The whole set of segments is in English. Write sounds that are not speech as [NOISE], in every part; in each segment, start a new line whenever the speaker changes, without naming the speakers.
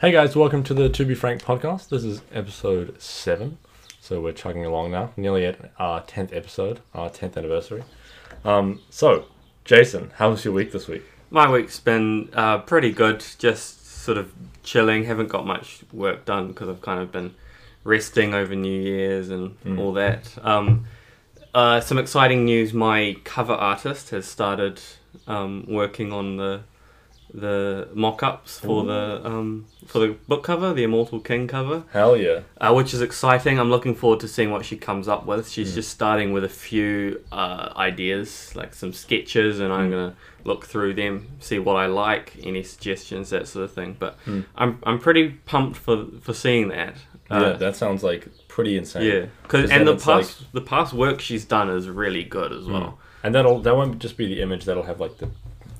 Hey guys, welcome to the To Be Frank podcast. This is episode seven, so we're chugging along now, nearly at our tenth episode, our tenth anniversary. Um, so, Jason, how was your week this week?
My week's been uh, pretty good, just sort of chilling. Haven't got much work done because I've kind of been resting over New Year's and all that. Um, uh, some exciting news: my cover artist has started um, working on the the mock-ups for the um, for the book cover, the Immortal King cover
Hell yeah!
uh, which is exciting. I'm looking forward to seeing what she comes up with.
Mm.
She's just starting with a few uh, ideas, like some sketches, and
Mm.
I'm gonna look through them, see what I like, any suggestions, that sort of thing. But
Mm.
I'm I'm pretty pumped for for seeing that.
yeah,
Uh,
that sounds like pretty insane.
yeah,
'Cause
because and
then
the
it's like-
past the past work she's done is really good
Mm.
as well.
and that'll that won't just be the image; that'll have like the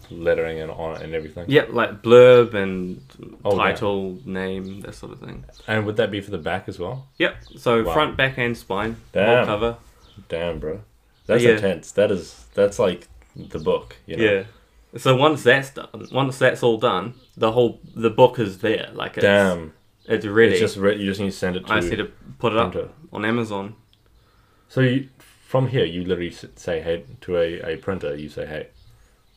lettering and on it and everything.
Yep, like blurb and
Oh, yeah.
title, name, that sort of thing.
And would that be for the back as well?
Yep. So
Wow.
front, back, and spine,
Damn.
all cover.
Damn, bro, that's
Yeah.
intense. That is that's like the book. You know?
Yeah. So once that's done, once that's all done, the whole the book is there. Like it's,
Damn,
it's ready.
it's just re- you just need to send it to.
I said to put it up
printer.
on Amazon.
So you, from here, you literally s- say hey to a, a printer. You say, hey,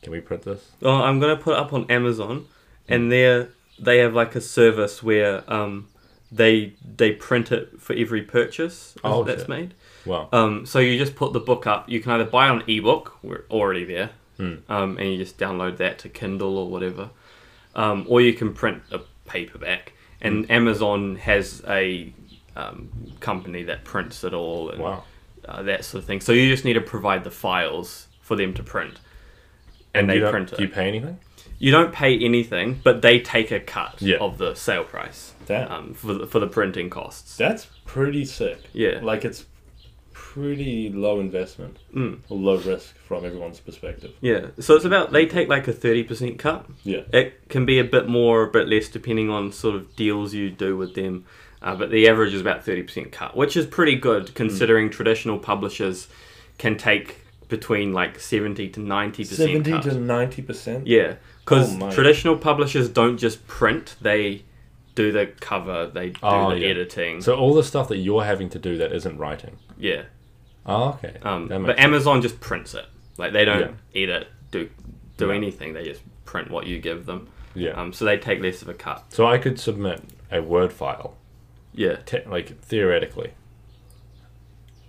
can we print this?
Oh, I'm gonna put it up on Amazon, and there they have like a service where um they they print it for every purchase
Oh,
that's
shit.
made.
Wow.
Um, so you just put the book up. You can either buy on ebook, we're already there,
Hmm.
um, and you just download that to Kindle or whatever, um, or you can print a paperback. And
Hmm.
Amazon has a um, company that prints it all and
Wow.
uh, that sort of thing. So you just need to provide the files for them to print, and,
you
they
don't-
print it.
Do you pay anything?
You don't pay anything, but they take a cut
Yeah.
of the sale price
Damn.
um, for the, for the printing costs.
That's pretty sick.
Yeah.
Like it's pretty low investment, mm. low risk from everyone's perspective.
Yeah, so it's about they take like a thirty percent cut.
Yeah.
It can be a bit more, a bit less, depending on sort of deals you do with them. Uh, but the average is about 30% cut, which is pretty
Mm.
good considering traditional publishers can take between like 70 to 90%
Seventy
cut.
to ninety percent.
yeah,
Oh,
because
my.
traditional publishers don't just print, they do the cover, they do
Oh,
the
yeah.
editing.
So all the stuff that you're having to do that isn't writing.
yeah.
Oh, okay. That
Um, but
makes sense.
Amazon just prints it. Like they don't edit, do do anything. They just print what you give them.
Yeah.
Um, so they take less of a cut.
so I could submit a Word file,
Yeah.
te- like theoretically,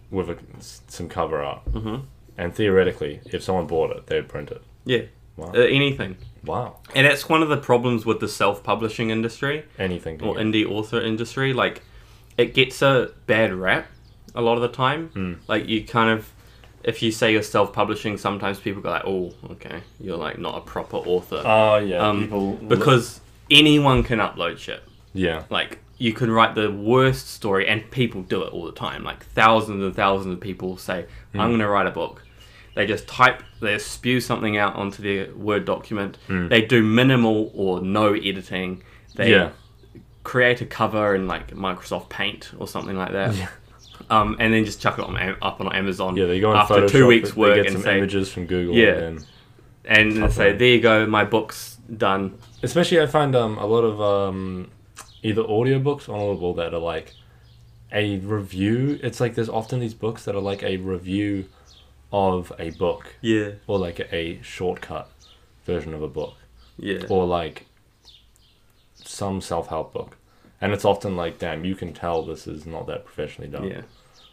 with a, s- some cover art, mm-hmm. and theoretically, if someone bought it, they'd print it.
Yeah.
Wow.
Uh, anything.
Wow.
And that's one of the problems with the self-publishing industry
Anything. To
or
you.
indie author industry. Like, it gets a bad rap a lot of the time. Like you kind of, if you say you're self-publishing, sometimes people go like, "Oh, okay, you're like not a proper author,"
Oh yeah,
um, because anyone can upload shit.
yeah,
like you can write the worst story and people do it all the time like thousands and thousands of people say i'm
Hmm.
going to write a book they just type they spew something out onto their word document
Hmm.
they do minimal or no editing they
Yeah.
create a cover in like microsoft paint or something like that um, and then just chuck it on, Am- up on amazon
yeah. They go and
after
Photoshop
two
it,
weeks
they
work
get
and
some
say
images from Google.
Yeah.
and then-
and then say
it.
there you go my book's done
especially I find um, a lot of um, either audiobooks or Audible that are like a review. It's like there's often these books that are like a review of a book
yeah
or like a shortcut version of a book
yeah
or like some self-help book. And it's often like, damn, you can tell this is not that professionally done.
yeah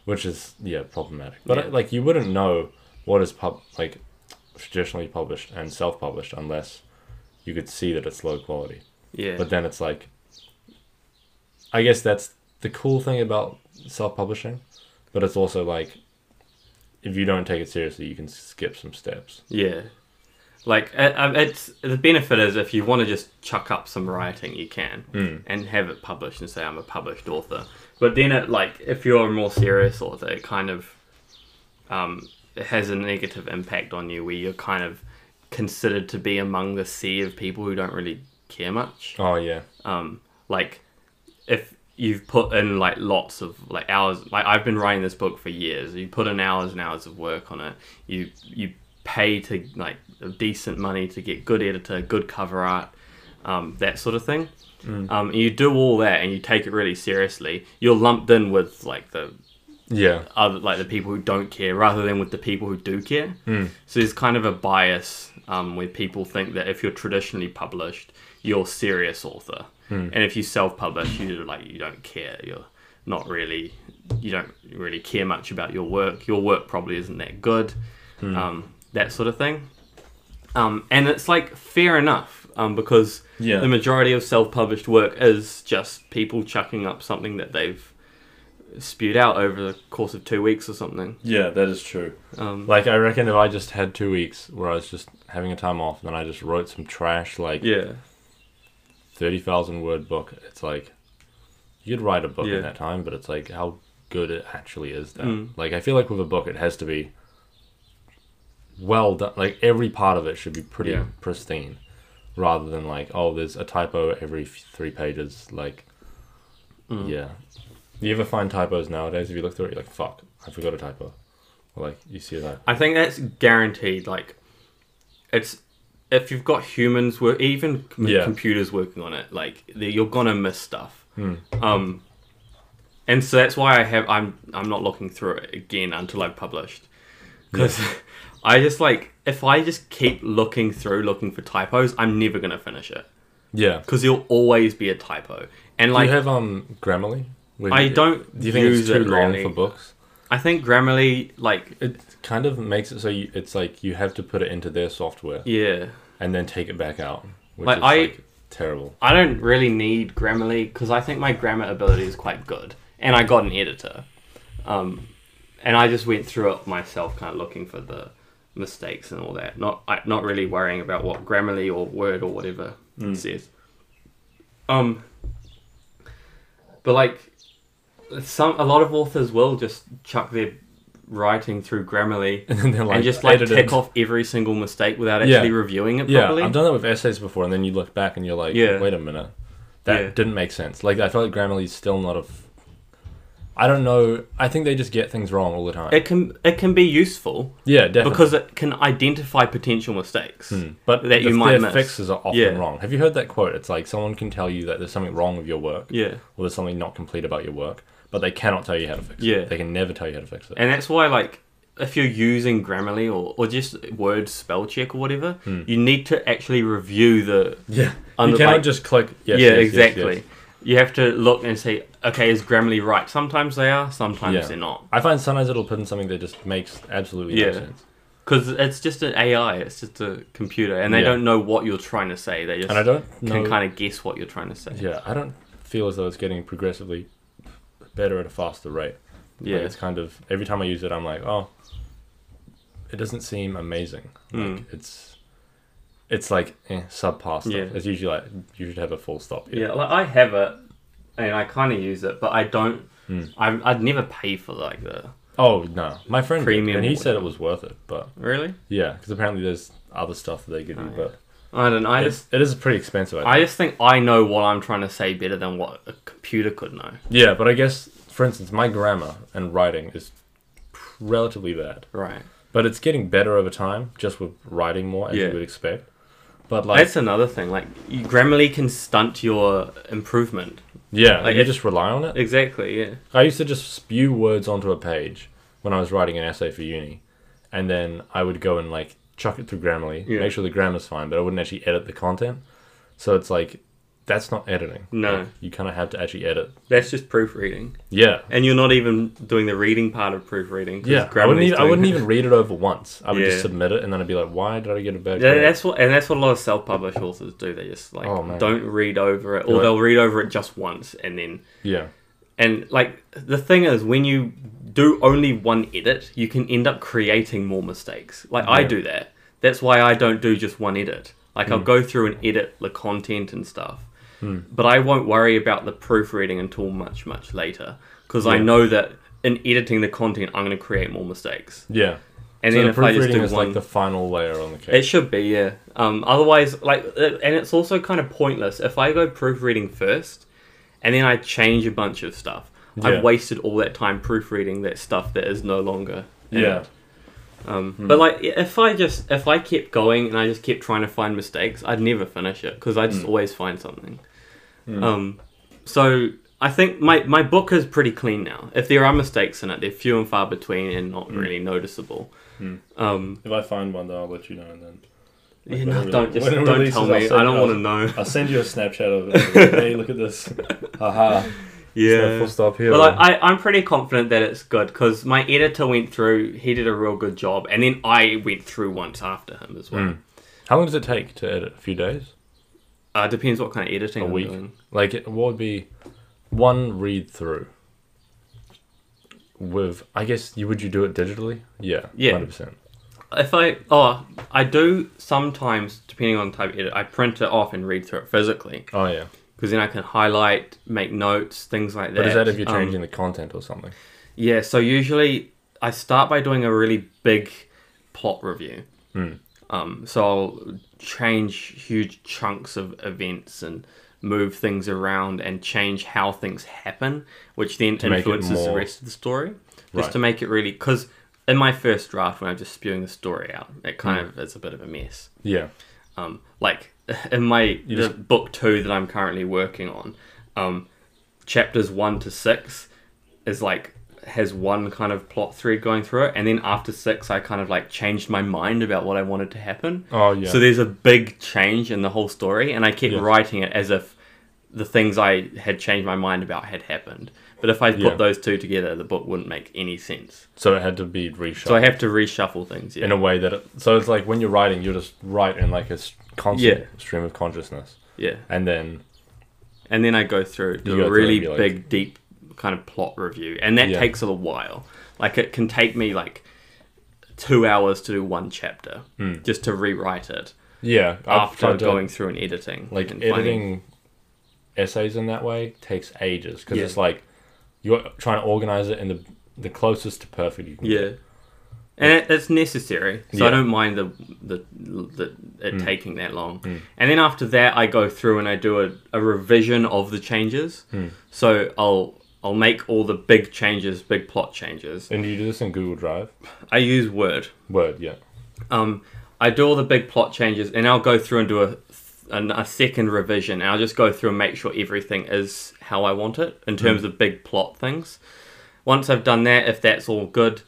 which is yeah problematic. But
Yeah.
like you wouldn't know what is pub like traditionally published and self published unless you could see that it's low quality.
yeah
But then it's like, I guess that's the cool thing about self publishing, but it's also like. If you don't take it seriously, you can skip some steps.
Yeah, like uh, uh, it's the benefit is if you want to just chuck up some writing, you can and have it published and say I'm a published author. But then it like if you're a more serious author, it kind of um, it has a negative impact on you where you're kind of considered to be among the sea of people who don't really care much
Oh yeah,
um, like if you've put in like lots of like hours like i've been writing this book for years you put in hours and hours of work on it you you pay to like decent money to get good editor good cover art um, that sort of thing. Um, and you do all that and you take it really seriously. You're lumped in with like the
Yeah.
other like the people who don't care rather than with the people who do care. So there's kind of a bias um, where people think that if you're traditionally published, you're a serious author, and if you self-publish, you like you don't care. You're not really you don't really care much about your work. Your work probably isn't that good. Um, that sort of thing. Um, and it's like fair enough um, because
Yeah.
the majority of self-published work is just people chucking up something that they've spewed out over the course of two weeks or something.
Yeah, that is true.
Um,
Like, I reckon if I just had two weeks where I was just having a time off, and then I just wrote some trash, like
yeah,
thirty thousand word book, it's like you could write a book
Yeah.
in that time, but it's like how good it actually is. Then,
Mm.
like, I feel like with a book, it has to be well done. Like every part of it should be pretty
Yeah.
pristine, rather than like oh, there's a typo every f- three pages. Like,
Hmm.
yeah. You ever find typos nowadays? If you look through it, you're like, fuck, I forgot a typo. Or like you see that.
I think that's guaranteed. Like, it's if you've got humans, work even com-
Yeah.
computers working on it, like the, you're gonna miss stuff.
Hmm.
Um, and so that's why I have I'm I'm not looking through it again until I've published, because [LAUGHS] I just like if I just keep looking through looking for typos, I'm never gonna finish it
Yeah.
because there'll always be a typo.
Do
And
you
like
have um Grammarly? Where
I
you-
don't
Do you think it's
use
too
it
long
really.
for books?
I think Grammarly, like,
It kind of makes it so you, it's like you have to put it into their software
yeah,
and then take it back out, which
Like,
is
I-
like terrible. [LAUGHS]
I don't really need Grammarly because I think my grammar ability is quite good, and I got an editor, um, and I just went through it myself, kind of looking for the mistakes and all that. Not I, not really worrying about what Grammarly or Word or whatever
Hmm.
says. Um, but like some, a lot of authors will just chuck their writing
[LAUGHS]
through Grammarly.
And then they're like,
and just like
edited.
tick off every single mistake without
Yeah.
actually reviewing it
Yeah,
properly.
I've done that with essays before, and then you look back and you're like,
Yeah.
wait a minute, that
Yeah.
didn't make sense. Like I feel like Grammarly's still not a. F- I don't know. I think they just get things wrong all the time.
It can it can be useful
yeah, definitely.
because it can identify potential mistakes.
but
that you
if
might
their
miss.
fixes are often
Yeah.
wrong. Have you heard that quote? It's like someone can tell you that there's something wrong with your work,
Yeah,
or there's something not complete about your work, but they cannot tell you how to fix
Yeah.
it. They can never tell you how to fix it.
and that's why like if you're using Grammarly or, or just word spell check or whatever,
Hmm.
you need to actually review the
yeah,
under-
you cannot
like-
just click. Yes,
yeah
yes, yes,
exactly.
yes.
You have to look and say, okay, is Grammarly right? Sometimes they are, sometimes
Yeah.
they're not,
I find sometimes it'll put in something that just makes absolutely
Yeah.
no sense.
because it's just an AI, it's just a computer, and they
Yeah.
don't know what you're trying to say. They just
And I don't know.
can kind of guess what you're trying to say.
yeah, I don't feel as though it's getting progressively better at a faster rate. Like,
Yeah.
it's kind of every time I use it, I'm like, oh, it doesn't seem amazing.
Mm.
Like it's, it's like eh, subpar stuff.
Yeah.
It's usually like you should have a full stop. here.
Yeah, like I have it, and I kind of use it, but I don't.
Hmm.
I, I'd never pay for like the
Oh no, my friend did,
Premium
and he
or
said it
whatever.
was worth it, but
really.
yeah, because apparently there's other stuff that they give you,
Oh, yeah.
but
I don't. know. I just.
it's, it is pretty expensive. I think.
I just think I know what I'm trying to say better than what a computer could know.
Yeah, but I guess, for instance, my grammar and writing is relatively bad,
Right.
but it's getting better over time, just with writing more, as
Yeah.
you would expect. But like,
That's another thing. Like you- Grammarly can stunt your improvement.
yeah,
like,
you
it-
just rely on it.
Exactly. Yeah.
I used to just spew words onto a page when I was writing an essay for uni, and then I would go and like chuck it through Grammarly,
Yeah.
make sure the grammar's fine, but I wouldn't actually edit the content. So it's like, that's not editing.
No.
Like, you kind of have to actually edit.
That's just proofreading,
Yeah,
and you're not even doing the reading part of proofreading. 'cause
yeah. I
Grammarly's
wouldn't, even, I
doing
wouldn't
it. [LAUGHS]
even read it over once. I would
Yeah.
just submit it, and then I'd be like, why did I get a bad?
Yeah,
grade?
that's what, and that's what a lot of self-published authors do. They just like
Oh, man.
don't read over it, or
Right.
they'll read over it just once, and then
Yeah.
and like the thing is, when you do only one edit, you can end up creating more mistakes. Like I
Yeah. Hmm.
do that. That's why I don't do just one edit. Like I'll go through and edit the content and stuff, but I won't worry about the proofreading until much much later because I
Yeah.
know that in editing the content, I'm going to create more mistakes.
Yeah.
And
so
then
the
if I just
proofreading
do
is
one,
like the final layer on the cake.
It should be, yeah. Um, otherwise, like, uh, and it's also kind of pointless if I go proofreading first, and then I change a bunch of stuff.
Yeah.
I've wasted all that time proofreading that stuff that is no longer. in
yeah. Hmm.
it. Um, But like, i- if I just if I kept going and I just kept trying to find mistakes, I'd never finish it because I
Hmm.
just always find something. Um, so I think my my book is pretty clean now. If there are mistakes in it, they're few and far between and not
Hmm.
really noticeable. Um,
If I find one, then I'll let you know, and then
yeah,
When
no,
it
don't
rele-
just
when it
don't
releases,
tell
I'll
me.
send-
I don't want to
I'll-
know.
I'll send you a Snapchat of it. hey, look at
[LAUGHS]
this. Haha. There's no
Yeah.
full stop here.
Well, I, I, I'm pretty confident that it's good because my editor went through, he did a real good job, and then I went through once after him as
Mm.
well.
How long does it take to edit? A few days?
Uh, depends what kind of editing
A
I'm
week?
doing.
Like, it- what would be one read through? With, I guess, you would you do it digitally? Yeah.
Yeah.
100%.
If I, oh, I do sometimes, depending on the type of edit, I print it off and read through it physically
Oh, yeah.
because then I can highlight, make notes, things like that.
But is that if you're
Um,
changing the content or something?
Yeah, so usually I start by doing a really big plot review.
Hmm.
Um, so I'll change huge chunks of events and move things around and change how things happen, which then
make it
influences the
more-
rest of the story. Just
Right.
to make it really. Because in my first draft, when I'm just spewing the story out, it kind
Hmm.
of is a bit of a mess
Yeah.
um, like [LAUGHS] in my the
just-
book two that I'm currently working on, um, chapters one to six is like has one kind of plot thread going through it, and then after six, I kind of like changed my mind about what I wanted to happen.
Oh, yeah.
So there's a big change in the whole story, and I kept
Yes.
writing it as if the things I had changed my mind about had happened. But if I put
Yeah.
those two together, the book wouldn't make any sense.
So it had to be reshuffled.
So I have to reshuffle things. Yeah.
in a way that it, so it's like when you're writing you just write in like a s- constant
Yeah.
stream of consciousness
yeah.
and then
and then I go through do
You go
a
through
really
and be like-
big, deep kind of plot review, and that
Yeah.
takes a little while. Like it can take me like two hours to do one chapter just to rewrite it
yeah Hmm. I've
after
tried to-
going through and editing,
like
and
editing essays in that way takes ages because
Yeah.
it's like you're trying to organize it in the the closest to perfect you can get.
yeah. And it, it's necessary, so
Yeah.
I
Hmm.
don't mind the the, the it taking that long. And then after that, I go through and I do a, a revision of the changes.
Hmm.
So I'll I'll make all the big changes, big plot changes.
and you do this in Google Drive
I use Word.
Word yeah
um, I do all the big plot changes, and I'll go through and do a an- a second revision, and I'll just go through and make sure everything is how I want it in terms of big plot things. Once I've done that, if that's all good,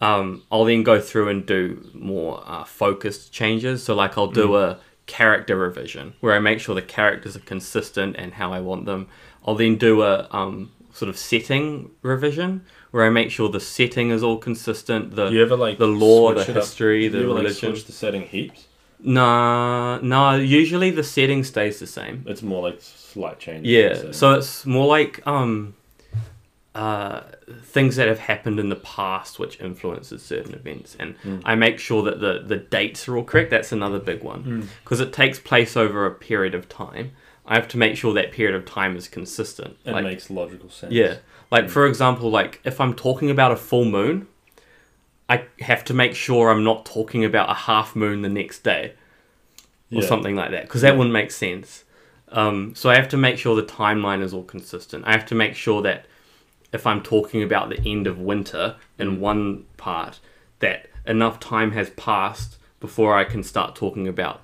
um, I'll then go through and do more uh, focused changes. So, like, I'll do a character revision where I make sure the characters are consistent and how I want them. I'll then do a um, sort of setting revision where I make sure the setting is all consistent. The
you ever like
the law, the
switch it up-
history,
you
the
ever, like,
religion.
switch the setting heaps
Nah, nah. Usually the setting stays the same.
it's more like slight changes
Yeah. So it's more like um, uh, things that have happened in the past which influences certain events, and I make sure that the the dates are all correct. That's another big one because it takes place over a period of time. I have to make sure that period of time is consistent.
It
like,
makes logical sense.
Yeah. Like for example, like if I'm talking about a full moon, I have to make sure I'm not talking about a half moon the next day or
Yeah.
something like that because that wouldn't make sense. Um, so I have to make sure the timeline is all consistent. I have to make sure that if I'm talking about the end of winter
Mm.
in one part, that enough time has passed before I can start talking about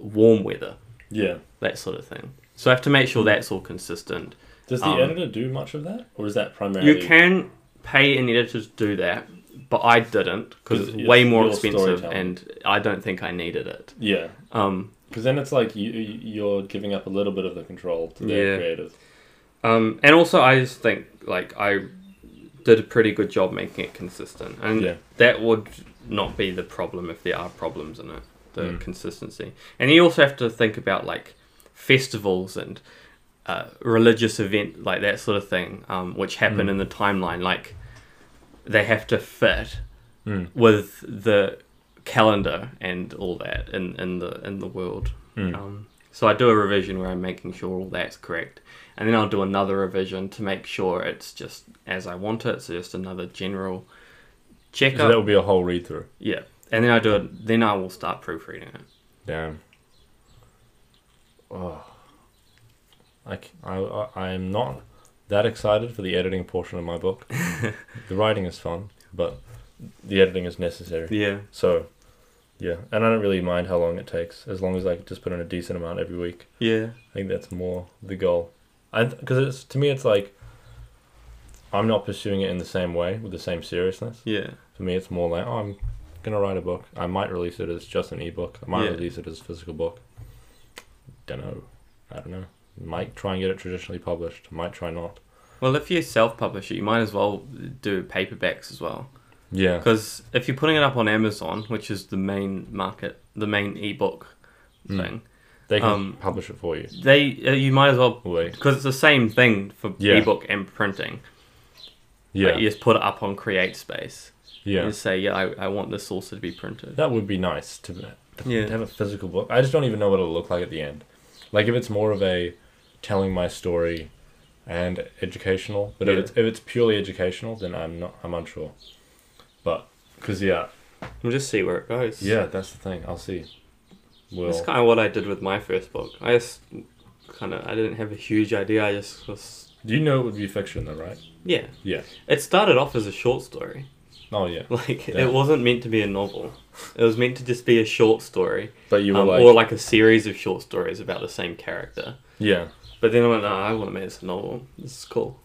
warm weather,
Yeah.
that sort of thing. So I have to make
Mm.
sure that's all consistent.
Does the
Um,
editor do much of that, or is that primarily?
You can pay an editor to do that, but I didn't because
'Cause
it's
it's
way more
your
expensive,
storytelling.
and I don't think I needed it.
Yeah,
Um,
because then it's like you you- you're giving up a little bit of the control to the
Yeah.
creative.
um, and also I just think like I did a pretty good job making it consistent, and
Yeah.
that would not be the problem if there are problems in it, the
Mm.
consistency. And you also have to think about like festivals and uh, religious event like that sort of thing, um, which
Mm.
happen in the timeline. Like they have to fit
Mm.
with the calendar and all that in, in the in the world. Um, so I do a revision where I'm making sure all that's correct, and then I'll do another revision to make sure it's just as I want it. So just another general checkup.
so that would be a whole read through
Yeah, and then I do it. Then I will start proofreading it.
Damn. Oh. I, c- I, I- I am not that excited for the editing portion of my book. the writing is fun, but the editing is necessary.
Yeah.
So, yeah, and I don't really mind how long it takes, as long as I just put in a decent amount every week.
Yeah.
I think that's more the goal. I because it's to me it's like I'm not pursuing it in the same way with the same seriousness.
Yeah.
For me, it's more like oh, I'm gonna write a book. I might release it as just an ebook. I might
Yeah.
release it as a physical book. Don't know. I don't know. Might try and get it traditionally published. Might try not.
Well, if you self-publish it, you might as well do paperbacks as well.
Yeah.
Because if you're putting it up on Amazon, which is the main market, the main ebook
Mm.
thing,
They can
um,
publish it for you.
they uh, you might as well
Wait.
because it's the same thing for
Yeah.
ebook and printing.
Yeah.
Like, you just put it up on CreateSpace
yeah.
and say, yeah, I, I want this also to be printed.
That would be nice to, to
Yeah.
have a physical book. I just don't even know what it'll look like at the end. Like if it's more of a telling my story and educational, but
Yeah.
if it's if it's purely educational, then I'm not I'm unsure. But because yeah,
We'll just see where it goes.
yeah, that's the thing. I'll see. Well,
That's kind of what I did with my first book. I just kind of I didn't have a huge idea. I just was
you know it would be fiction though, right?
yeah.
Yeah.
It started off as a short story. [LAUGHS]
Oh yeah.
Like
Yeah.
it wasn't meant to be a novel. It was meant to just be a short story,
But you were
um,
like,
or like a series of short stories about the same character.
yeah.
But then I went, "No, I want to make this a novel. This is cool."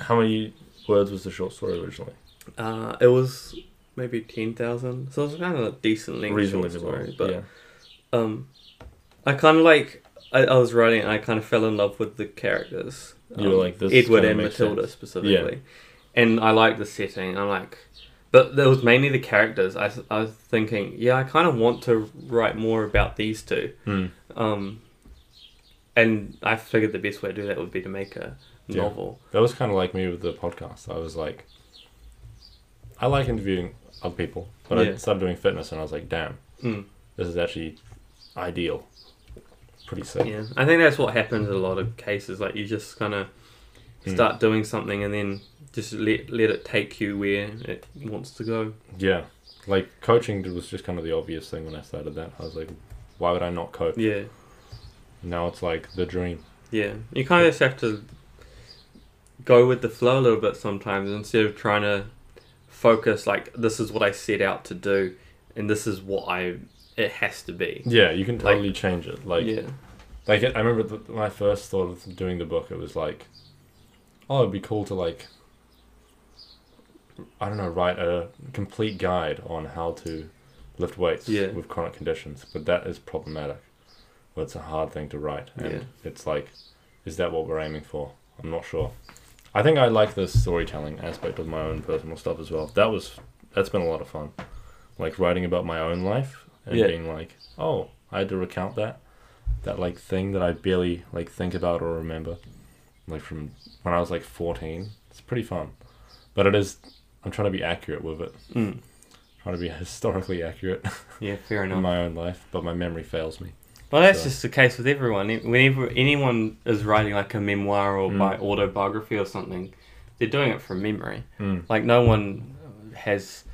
How many words was the short story originally?
Uh, it was maybe ten thousand, so it was kind of a decent length
Reasonably
short story.
long,
But
yeah.
um, I kind of like I, I was writing, and I kind of fell in love with the characters.
You were
Um,
like, this
Edward
kinda
and
makes
Matilda
sense.
specifically, and I like the setting. I'm like, but there was mainly the characters. I, s- I was thinking, yeah, I kind of want to write more about these two.
Hmm.
Um, and I figured the best way to do that would be to make a
Yeah.
novel.
That was kind of like me with the podcast. I was like, I like interviewing other people, but I
Yeah.
started doing fitness and I was like, damn,
Mm.
this is actually ideal. Pretty sick.
Yeah, I think that's what happens in a lot of cases. Like you just kind of
Mm.
start doing something and then just let let it take you where it wants to go.
Yeah. Like coaching was just kind of the obvious thing when I started that. I was like, why would I not coach?
Yeah,
Now it's like the dream.
yeah. You kind of just have to go with the flow a little bit sometimes instead of trying to focus like this is what I set out to do and this is what I it has to be.
Yeah, you can
Like-
totally change it. Like,
yeah,
like I remember th- when I first thought of doing the book, it was like, oh, it'd be cool to like, I don't know, write a complete guide on how to lift weights
Yeah.
with chronic conditions, but that is problematic. Well, it's a hard thing to write, and
Yeah.
it's like, is that what we're aiming for? I'm not sure. I think I like the storytelling aspect of my own personal stuff as well. That was that's been a lot of fun, like writing about my own life and
Yeah.
being like, oh, I had to recount that that like thing that I barely like think about or remember, like from when I was like 14. It's pretty fun, but it is. I'm trying to be accurate with it.
Mm.
Trying to be [LAUGHS] historically accurate
yeah. Fair enough.
in my own life, but my memory fails me.
Well, that's
So-
just the case with everyone. E- Whenever anyone is writing like a memoir or
Mm.
bi- autobiography or something, they're doing it from memory.
Mm.
Like no one has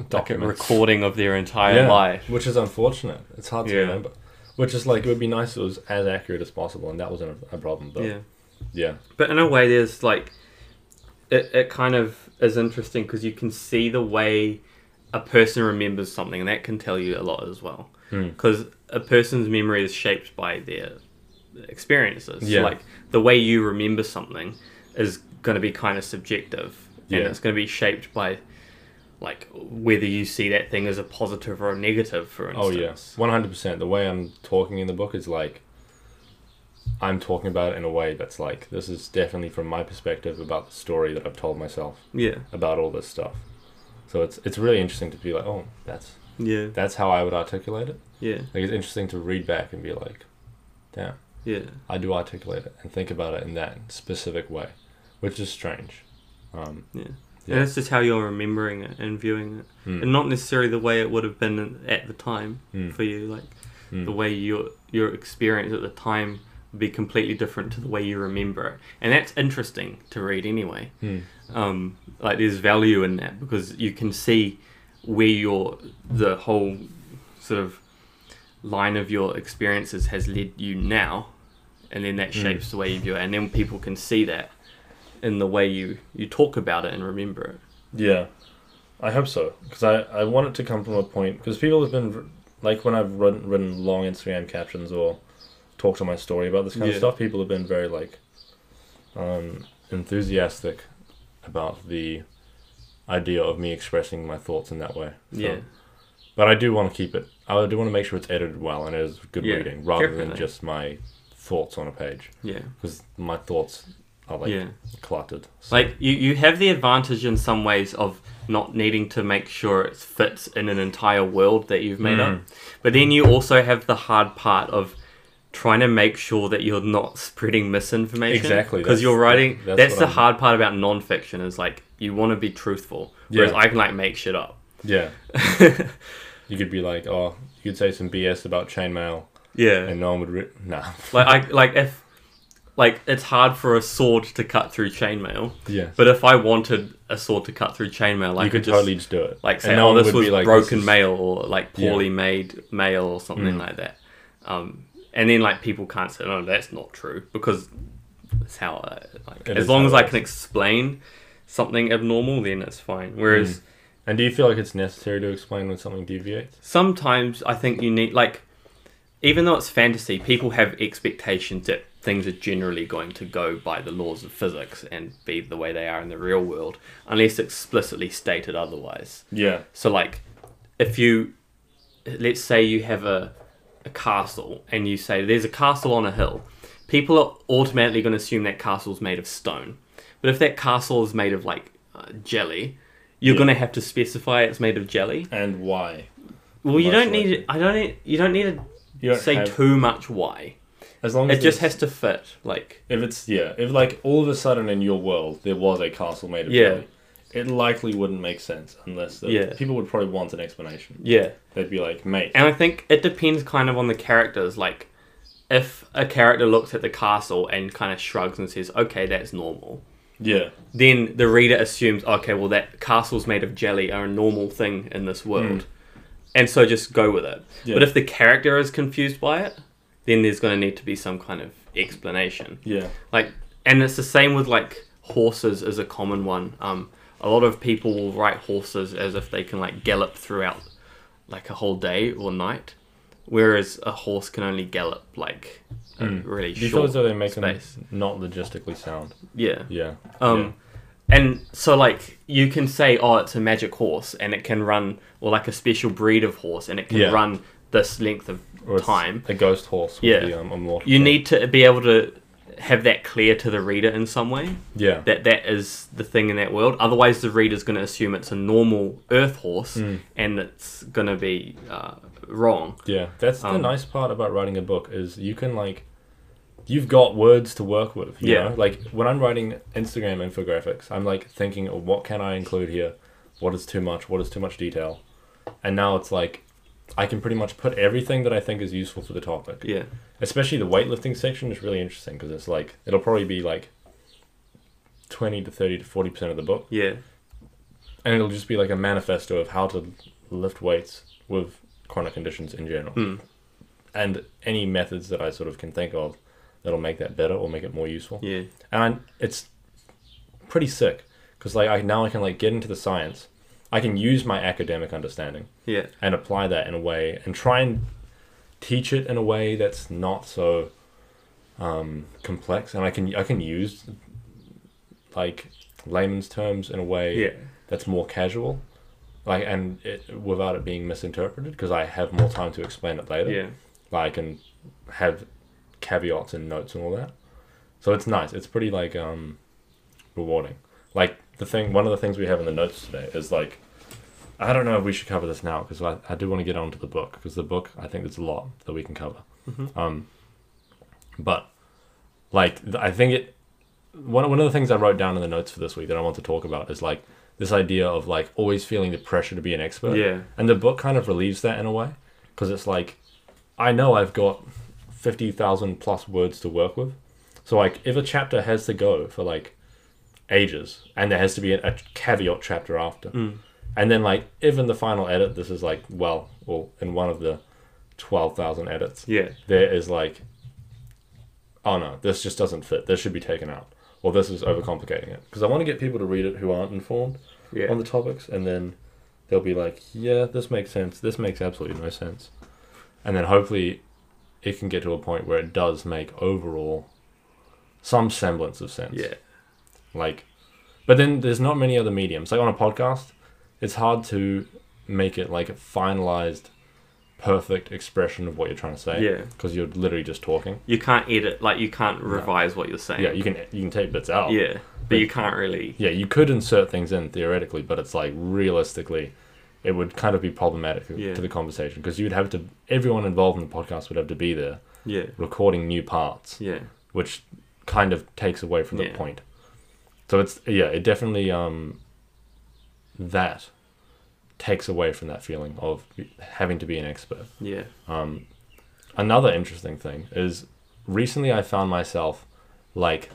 like a
Documents.
recording of their entire life.
Which is unfortunate. It's hard to
Yeah.
remember. Which is like it would be nice if it was as accurate as possible, and that wasn't a, a problem. But yeah,
yeah, but in a way, there's like it. It kind of is interesting because you can see the way a person remembers something, and that can tell you a lot as well.
Mm.
Because a person's memory is shaped by their experiences.
Yeah.
Like the way you remember something is going to be kind of subjective. And
Yeah.
it's going to be shaped by like whether you see that thing as a positive or a negative, for
Oh
instance.
yeah, one hundred percent. The way I'm talking in the book is like I'm talking about it in a way that's like this is definitely from my perspective about the story that I've told myself
Yeah.
about all this stuff. So it's it's really interesting to be like, oh, that's
Yeah.
that's how I would articulate it.
Yeah.
Like it's interesting to read back and be like, damn,
Yeah.
I do articulate it and think about it in that specific way, which is strange. Um,
Yeah.
Yeah.
And that's just how you're remembering it and viewing it,
mm,
and not necessarily the way it would have been at the time
mm,
for you. Like
mm.
the way your your experience at the time would be completely different to the way you remember it, and that's interesting to read anyway.
Mm.
um, like there's value in that because you can see where your the whole sort of line of your experiences has led you now, and then that
Mm.
shapes the way you view it, and then people can see that in the way you you talk about it and remember it.
Yeah. I hope so because I, I want it to come from a point because people have been r- like when I've written, written long Instagram captions or talked on my story about this kind of
Yeah.
stuff, people have been very like um, enthusiastic about the idea of me expressing my thoughts in that way. So-
Yeah.
but I do want to keep it. I do want to make sure it's edited well and it is good
Yeah,
reading rather than
definitely.
just my thoughts on a page
Yeah.
because my thoughts are like
yeah.
cluttered. So,
Like you, you have the advantage in some ways of not needing to make sure it fits in an entire world that you've made
Mm.
up. But then you also have the hard part of trying to make sure that you're not spreading misinformation.
Exactly,
Because
that's-
you're writing
that's
that's,
what
the
I'm-
hard part about nonfiction is like you want to be truthful. Whereas
Yeah.
I can like make shit up. [LAUGHS]
yeah, you could be like, oh, you could say some BS about chainmail
yeah.
and no one would. Re-
[LAUGHS]
nah.
Like I like if like it's hard for a sword to cut through chainmail.
Yeah.
But if I wanted a sword to cut through chainmail, I
you could
just
totally just do it.
like say,
And no
oh,
one
this
would
was
be like,
broken
this is-
mail or like poorly
Yeah. Mm.
made mail or something like that. Um, and then like people can't say, no, that's not true because it's how I, like
It
as
is
long
how
as
it
I
is.
can explain something abnormal, then it's fine.
Mm.
Whereas
And do you feel like it's necessary to explain when something deviates?
sometimes I think you need like even though it's fantasy, people have expectations that things are generally going to go by the laws of physics and be the way they are in the real world, unless explicitly stated otherwise.
Yeah.
So like, if you, let's say you have a, a castle and you say there's a castle on a hill, people are automatically going to assume that castle's made of stone. But if that castle is made of like uh, jelly, you're
Yeah.
going to have to specify it's made of jelly.
And why?
Well, you
Most
don't need.
likely.
I don't. Need, you don't need
You
to
don't
say
have-
too much why.
As long as
It just
it's-
has to fit. Like
If it's yeah, if like all of a sudden in your world there was a castle made of
Yeah.
jelly, it likely wouldn't make sense unless the,
Yeah.
people would probably want an explanation.
yeah.
They'd be like, mate,
And I think it depends kind of on the characters. Like, if a character looks at the castle and kind of shrugs and says, okay, that's normal,
yeah,
then the reader assumes, okay, well, that castles made of jelly are a normal thing in this world. And so just go with it.
Yeah.
But if the character is confused by it, then there's going to need to be some kind of explanation.
yeah,
Like, and it's the same with like horses is a common one. Um, a lot of people will write horses as if they can like gallop throughout like a whole day or night, whereas a horse can only gallop like a really
Do you feel
short
as though they make
space.
them not logistically sound?
Yeah.
Yeah.
Um, and so like you can say, oh, it's a magic horse, and it can run, or like a special breed of horse, and it can
Yeah.
run this length of
Or it's
time.
A ghost horse. Would
Yeah.
Be, um, immortal.
You need to be able to have that clear to the reader in some way
Yeah.
that that is the thing in that world. Otherwise, the reader's going to assume it's a normal Earth horse,
Hmm.
and it's going to be uh, wrong.
Yeah, that's the
Um,
nice part about writing a book is you can like, you've got words to work with. You
Yeah.
Know? Like when I'm writing Instagram infographics, I'm like thinking, oh, what can I include here? What is too much? What is too much detail? And now it's like, I can pretty much put everything that I think is useful for the topic.
Yeah.
Especially the weightlifting section is really interesting because it's like it'll probably be like. 20 to 30 to 40% of the book
Yeah.
and it'll just be like a manifesto of how to lift weights with chronic conditions in general
Mm.
and any methods that I sort of can think of that'll make that better or make it more useful.
Yeah.
And it's pretty sick because like I now I can like get into the science. I can use my academic understanding
Yeah.
and apply that in a way and try and teach it in a way that's not so um, complex. And I can I can use like layman's terms in a way
Yeah.
that's more casual, like and it, without it being misinterpreted because I have more time to explain it later
Yeah.
like and have caveats and notes and all that. So it's nice. It's pretty like um rewarding. Like the thing, one of the things we have in the notes today is like, I don't know if we should cover this now because I, I do want to get onto the book because the book I think there's a lot that we can cover. Um, but like th- I think it one one of the things I wrote down in the notes for this week that I want to talk about is like this idea of like always feeling the pressure to be an expert.
Yeah.
And the book kind of relieves that in a way because it's like I know I've got 50,000 plus words to work with. So like if a chapter has to go for like ages and there has to be a, a caveat chapter after. And then like if in the final edit this is like well or in one of the 12,000 edits
Yeah.
there is like oh no, this just doesn't fit. This should be taken out. Or this is overcomplicating it because I want to get people to read it who aren't informed
Yeah.
on the topics and then they'll be like, yeah, this makes sense. This makes absolutely no sense. And then hopefully it can get to a point where it does make overall some semblance of sense.
Yeah.
Like, but then there's not many other mediums. Like on a podcast, it's hard to make it like a finalized, perfect expression of what you're trying to say.
Yeah.
Because you're literally just talking.
You can't edit, like you can't revise what you're saying.
Yeah, you can you can take bits out.
yeah, Oh. but you can't really.
Yeah, you could insert things in theoretically, but it's like realistically, it would kind of be problematic
Yeah.
to the conversation because you'd have to everyone involved in the podcast would have to be there
Yeah,
recording new parts,
yeah,
which kind of takes away from the
Yeah.
point. So it's yeah, it definitely um that takes away from that feeling of having to be an expert.
yeah,
Another interesting thing is recently I found myself like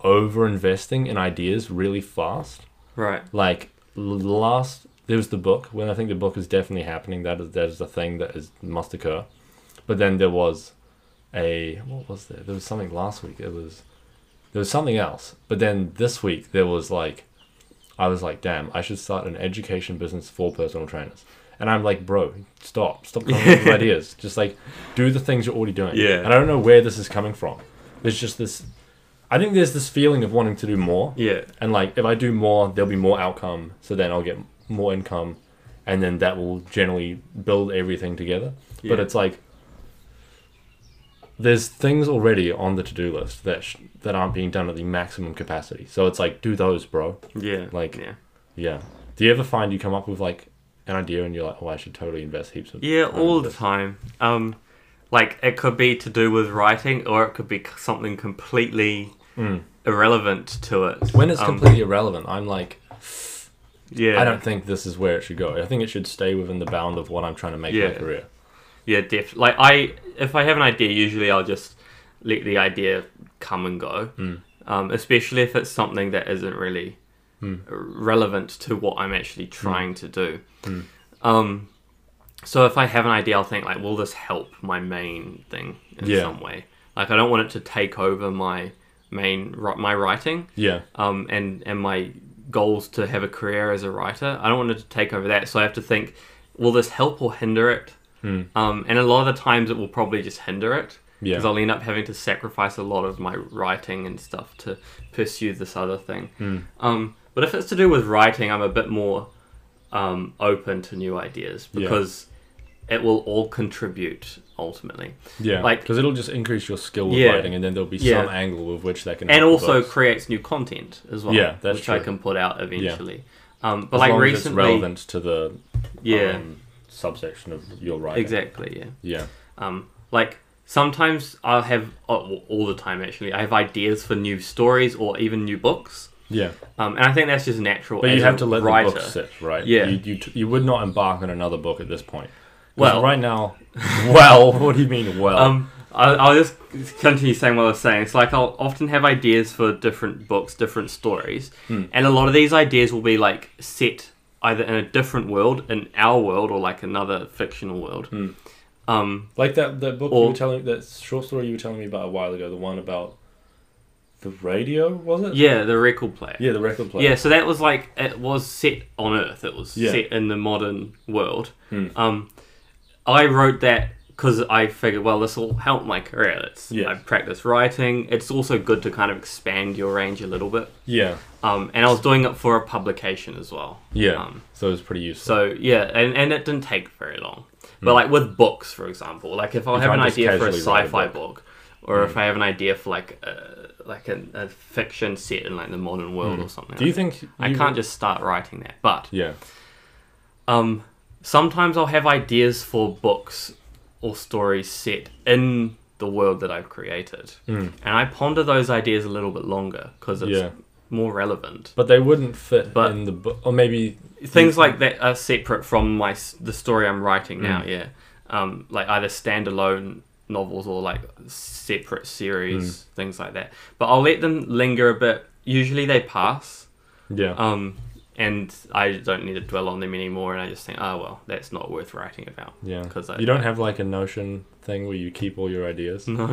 over investing in ideas really fast
right.
like l- last there was the book when i think the book is definitely happening that is that is the thing that is must occur but then there was a what was there there was something last week it was there was something else but then this week there was like i was like damn i should start an education business for personal trainers and i'm like bro stop stop coming up with ideas just like do the things you're already doing
Yeah.
and i don't know where this is coming from there's just this i think there's this feeling of wanting to do more
Yeah,
and like if I do more, there'll be more outcome. So then I'll get more income, and then that will generally build everything together. But
Yeah.
it's like there's things already on the to-do list that sh- that aren't being done at the maximum capacity. So it's like do those, bro.
yeah,
Like-
yeah,
Yeah. Do you ever find you come up with like an idea and you're like, oh, I should totally invest heaps of
yeah,
time
all
into
the
this?
time. Um, like it could be to do with writing, or it could be c- something completely
Mm.
irrelevant to it.
When it's
Um,
completely irrelevant, I'm like,
yeah,
I don't think this is where it should go. I think it should stay within the bound of what I'm trying to make my
Yeah.
career.
Yeah, def. Like I, if I have an idea, usually I'll just let the idea come and go.
Mm.
Um, especially if it's something that isn't really relevant to what I'm actually trying to do. Um, so if I have an idea, I'll think like, will this help my main thing in
Yeah.
some way? Like I don't want it to take over my main ri- my writing
Yeah.
um, and and my goals to have a career as a writer. I don't want it to take over that, so I have to think: will this help or hinder it? Um, and a lot of the times, it will probably just hinder it
Hmm. Yeah.
because I'll end up having to sacrifice a lot of my writing and stuff to pursue this other thing.
Hmm.
Um, but if it's to do with writing, I'm a bit more um, open to new ideas
Yeah.
because it will all contribute ultimately.
Yeah,
Like-
because it'll just increase your skill with
Yeah.
writing, and then there'll be
Yeah.
some angle with which that can.
and
help the
also
books.
creates new content as well.
Yeah, that's
which I
true.
can put out eventually. Um, but
As
like
long as
recently,
it's relevant to the
yeah,
um, subsection of your writing.
exactly, yeah.
Yeah,
Um, like sometimes I'll have oh, all the time actually. I have ideas for new stories or even new books,
yeah,
um, and I think that's just natural.
but
as
you
a
have to let
writer.
the book sit, right?
Yeah.
you you, t- you would not embark on another book at this point. 'Cause
Well-
right
[LAUGHS]
now, well, what do you mean? Well,
Um,
Oh.
I, I'll just continue saying what I was saying. It's like I'll often have ideas for different books, different stories,
Hmm.
and a lot of these ideas will be like set either in a different world, in our world, or like another fictional world.
Hmm.
Um,
Like that that book you
Or-
were telling that short story you were telling me about a while ago, the one about the radio, was it?
yeah, the record player.
Yeah, the record player.
Yeah, so that was like it was set on Earth. It was
Yeah. Hmm.
set in the modern world. Um, I wrote that because I figured, well, this will help my career. It's
Yes.
I practice writing. It's also good to kind of expand your range a little bit.
yeah,
Um, and I was doing it for a publication as well.
yeah.
Um,
so it's pretty useful.
so yeah, and, and it didn't take very long. But like with books, for example, like if I have
Hmm. can't
an
just
idea for a
casually write a Hmm.
sci-fi book. or if I have an idea for like a, like a, a fiction set in like the modern world or something.
Hmm. do you
like
think you
I can't just start writing that. But
Yeah,
um, sometimes I'll have ideas for books or stories set in the world that I've created, and I ponder those ideas a little bit longer because it's
Hmm. Yeah.
more relevant.
but they wouldn't fit
But-
in the book, or maybe
Things like that are separate from my s- the story I'm writing now. Yeah, um, like either standalone novels or like separate series, things like that. But I'll let them linger a bit. Usually they pass.
yeah,
Um, and I don't need to dwell on them anymore. And I just think, oh well, that's not worth writing about. [LAUGHS]
Yeah.
'Cause I- Mm.
you don't have like a Notion thing where you keep all your ideas,
No,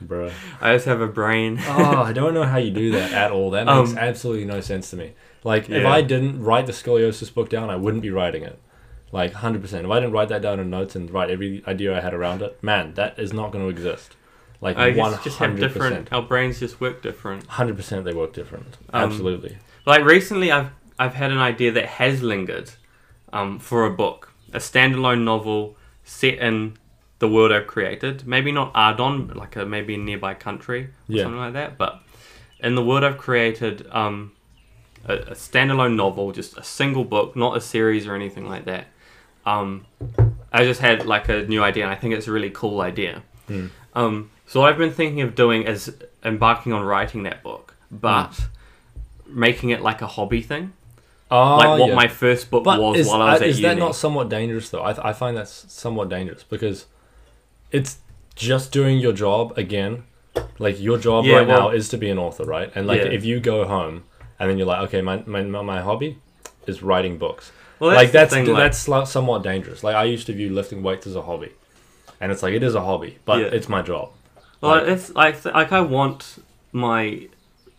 bro.
[LAUGHS] I just have a brain.
oh, I don't know how you do that at all. That makes
Um,
absolutely no sense to me. Like, if
Yeah.
I didn't write the scoliosis book down, I wouldn't be writing it. Like, 100%. If I didn't write that down in notes and write every idea I had around it, man, that is not going to exist. Like,
[LAUGHS] I guess
100%.
just have different. Our brains just work different.
100% they work different.
Um,
Absolutely.
Like recently, I've I've had an idea that has lingered, um, for a book, a standalone novel set in the world I've created. Maybe not Ardon, but like a maybe a nearby country or
Yeah.
something like that. But in the world I've created, um, a, a standalone novel, just a single book, not a series or anything like that. Um, I just had like a new idea, and I think it's a really cool idea.
Mm.
Um, so what I've been thinking of doing is embarking on writing that book, but making it like a hobby thing,
Oh,
like what
yeah.
my first book
But
was
is,
while I was
uh,
at
is
uni.
that not somewhat dangerous though? I, th- I find that's somewhat dangerous because it's just doing your job again. Like your job
Yeah,
right now
well-
is to be an author, right? And like
Yeah.
if you go home and then you're like, okay, my my, my my hobby is writing books.
well,
like
the
that's
thing, like-
that's sli- somewhat dangerous. Like I used to view lifting weights as a hobby, and it's like it is a hobby, but
Yeah.
it's my job.
Well,
Like-
it's like th- like I want my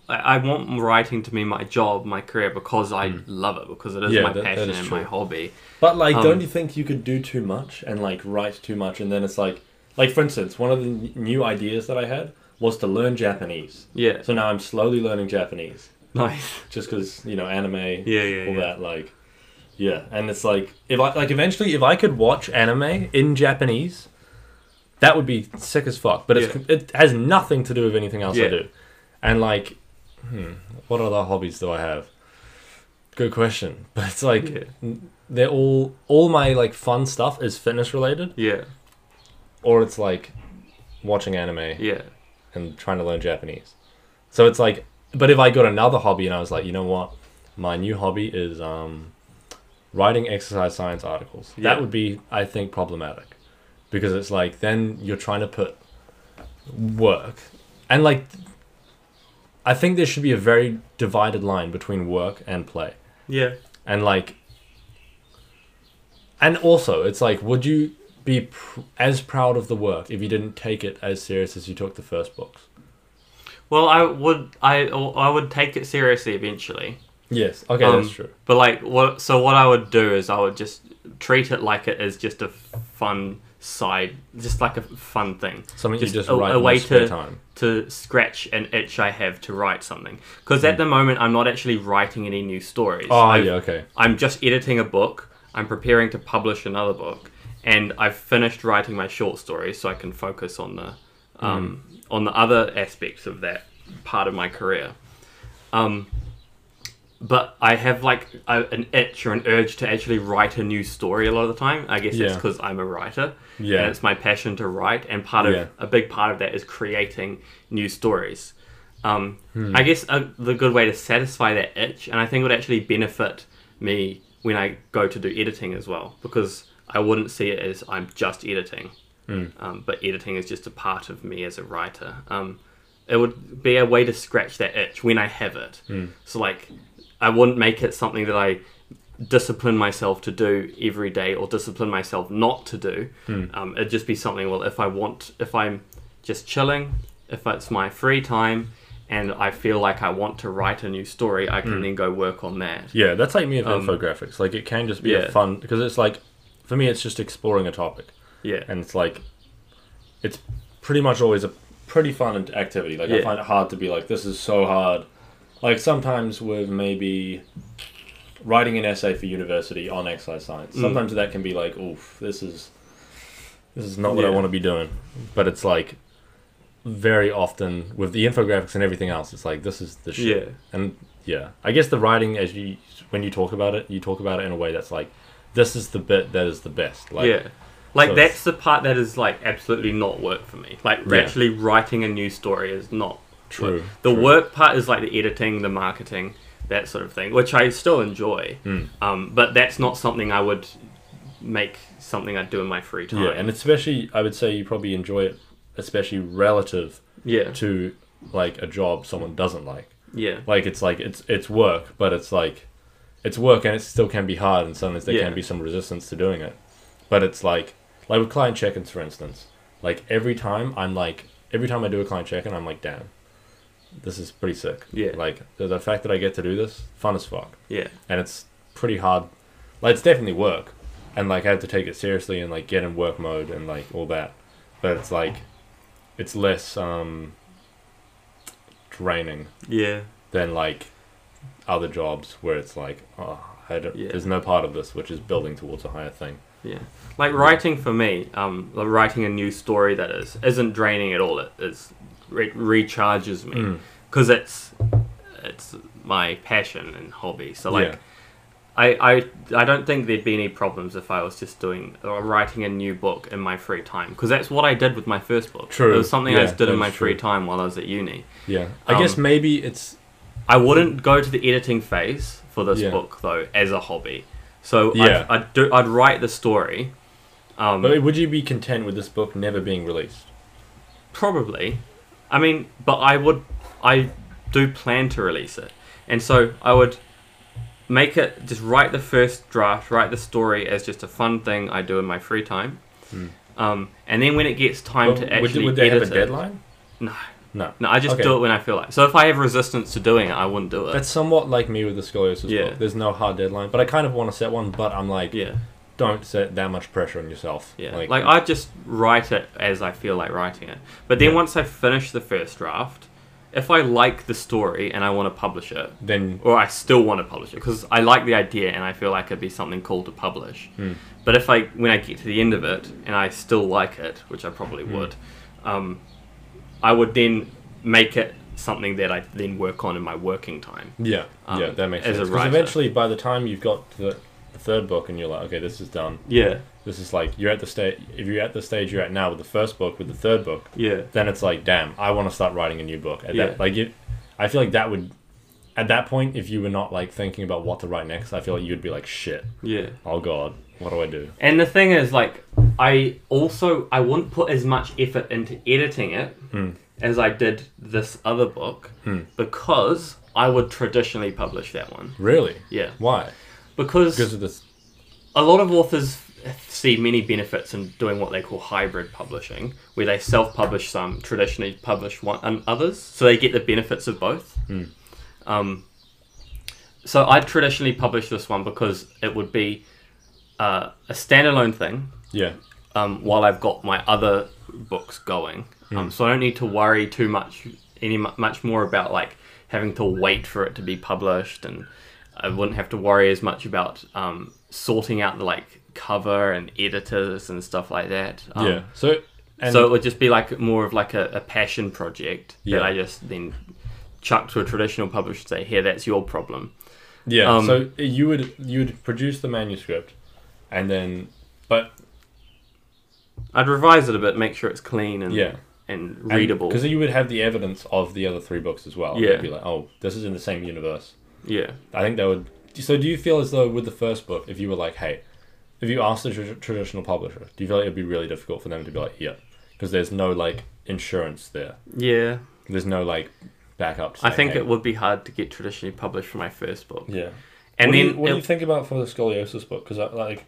I I want writing to be my job, my career, because I love it, because it is
Hmm. Yeah,
my
that- that
passion
is
and
true.
my hobby.
But like,
Um,
don't you think you could do too much and like write too much, and then it's like, like for instance, one of the n- new ideas that I had was to learn Japanese.
Yeah,
So now I'm slowly learning Japanese,
[LAUGHS] nice.
just because you know anime,
Yeah, yeah,
all
yeah.
that like, yeah. And it's like, if I like eventually, if I could watch anime in Japanese,
That would be sick as fuck. But it's, it has nothing to do with anything else I
Yeah.
do. And like, hmm, what other hobbies do I have? Good question. [LAUGHS] But it's like
Yeah.
n- they're all all my like fun stuff is fitness related,
Yeah,
or it's like watching anime
yeah,
and trying to learn Japanese. So it's like, but if I got another hobby and I was like, you know what, my new hobby is um, writing exercise science articles.
Yeah.
That would be, I think, problematic because it's like then you're trying to put work and like I think there should be a very divided line between work and play
yeah.
and like and also it's like would you be pr- as proud of the work if you didn't take it as serious as you took the first books
Well, I would I I would take it seriously eventually.
Yes. Okay,
Um,
that's true.
But like what so what I would do is I would just treat it like it is just a fun side, just like a fun thing.
Something
just
you just
a-
write
a
in
way
your spare
to-
time.
to scratch an itch I have to write something. Because at the moment, I'm not actually writing any new stories.
Hmm. Oh
I've-
yeah, okay.
I'm just editing a book. I'm preparing to publish another book, and I've finished writing my short story, so I can focus on the
Hmm.
um, on the other aspects of that part of my career. Um, but I have like a, an itch or an urge to actually write a new story a lot of the time. I guess it's
Yeah.
because I'm a writer,
Yeah.
and it's my passion to write, and part of
Yeah.
a big part of that is creating new stories. Um,
Hmm.
I guess uh the good way to satisfy that itch, and I think it would actually benefit me when I go to do editing as well, because I wouldn't see it as I'm just editing,
Hmm.
um, but editing is just a part of me as a writer. Um, it would be a way to scratch that itch when I have it.
Hmm.
So, like, I wouldn't make it something that I discipline myself to do every day or discipline myself not to do.
Hmm.
Um, it'd just be something, well, if I want, if I'm just chilling, if it's my free time, and I feel like I want to write a new story, I can
Hmm.
then go work on that.
Yeah, that's like me with
Um,
infographics. Like it can just be
yeah.
a fun because it's like for me it's just exploring a topic
Yeah.
and it's like it's pretty much always a
pretty fun activity. Like I
Yeah.
find it hard to be like, this is so hard. Like sometimes with maybe writing an essay for university on exercise science.
Mm.
Sometimes that can be like, oof, this is
this is not what I
Yeah.
want to be doing, but it's like very often with the infographics and everything else it's like this is the shit.
Yeah.
And yeah, I guess the writing as you when you talk about it, you talk about it in a way that's like this is the bit that is the best. Like
yeah. Like
so it's-
that's the part that is like absolutely not work for me. Like
Yeah.
actually writing a new story is not
True,
work. The
true.
work part is like the editing, the marketing, that sort of thing, which I still enjoy.
Mm.
Um, but that's not something I would make something I'd do in my free time.
Yeah, and especially I would say you probably enjoy it, especially relative
yeah,
to like a job someone doesn't like.
yeah,
Like it's like it's it's work, but it's like it's work and it still can be hard and sometimes there
Yeah.
can be some resistance to doing it but it's like like with client check-ins for instance like every time i'm like every time i do a client check-in i'm like damn this is pretty sick
Yeah.
like the, the fact that i get to do this fun as fuck
Yeah.
and it's pretty hard like it's definitely work and like i have to take it seriously and like get in work mode and like all that but it's like it's less um draining
Yeah.
than like other jobs where it's like oh I don't,
Yeah.
there's no part of this which is building towards a higher thing
Yeah. Like writing for me, um, like writing a new story that is isn't draining at all. It is it recharges me
Mm.
because it's it's my passion and hobby. So like.
Yeah.
I, I, I don't think there'd be any problems if I was just doing or writing a new book in my free time because that's what I did with my first book.
True.
It was something I
Yeah,
just did in
that's
my free
true.
time while I was at uni.
yeah i guess
Um,
maybe it's
I wouldn't go to the editing phase for this
Yeah.
book though as a hobby. So
Yeah.
I'd, I'd do I'd write the story. Um,
but would you be content with this book never being released
Probably. I mean, but I would. I do plan to release it, and so I would make it just write the first draft, write the story as just a fun thing I do in my free time. Um, and then when it gets
Hmm.
time
Well,
to
would,
actually
would they
edit
have a
it-
deadline
No,
no
no, I just
Okay.
do it when I feel like. So if I have resistance to doing it, I wouldn't do it.
that's somewhat like me with the scoliosis
Yeah.
book. There's no hard deadline, but I kind of want to set one. But I'm like,
yeah,
don't set that much pressure on yourself.
yeah. Like, I just write it as I feel like writing it. But then once I finish the first draft, if I like the story and I want to publish it,
then
or I still want to publish it because I like the idea and I feel like it'd be something cool to publish. But if I, when I get to the end of it and I still like it, which I probably would, um, I would then make it something that I then work on in my working time.
yeah,
Um,
yeah, that makes
as a
sense. Because
writer.
eventually, by the time you've got to the, the third book, and you're like, okay, this is done.
Yeah,
This is like you're at the stage. If you're at the stage you're at now with the first book, with the third book,
yeah,
then it's like, damn, I want to start writing a new book. At
Yeah.
that, like it, I feel like that would, at that point, if you were not like thinking about what to write next, I feel like you'd be like, shit,
yeah.
oh god, what do I do?
And the thing is, like, I also I wouldn't put as much effort into editing it as I did this other book because I would traditionally publish that one.
Really?
Yeah,
Why? Because of this.
a lot of authors f- see many benefits in doing what they call hybrid publishing, where they self-publish some, traditionally publish one and others, so they get the benefits of both. Um, so I traditionally publish this one because it would be uh, a standalone thing
Yeah.
um, while I've got my other books going,
Mm.
um, so I don't need to worry too much any mu- much more about like having to wait for it to be published, and I wouldn't have to worry as much about um, sorting out the like cover and editors and stuff like that. Um,
yeah. So. And
so it would just be like more of like a, a passion project
Yeah.
that I just then chuck to a traditional publisher and say, "Here, that's your problem."
Yeah.
Um,
so you would you would produce the manuscript, and then, but
I'd revise it a bit, make sure it's clean and
Yeah.
and readable.
because you would have the evidence of the other three books as well.
Yeah.
You'd be like, oh, this is in the same universe.
yeah.
I think that would. So do you feel as though with the first book, if you were like, hey, if you asked a tr- traditional publisher, do you feel like it'd be really difficult for them to be like, yeah, because there's no like insurance there.
Yeah.
There's no like backup.
I
saying,
think
hey,
it would be hard to get traditionally published for my first book.
Yeah.
And
what do
then,
you, what do
it-
you think about for the scoliosis book? Because like,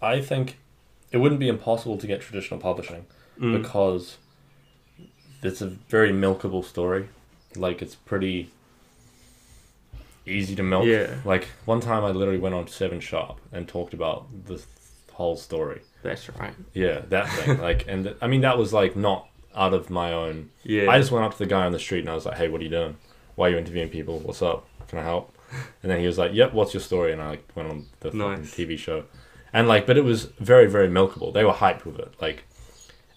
I think it wouldn't be impossible to get traditional publishing
Mm.
because it's a very milkable story. Like it's pretty easy to milk.
Yeah.
Like one time, I literally went on Seven Sharp and talked about the th- whole story.
that's right.
Yeah, that
[LAUGHS]
thing. like, and th- I mean, that was like not out of my own.
Yeah.
I just went up to the guy on the street and I was like, "Hey, what are you doing? Why are you interviewing people? What's up? Can I help?" And then he was like, "Yep, what's your story?" And I like went on the fucking
Nice.
TV show, and like, but it was very, very milkable. They were hyped with it, like,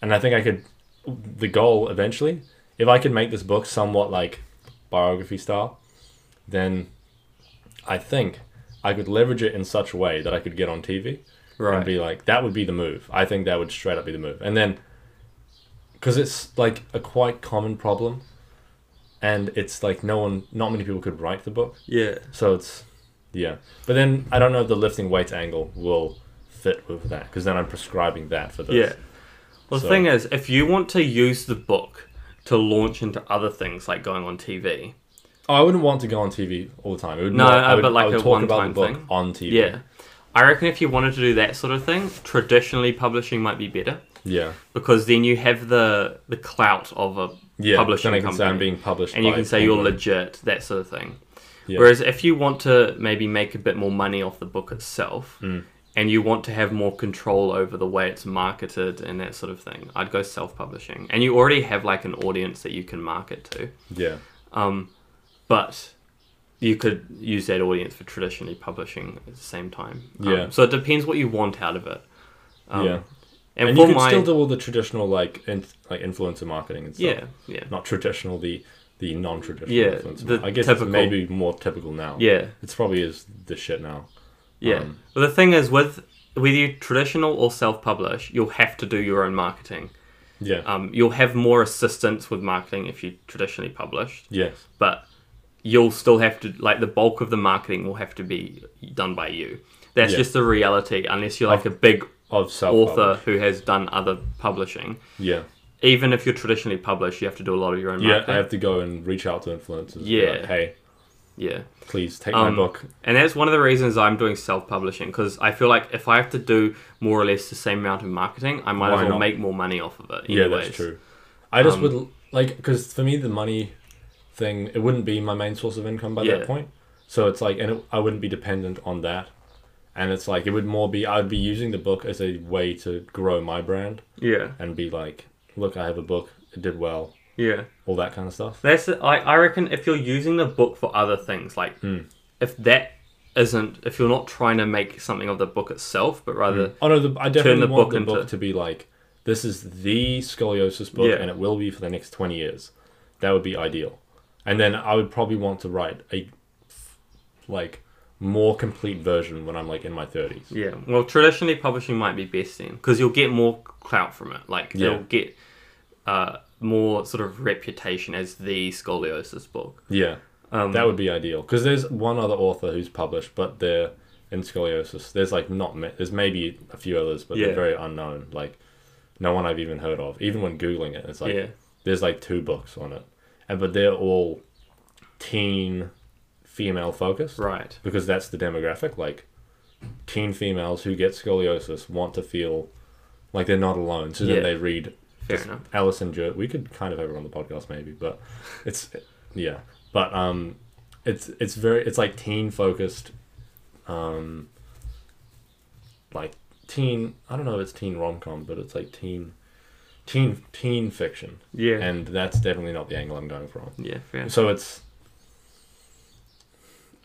and I think I could. The goal eventually, if I could make this book somewhat like biography style, then I think I could leverage it in such a way that I could get on TV and
right.
be like, that would be the move. I think that would straight up be the move. And then, because it's like a quite common problem, and it's like no one, not many people could write the book.
Yeah.
So it's, yeah. But then I don't know if the lifting weights angle will fit with that, because then I'm prescribing that for this.
Yeah. Well,
So-
the thing is, if you want to use the book to launch into other things like going on TV,
Oh, I wouldn't want to go on TV all the time. It would
No,
not-
no,
I would,
but like
I would
a
talk about the
one-time
book
thing.
on TV.
Yeah. I reckon if you wanted to do that sort of thing, traditionally publishing might be better
yeah,
because then you have the the clout of a
yeah.
publishing
Then I can say I'm
company.
being published,
and you
by
can say you're
Penguin.
legit, that sort of thing.
Yeah.
Whereas if you want to maybe make a bit more money off the book itself
Mm.
and you want to have more control over the way it's marketed and that sort of thing, I'd go self publishing. And you already have like an audience that you can market to.
Yeah,
Um, but you could use that audience for traditionally publishing at the same time. Um,
Yeah.
So it depends what you want out of it. Um,
yeah.
And,
And,
for
you can
my
still do all the traditional like in, like influencer marketing and stuff.
yeah yeah
Not traditional, the the non-traditional.
Yeah,
influencer.
the
I guess
typical-
it's maybe more typical now.
yeah
it's probably is the shit now.
yeah.
Um,
well, the thing is with whether you traditional or self publish, you'll have to do your own marketing.
Yeah.
Um, you'll have more assistance with marketing if you traditionally published,
yes.
but you'll still have to like the bulk of the marketing will have to be done by you. That's
Yeah.
just the reality, unless you're like a big
Of self
author who has done other publishing.
Yeah.
Even if you're traditionally published, you have to do a lot of your own
Yeah,
marketing.
I have to go and reach out to influencers. and be
Yeah.
like, hey,
yeah.
please take
Um,
my book.
And that's one of the reasons I'm doing self publishing because I feel like if I have to do more or less the same amount of marketing, I might as
Why
well
not?
make more money off of it.
Yeah,
Anyways.
that's true. I just
um,
would like because for me the money thing it wouldn't be my main source of income by
Yeah.
that point. So it's like, and it, I wouldn't be dependent on that. And it's like it would more be I'd be using the book as a way to grow my brand
Yeah,
and be like, look, I have a book. It did well.
yeah.
All that kind of stuff.
That's I, I reckon if you're using the book for other things, like
Hmm.
if that isn't, if you're not trying to make something of the book itself, but rather
Oh no, the, I definitely
the
want
book
the
into-
book to be like this is the scoliosis book,
Yeah.
and it will be for the next twenty years. That would be ideal. And then I would probably want to write a like more complete version when I'm like in my thirties.
Yeah, well, traditionally publishing might be best then because you'll get more clout from it. Like
Yeah.
you'll get uh, more sort of reputation as the scoliosis book.
Yeah,
um,
that would be ideal because there's one other author who's published, but they're in scoliosis. There's like not ma- there's maybe a few others, but
Yeah.
they're very unknown. Like no one I've even heard of. Even when googling it, it's like
Yeah.
there's like two books on it, and but they're all teen female focused
Right.
because that's the demographic. Like teen females who get scoliosis want to feel like they're not alone, so
Yeah.
then they read
Fair enough.
Alison Jert. We could kind of have her on the podcast maybe, but it's yeah. But um, it's it's very it's like teen focused, um, like teen. I don't know if it's teen rom com, but it's like teen, teen teen fiction,
Yeah.
and that's definitely not the angle I'm going from.
yeah. Fair. enough.
So it's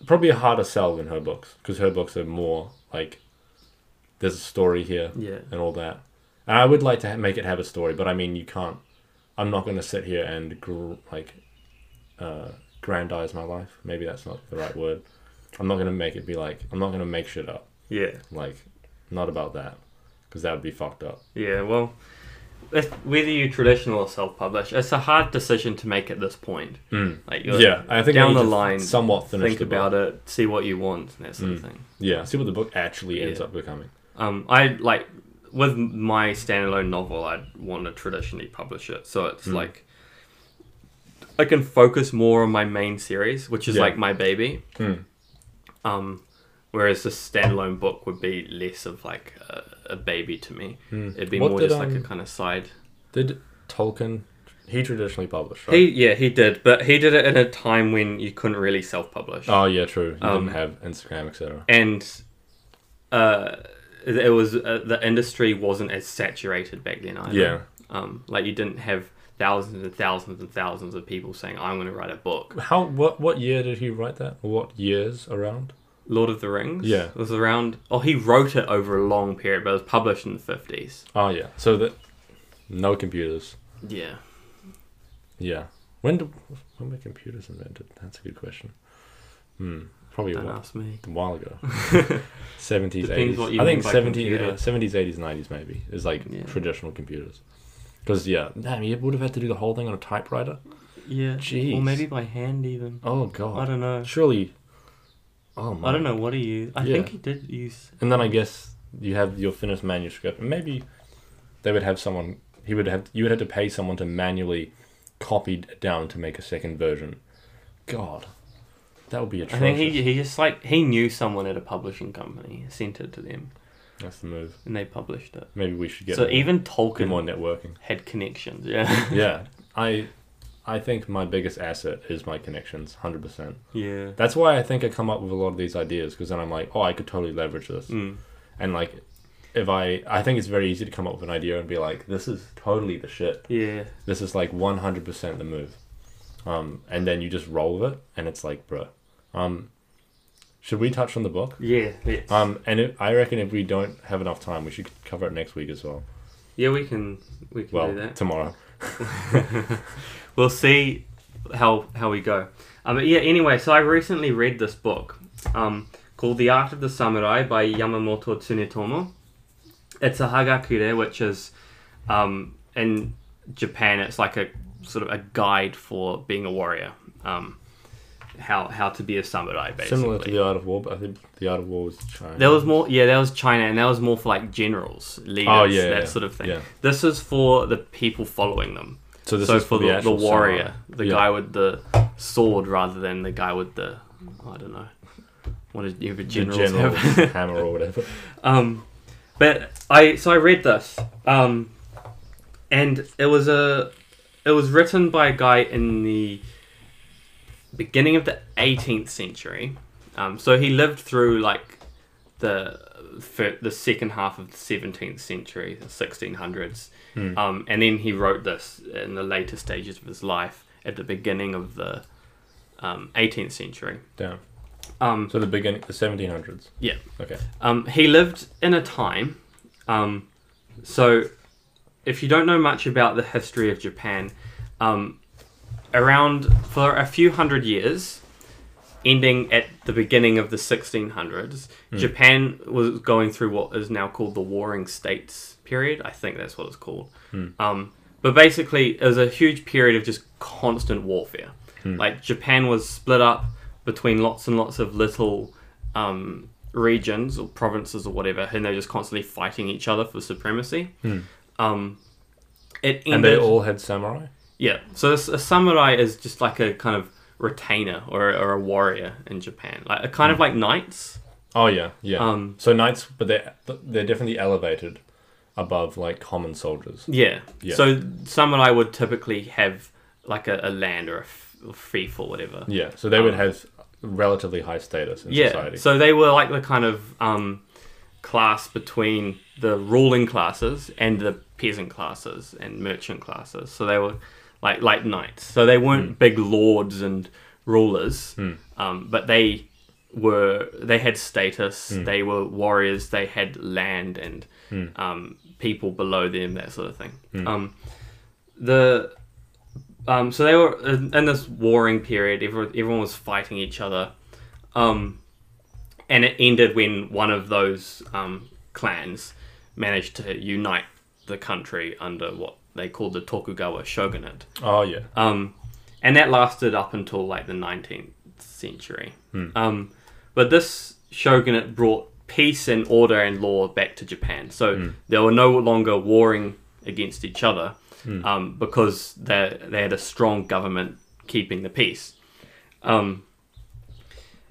probably a harder sell than her books because her books are more like there's a story here
Yeah.
and all that. And I would like to ha- make it have a story, but I mean, you can't. I'm not going to sit here and gr- like uh, grandize my life. Maybe that's not the right word. I'm not going to make it be like I'm not going to make shit up.
Yeah.
Like, not about that because that would be fucked up.
Yeah. Well, if, whether you traditional or self-publish, it's a hard decision to make at this point.
Mm.
Like you're
Yeah, I think I
down
need
the
to
line.
somewhat finish
Think
the book. Mm.
about it. See what you want and that sort of thing.
Yeah, see what the book actually ends
Yeah.
up becoming.
Um, I like with my standalone novel, I'd want to traditionally publish it, so
Mm.
it's like I can focus more on my main series, which is
Yeah.
like my baby.
Mm.
Um, whereas the standalone book would be less of like a, a baby to me. It'd be
What
more
did,
just like a
um,
kind of side.
Did Tolkien? He traditionally published. Right?
He yeah he did, but he did it in a time when you couldn't really self-publish.
Oh yeah, true. He
Um,
didn't have Instagram, etc.
and uh, it was uh, the industry wasn't as saturated back then either.
Yeah.
um, like you didn't have thousands and thousands and thousands of people saying, "I'm going to write a book."
How? What? What year did he write that? Or What years around?
Lord of the Rings.
Yeah.
was around. Oh, he wrote it over a long period, but it was published in the fifties.
Oh yeah. So that no computers.
Yeah,
Yeah. When did when were computers invented? That's a good question. Hmm. Probably a
don't
while,
ask me.
a while [LAUGHS] ago. Seventies,
Depends
eighties.
what you
I think
mean by computer.
seventies, seventies, eighties, nineties maybe is like
Yeah.
traditional computers. Because yeah, damn, you would have had to do the whole thing on a typewriter.
Yeah, or
Jeez.
maybe by hand even.
Oh
I
god.
don't know.
Surely. Oh my.
I don't know what he used. I
Yeah.
think he did use.
And then I guess you have your finished manuscript, and maybe they would have someone. He would have. You would have to pay someone to manually copy it down to make a second version. God, that would be
I
atrocious.
think he, he just like he knew someone at a publishing company, sent it to them,
That's the move.
and they published it.
Maybe we should get
so
more,
even
get more
Tolkien
networking.
had
[LAUGHS]
connections. Yeah.
yeah, I, I think my biggest asset is my connections, hundred percent.
yeah.
That's why I think I come up with a lot of these ideas because then I'm like, oh, I could totally leverage this.
Mm.
And like, if I, I think it's very easy to come up with an idea and be like, this is totally the shit.
Yeah.
This is like 100% the move. Um, and then you just roll with it, and it's like, bruh. Um, should we touch on the book?
Yeah. let's-
Um, and if, I reckon if we don't have enough time, we should cover it next week as well.
yeah, we can we can do
Well,
that.
tomorrow.
we'll see how how we go. Um, but yeah. Anyway, so I recently read this book um, called The Art of the Samurai by Yamamoto Tsunetomo. It's a hagakure, which is um, in Japan. It's like a sort of a guide for being a warrior. Um, how how to be a samurai, basically.
Similar to the Art of War, but I think the Art of War was China.
There was more, yeah. There was China, and that was more for like generals, leaders,
Oh, yeah,
that
yeah,
sort of thing.
yeah.
This is for the people following them.
so this
so
is
for the, the,
actual
warrior,
samurai.
the
Yeah.
guy with the sword, rather than the guy with the, I don't know, what did you
The
generals
general
have? [LAUGHS]
[LAUGHS] hammer or whatever.
Um, but I so I read this, um, and it was a it was written by a guy in the beginning of the 18th century. Um, so he lived through like the fir- the second half of the 17th century, the 1600s, um, and then he wrote this in the later stages of his life at the beginning of the um, 18th century.
Damn.
Um,
So the beginning, the 1700s.
Yeah.
Okay.
Um, he lived in a time. Um, so, if you don't know much about the history of Japan, um, around for a few hundred years, ending at the beginning of the 1600s,
Hmm.
Japan was going through what is now called the Warring States period. I think that's what it's called.
Hmm.
Um, but basically, it was a huge period of just constant warfare.
Hmm.
Like, Japan was split up between lots and lots of little um, regions or provinces or whatever, and they're just constantly fighting each other for supremacy. Um, it ended,
Hmm. And they all had samurai?
yeah. So s- a samurai is just like a kind of retainer or, or a warrior in Japan, like a kind of like knights.
Oh, yeah. Yeah.
Um,
so knights, but they're, they're definitely elevated above like common soldiers.
Yeah.
Yeah.
So samurai would typically have like a, a land or a f- or fief or whatever.
Yeah. So they would have relatively high status in
Um, yeah.
society.
So they were like the kind of um, class between the ruling classes and the peasant classes and merchant classes. So they were like like knights. So they weren't
Hmm.
big lords and rulers, um, but they were they had status.
Hmm.
They were warriors. They had land and um, people below them, that sort of thing.
Hmm.
Um, the um, so they were in in this warring period. Everyone, everyone was fighting each other, um, and it ended when one of those um, clans managed to unite the country under what they called the Tokugawa shogunate.
oh, yeah.
Um, and that lasted up until like the 19th century.
Hmm.
Um, but this shogunate brought peace and order and law back to Japan. So
Hmm.
they were no longer warring against each other
Hmm.
um, because they, they had a strong government keeping the peace. Um,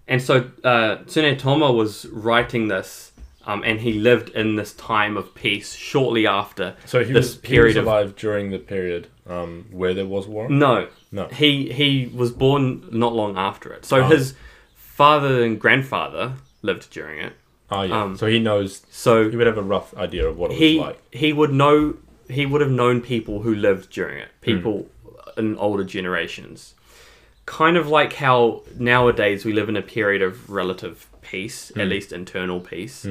and so uh, Tsunetomo was writing this. Um, and he lived in this time of peace shortly after
So he
this
was, he was
period of Mm,
alive during the period um, where there was war?
no,
No.
He he was born not long after it. So his father and grandfather lived during it.
Oh, yeah.
Um,
so he knows, he
So
would have a rough idea of what it was
he
like.
he would know he would have known people who lived during
Hmm.
it. People in older generations. Kind of like how nowadays we live in a period of relative peace,
Hmm.
at least internal peace,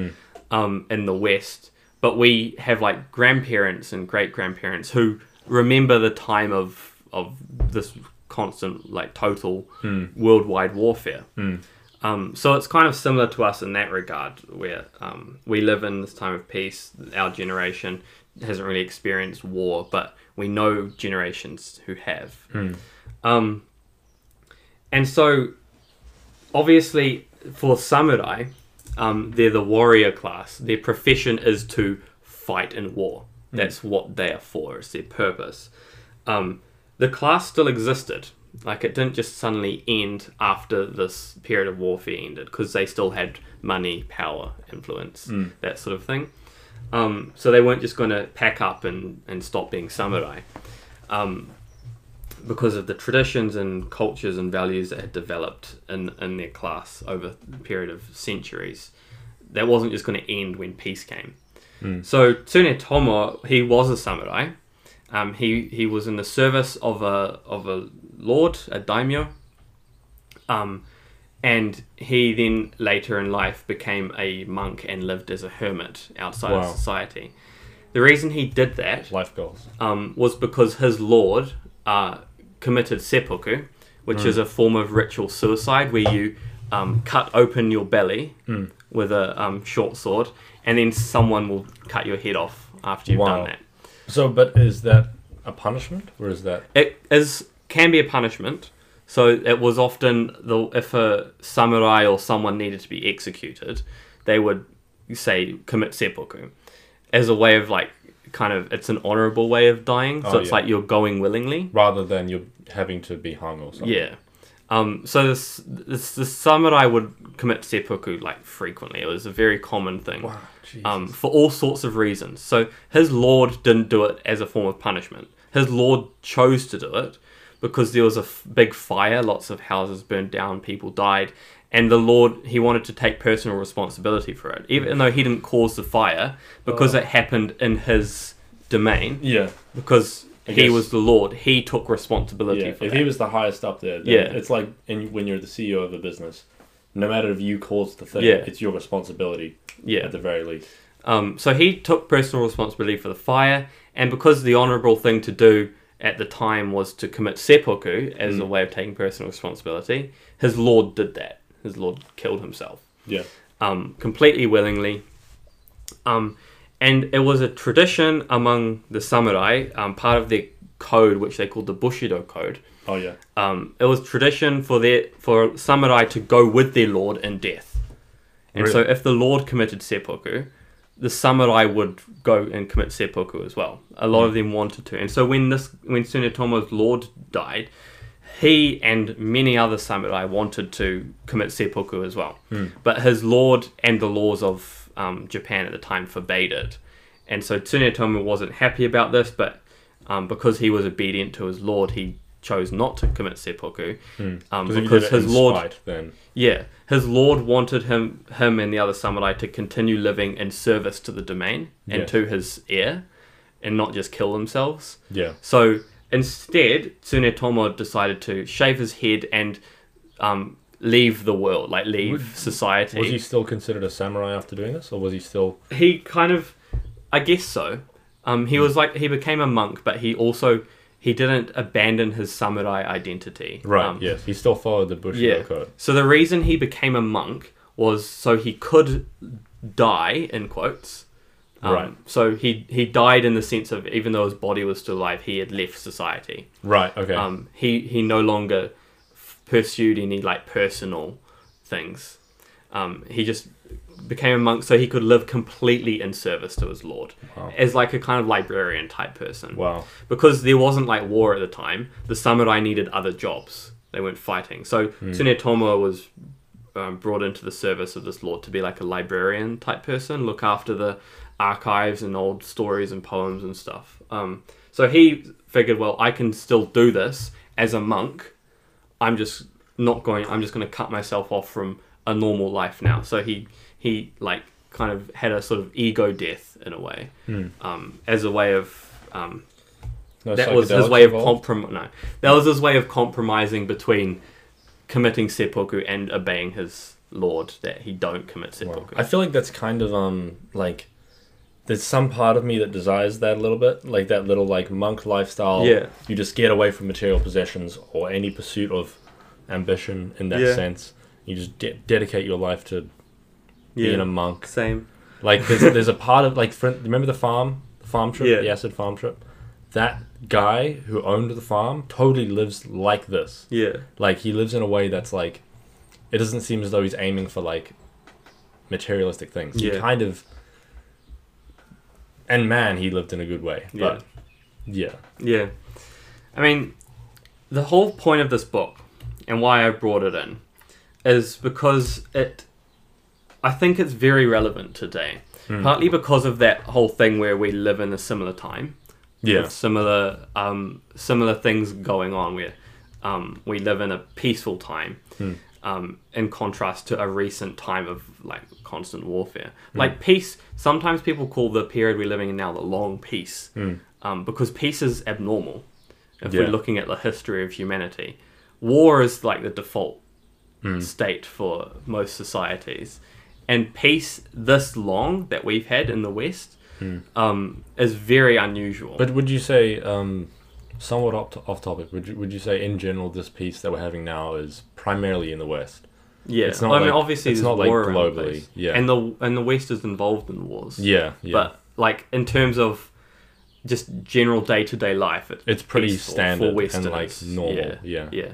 um, in the West. But we have like grandparents and great grandparents who remember the time of of this constant, like total
Hmm.
worldwide warfare. Um, so it's kind of similar to us in that regard, where um, we live in this time of peace. Our generation hasn't really experienced war, but we know generations who have. Um, and so, obviously, for samurai, um, they're the warrior class. Their profession is to fight in war. That's what they are for. It's their purpose. Um, the class still existed Like it didn't just suddenly end after this period of warfare ended because they still had money, power, influence, that sort of thing. Um, so they weren't just going to pack up and, and stop being samurai. Um, because of the traditions and cultures and values that had developed in, in their class over a period of centuries, that wasn't just going to end when peace came. So Tsune Tomo, he was a samurai. Um, he he was in the service of a of a lord, a daimyo. Um, and he then later in life became a monk and lived as a hermit outside
Wow.
of society. The reason he did that
Life goals.
um, was because his lord uh, committed seppuku, which is a
Mm.
form of ritual suicide where you um, cut open your belly
Mm.
with a um, short sword, and then someone will cut your head off after you've
Wow.
done that.
So, but is that a punishment, or is that
It is can be a punishment. So it was often the if a samurai or someone needed to be executed, they would say commit seppuku as a way of like kind of it's an honorable way of dying. So
Oh,
it's
yeah.
like you're going willingly.
rather than you're having to be hung or something?
Yeah. Um, so this, this the samurai would commit seppuku like frequently. It was a very common thing.
Wow. Jesus.
Um, for all sorts of reasons. So his lord didn't do it as a form of punishment. His lord chose to do it because there was a f- big fire, lots of houses burned down, people died, and the lord he wanted to take personal responsibility for it, even though he didn't cause the fire because
Oh.
it happened in his domain
Yeah.
because
I
he
guess-
was the lord. He took responsibility
Yeah,
for
if
that.
he was the highest up there, then
Yeah.
it's like in, when you're the CEO of a business, no matter if you caused the thing,
Yeah.
it's your responsibility
yeah.
at the very least.
Um, so he took personal responsibility for the fire, and because the honourable thing to do at the time was to commit seppuku as a way of taking personal responsibility, his lord did that. His lord killed himself
Yeah,
um, completely willingly. Um, and it was a tradition among the samurai, um, part of their code, which they called the Bushido Code.
oh yeah,
Um, it was tradition for their for samurai to go with their lord in death, and so
Really?
if the lord committed seppuku, the samurai would go and commit seppuku as well. A lot of them wanted to, and so when this when Sunetomo's lord died, he and many other samurai wanted to commit seppuku as well, but his lord and the laws of um, Japan at the time forbade it, and so Tsunetomo wasn't happy about this, but um, because he was obedient to his lord, he chose not to commit seppuku um,
'Cause if you
because
did it
his
in
lord
spite, then
yeah, his lord wanted him, him and the other samurai to continue living in service to the domain and
Yeah.
to his heir, and not just kill themselves.
yeah,
So instead, Tsunetomo decided to shave his head and um, leave the world, like leave society.
was he still considered a samurai after doing this, or was he still
he kind of i guess so um,
Hmm.
he was like he became a monk but he also he didn't abandon his samurai identity
right?
Um,
yes, he still followed the Bushido
yeah
code.
so the reason he became a monk was so he could die in quotes Um,
Right.
so he he died in the sense of even though his body was still alive he had left society
Right. Okay.
um, he he no longer f- pursued any like personal things. Um, he just became a monk so he could live completely in service to his lord,
Wow.
as like a kind of librarian type person.
wow.
Because there wasn't like war at the time, the samurai needed other jobs. They weren't fighting, so Tsunetomo was um, brought into the service of this lord to be like a librarian type person, look after the archives and old stories and poems and stuff. Um, so he figured, well, I can still do this as a monk. I'm just not going. I'm just going to cut myself off from a normal life now. So he he like kind of had a sort of ego death in a way, um, as a way of um,
No
that was his
psychedelics
way of
involved?
comprom- no, that was his way of compromising between committing seppuku and obeying his lord that he don't commit seppuku.
I feel like that's kind of um like there's some part of me that desires that a little bit, like that little like monk lifestyle.
Yeah.
you just get away from material possessions or any pursuit of ambition in that
Yeah.
sense. You just de- dedicate your life to being a monk.
same.
Like there's there's a part of like for, remember the farm the farm trip
Yeah.
the acid farm trip, that guy who owned the farm totally lives like this.
Yeah,
Like he lives in a way that's like, it doesn't seem as though he's aiming for like materialistic things. He
Yeah.
kind of. And man, he lived in a good way.
yeah,
But yeah,
yeah. I mean, the whole point of this book and why I brought it in is because it I think it's very relevant today. Partly because of that whole thing where we live in a similar time.
Yeah.
With similar um, similar things going on where um, we live in a peaceful time.
Hmm.
Um, in contrast to a recent time of like constant warfare,
Hmm.
like peace, sometimes people call the period we're living in now the long peace, um, because peace is abnormal if
Hmm. Yeah.
we're looking at the history of humanity, war is like the default
Hmm.
state for most societies. And peace this long that we've had in the West
Hmm.
um, is very unusual.
But would you say, um, somewhat off, to- off topic, would you, would you say in general this peace that we're having now is primarily in the West?
yeah,
it's not
I mean,
like-
obviously,
it's
there's
not like
war around the
globally,
place.
yeah.
and the and the West is involved in wars.
Yeah, yeah.
but like in terms of just general day to day life, it,
It's pretty
peaceful
standard and, like,
Westerners.
normal, yeah.
yeah.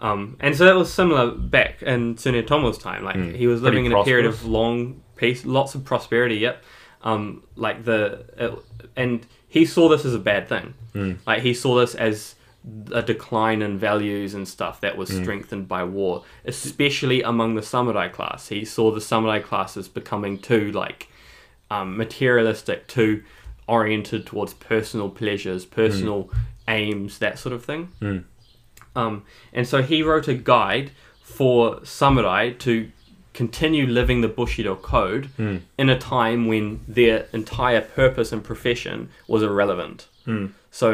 Um, and so that was similar back in Sunetomo's time. Like he was
Mm. Pretty
living in a period of
prosperous.
long peace, lots of prosperity. Yep. Um, like the it, and he saw this as a bad thing.
Mm.
Like he saw this as a decline in values and stuff that was
Mm.
strengthened by war, especially among the samurai class. He saw the samurai class as becoming too like um, materialistic, too oriented towards personal pleasures, personal
Mm.
aims, that sort of thing. Um, and so he wrote a guide for samurai to continue living the Bushido code in a time when their entire purpose and profession was irrelevant. So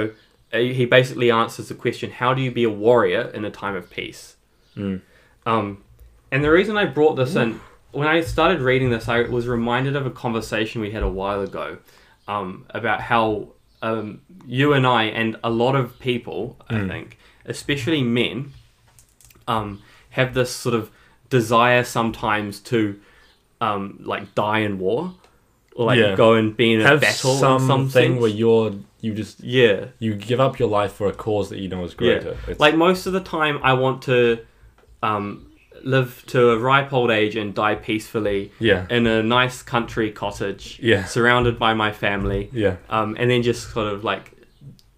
uh, he basically answers the question how do you be a warrior in a time of peace?
Mm.
Um, and the reason I brought this in, when I started reading this, I was reminded of a conversation we had a while ago um, about how um, you and I, and a lot of people, I
Mm.
think, especially men, um, have this sort of desire sometimes to um, like die in war or like
Yeah.
go and be in a
Have
battle or
something
something.
where you're, you just,
yeah.
you give up your life for a cause that you know is greater. It's-
Like most of the time, I want to um, live to a ripe old age and die peacefully
Yeah.
in a nice country cottage,
Yeah.
surrounded by my family,
yeah.
um, and then just sort of like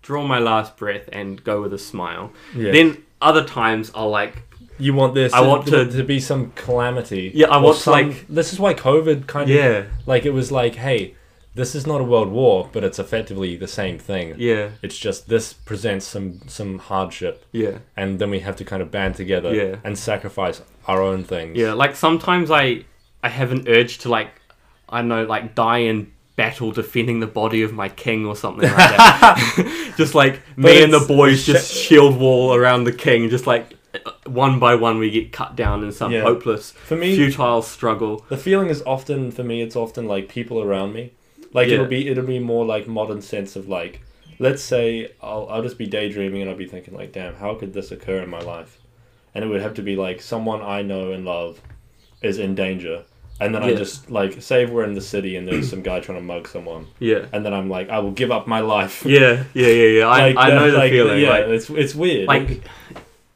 draw my last breath and go with a smile.
Yeah.
Then other times I'll like,
You want this.
I want to-
to be some calamity.
Yeah, I
or
want,
some-
like-
This is why COVID kind of.
yeah,
Like it was like, hey, this is not a world war, but it's effectively the same thing.
yeah,
It's just this presents some some hardship,
yeah.
and then we have to kind of band together
Yeah.
and sacrifice our own things.
Yeah, like sometimes I I have an urge to like I don't know like die in battle defending the body of my king or something
[LAUGHS]
like that. just like me and the
it's-
boys
it's
just shield wall around the king, just like uh, one by one we get cut down in some
Yeah.
hopeless,
For me-
futile struggle.
The feeling is often for me. It's often like people around me. Like
Yeah.
it'll be it'll be more like modern sense of like, let's say I'll I'll just be daydreaming and I'll be thinking like, damn, how could this occur in my life? And it would have to be like someone I know and love is in danger, and then I
Yeah.
just like say we're in the city and there's some guy trying to mug someone,
Yeah,
and then I'm like, I will give up my life.
yeah, yeah, yeah, yeah. I,
Like
I
uh,
that-
know the
like,
feeling.
Yeah,
like,
it's it's weird.
like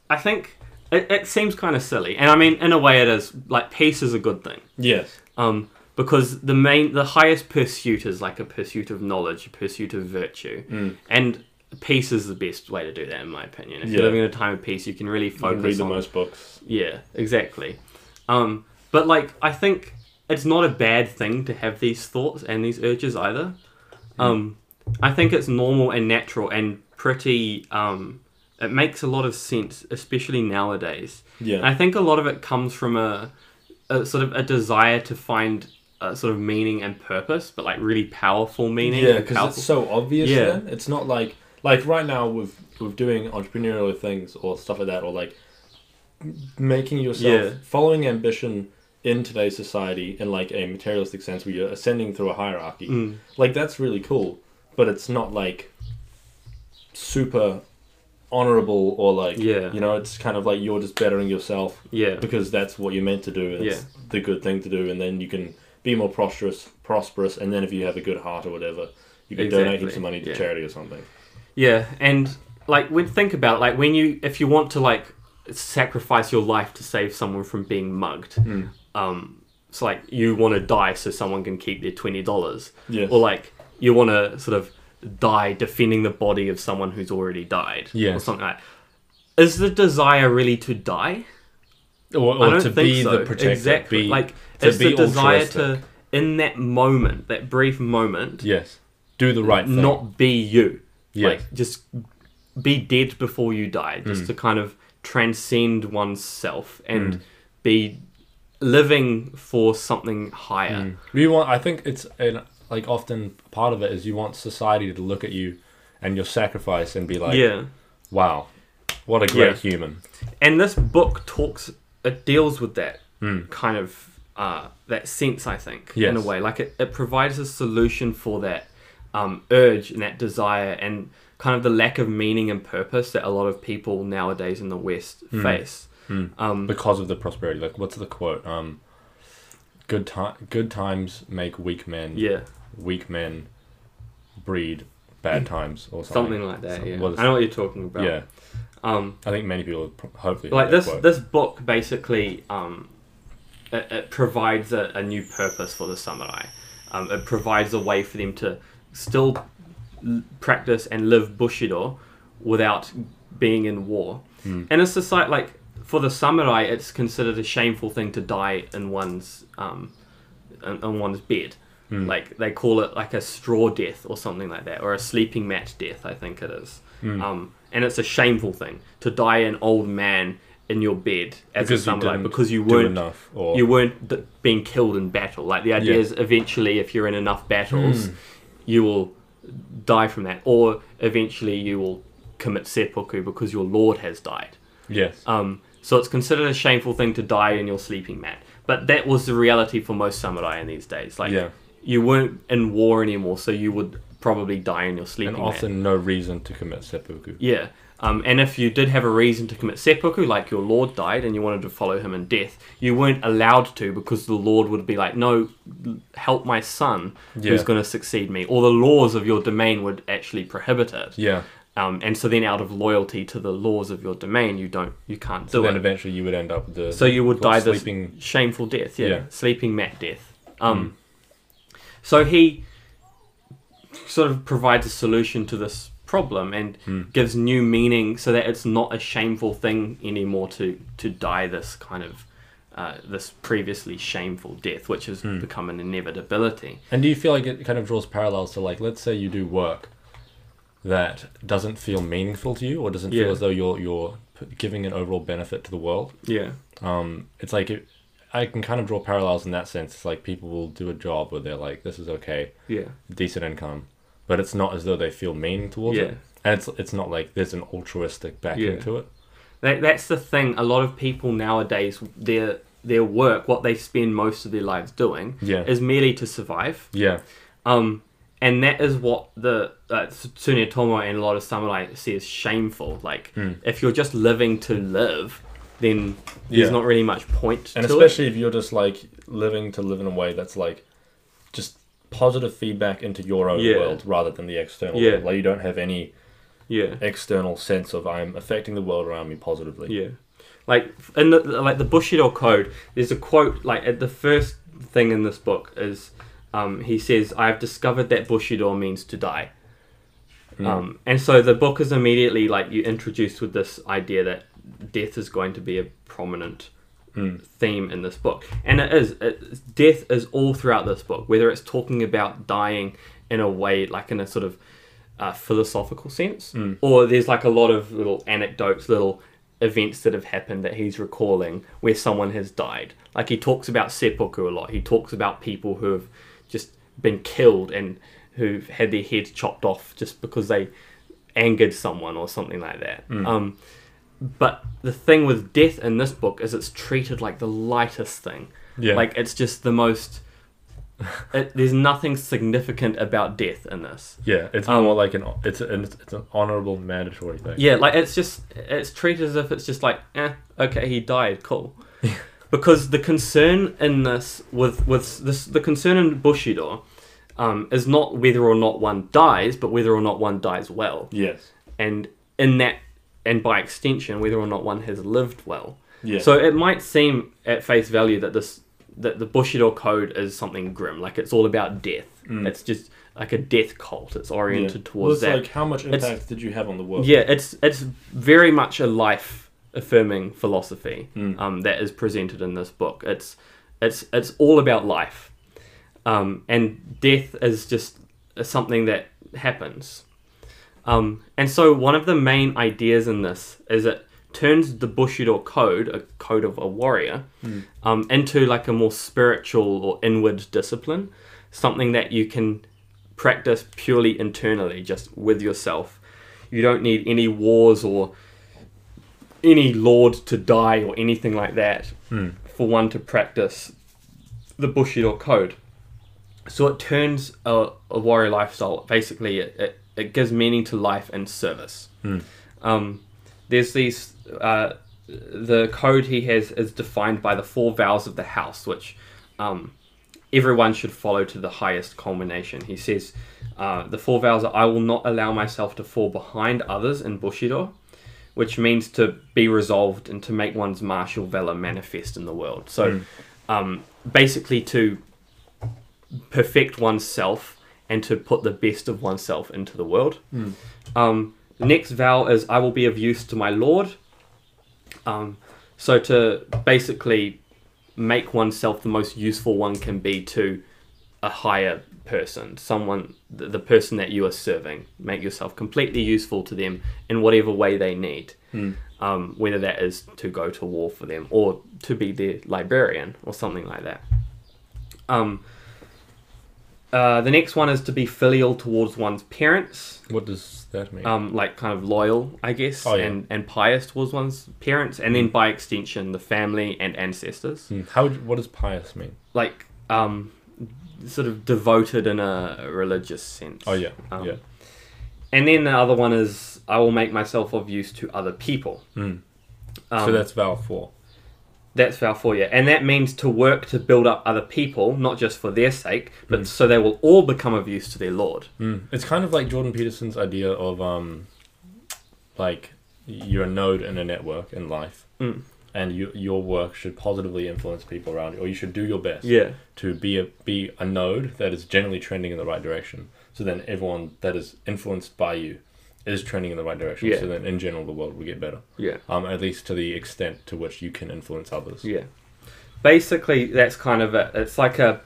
I think it, it seems kind of silly, and I mean in a way it is. Like peace is a good thing.
yes,
um, because the main the highest pursuit is like a pursuit of knowledge a pursuit of virtue
Mm.
and peace is the best way to do that in my opinion if you're
Yeah.
living in a time of peace you can really
you
focus
can read the
on
most books.
yeah exactly um, but like i think it's not a bad thing to have these thoughts and these urges either
Mm.
um, i think it's normal and natural and pretty um, it makes a lot of sense especially nowadays
Yeah,
I think a lot of it comes from a, a sort of a desire to find a sort of meaning and purpose, but like really powerful meaning.
Yeah,
and
because
powerful-
it's so obvious.
Yeah.
Then it's not like like right now with with doing entrepreneurial things or stuff like that, or like making yourself
Yeah.
following ambition in today's society in like a materialistic sense where you're ascending through a hierarchy.
Mm.
Like that's really cool, but it's not like super honorable or like
Yeah.
you know it's kind of like you're just bettering yourself
yeah,
because that's what you're meant to do and it's the good thing to do and then you can be more prosperous prosperous and then if you have a good heart or whatever you can donate
Exactly,
heaps of money to
yeah.
charity or something
yeah, and like when think about it, like when you if you want to like sacrifice your life to save someone from being mugged,
Hmm.
um, it's like you want to die so someone can keep their twenty dollars,
Yes.
or like you want to sort of die defending the body of someone who's already died, or
Yes.
something like. is the desire really to die?
or,
I
or
don't
to
think
be
so.
the protector.
exactly.
Be,
like
to
it's
be
the desire to
altruistic.
in that moment, that brief moment,
yes, do the right thing.
not be you.
Yes.
Like just be dead before you die, just
Mm.
to kind of transcend oneself and be living for something higher.
We want. I think it's an, like often part of it is you want society to look at you and your sacrifice and be like,
yeah.
"Wow, what a great
Yeah.
human."
and this book talks it deals with that kind of uh, that sense i think in a
Hmm. Yes.
way like it, it provides a solution for that um, urge and that desire and kind of the lack of meaning and purpose that a lot of people nowadays in the west
Hmm.
face Um,
because of the prosperity. Like, what's the quote? Um, good time, good times make weak men.
yeah
Weak men breed bad times or something.
Mm. something like that
Some-
yeah
what is-
i know what you're talking about
yeah,
um,
I think many people have pro- hopefully heard
like
that
this
quote.
this book basically um, it, it provides a, a new purpose for the samurai um, it provides a way for them to still l- practice and live bushido without being in war
Hmm.
and a society like for the samurai it's considered a shameful thing to die in one's um, in, in one's bed
Hmm.
like they call it like a straw death or something like that or a sleeping mat death i think it is
Hmm.
um, and it's a shameful thing to die an old man in your bed as a
Because you
samurai
didn't
because you
do
weren't
enough or-
you weren't d- being killed in battle like the idea
Yeah. Hmm.
is eventually if you're in enough battles you will die from that or eventually you will commit seppuku because your lord has died
yes,
um, so it's considered a shameful thing to die in your sleeping mat. But that was the reality for most samurai in these days. Like
Yeah.
you weren't in war anymore, so you would probably die in your sleeping
and
mat.
often no reason to commit seppuku.
Yeah. Um, and if you did have a reason to commit seppuku, like your lord died and you wanted to follow him in death, you weren't allowed to because the lord would be like, no, l- help my son
Yeah.
who's going to succeed me. Or the laws of your domain would actually prohibit it.
Yeah.
Um, and so then out of loyalty to the laws of your domain, you don't, you can't do
So
it.
then eventually you would end up with the
So you would
got
die this
sleeping.
shameful death, yeah,
Yeah. Hmm.
sleeping mat death. Um, so he sort of provides a solution to this problem and
Hmm.
gives new meaning, so that it's not a shameful thing anymore to to die this kind of uh, this previously shameful death, which has
Hmm.
become an inevitability.
And do you feel like it kind of draws parallels to like let's say you do work that doesn't feel meaningful to you or doesn't
Yeah.
feel as though you're you're p- giving an overall benefit to the world?
Yeah,
um, it's like it, I can kind of draw parallels in that sense. It's like people will do a job where they're like, "This is okay,
yeah,
decent income," but it's not as though they feel meaning towards
Yeah.
it, and it's it's not like there's an altruistic backing
Yeah.
to it.
that, that's the thing. A lot of people nowadays, their their work, what they spend most of their lives doing,
Yeah.
is merely to survive.
Yeah,
Um, and that is what the uh, Tsunia Tomo and a lot of samurai see as shameful. Like,
Hmm.
if you're just living to live, then
Yeah.
there's not really much point
And
to
especially if you're just like living to live in a way that's like just positive feedback into your own
Yeah.
world rather than the external
Yeah.
world. Like you don't have any
it. Yeah,
external sense of I'm affecting the world around me positively.
yeah. Like in the like the Bushido code, there's a quote. Like at the first thing in this book is, um, he says, "I've discovered that Bushido means to die."
Hmm.
Um, and so the book is immediately like you introduced with this idea that death is going to be a prominent theme in this book, and it is. It, death is all throughout this book, whether it's talking about dying in a way like in a sort of uh, philosophical sense, or there's like a lot of little anecdotes, little events that have happened that he's recalling where someone has died. Like he talks about seppuku a lot. He talks about people who have just been killed and who've had their heads chopped off just because they angered someone or something like that. Um, but the thing with death in this book is it's treated like the lightest thing.
Yeah.
Like it's just the most. It, there's nothing significant about death in this.
yeah. It's more like an it's an it's an honorable mandatory thing.
um, Yeah, like it's just it's treated as if it's just like, eh, okay, he died, cool. because the concern in this with with this the concern in Bushido um, is not whether or not one dies, but whether or not one dies well,
Yes.
and in that and by extension, whether or not one has lived well.
Yeah.
So it might seem at face value that this that the Bushido code is something grim, like it's all about death. It's just like a death cult. It's oriented
Mm. Yeah. Well,
towards
it's
that.
like how much
It's-
impact did you have on the world?
Yeah, it's it's very much a life affirming philosophy
Mm.
um, that is presented in this book. It's it's it's all about life, um, and death is just something that happens. Um, and so one of the main ideas in this is it turns the Bushido code, a code of a warrior, um, into like a more spiritual or inward discipline, something that you can practice purely internally, just with yourself. You don't need any wars or any lord to die or anything like that for one to practice the Bushido code. So it turns a, a warrior lifestyle, basically, it, it, it gives meaning to life and service. Um, there's these, uh, the code he has is defined by the four vows of the house, which um, everyone should follow to the highest culmination. He says, uh, the four vows are I will not allow myself to fall behind others in Bushido, which means to be resolved and to make one's martial valor manifest in the world. So um, basically to perfect oneself and to put the best of oneself into the world. Um, the next vow is I will be of use to my Lord. Um, so to basically make oneself the most useful one can be to a higher person, someone, the, the person that you are serving. Make yourself completely useful to them in whatever way they need. Um, whether that is to go to war for them or to be their librarian or something like that. Um, uh, the next one is to be filial towards one's parents
What does that mean?
um, like kind of loyal, I guess,
Oh, yeah.
and, and pious towards one's parents, and then by extension, the family and ancestors.
Hmm, How? would- What does pious mean?
Like, um, sort of devoted in a religious sense.
Oh yeah,
Um,
yeah.
And then the other one is I will make myself of use to other people.
Mm.
Um,
so that's vowel four.
That's Valforia. And that means to work to build up other people, not just for their sake, but
Hmm.
so they will all become of use to their Lord.
Mm. It's kind of like Jordan Peterson's idea of um, like you're a node in a network in life,
Mm.
and you, your work should positively influence people around you, or you should do your best
Yeah.
to be a be a node that is generally trending in the right direction. So then everyone that is influenced by you is trending in the right direction.
Yeah.
So then in general the world will get better.
Yeah.
Um, at least to the extent to which you can influence others.
Yeah. Basically, that's kind of it. It's like a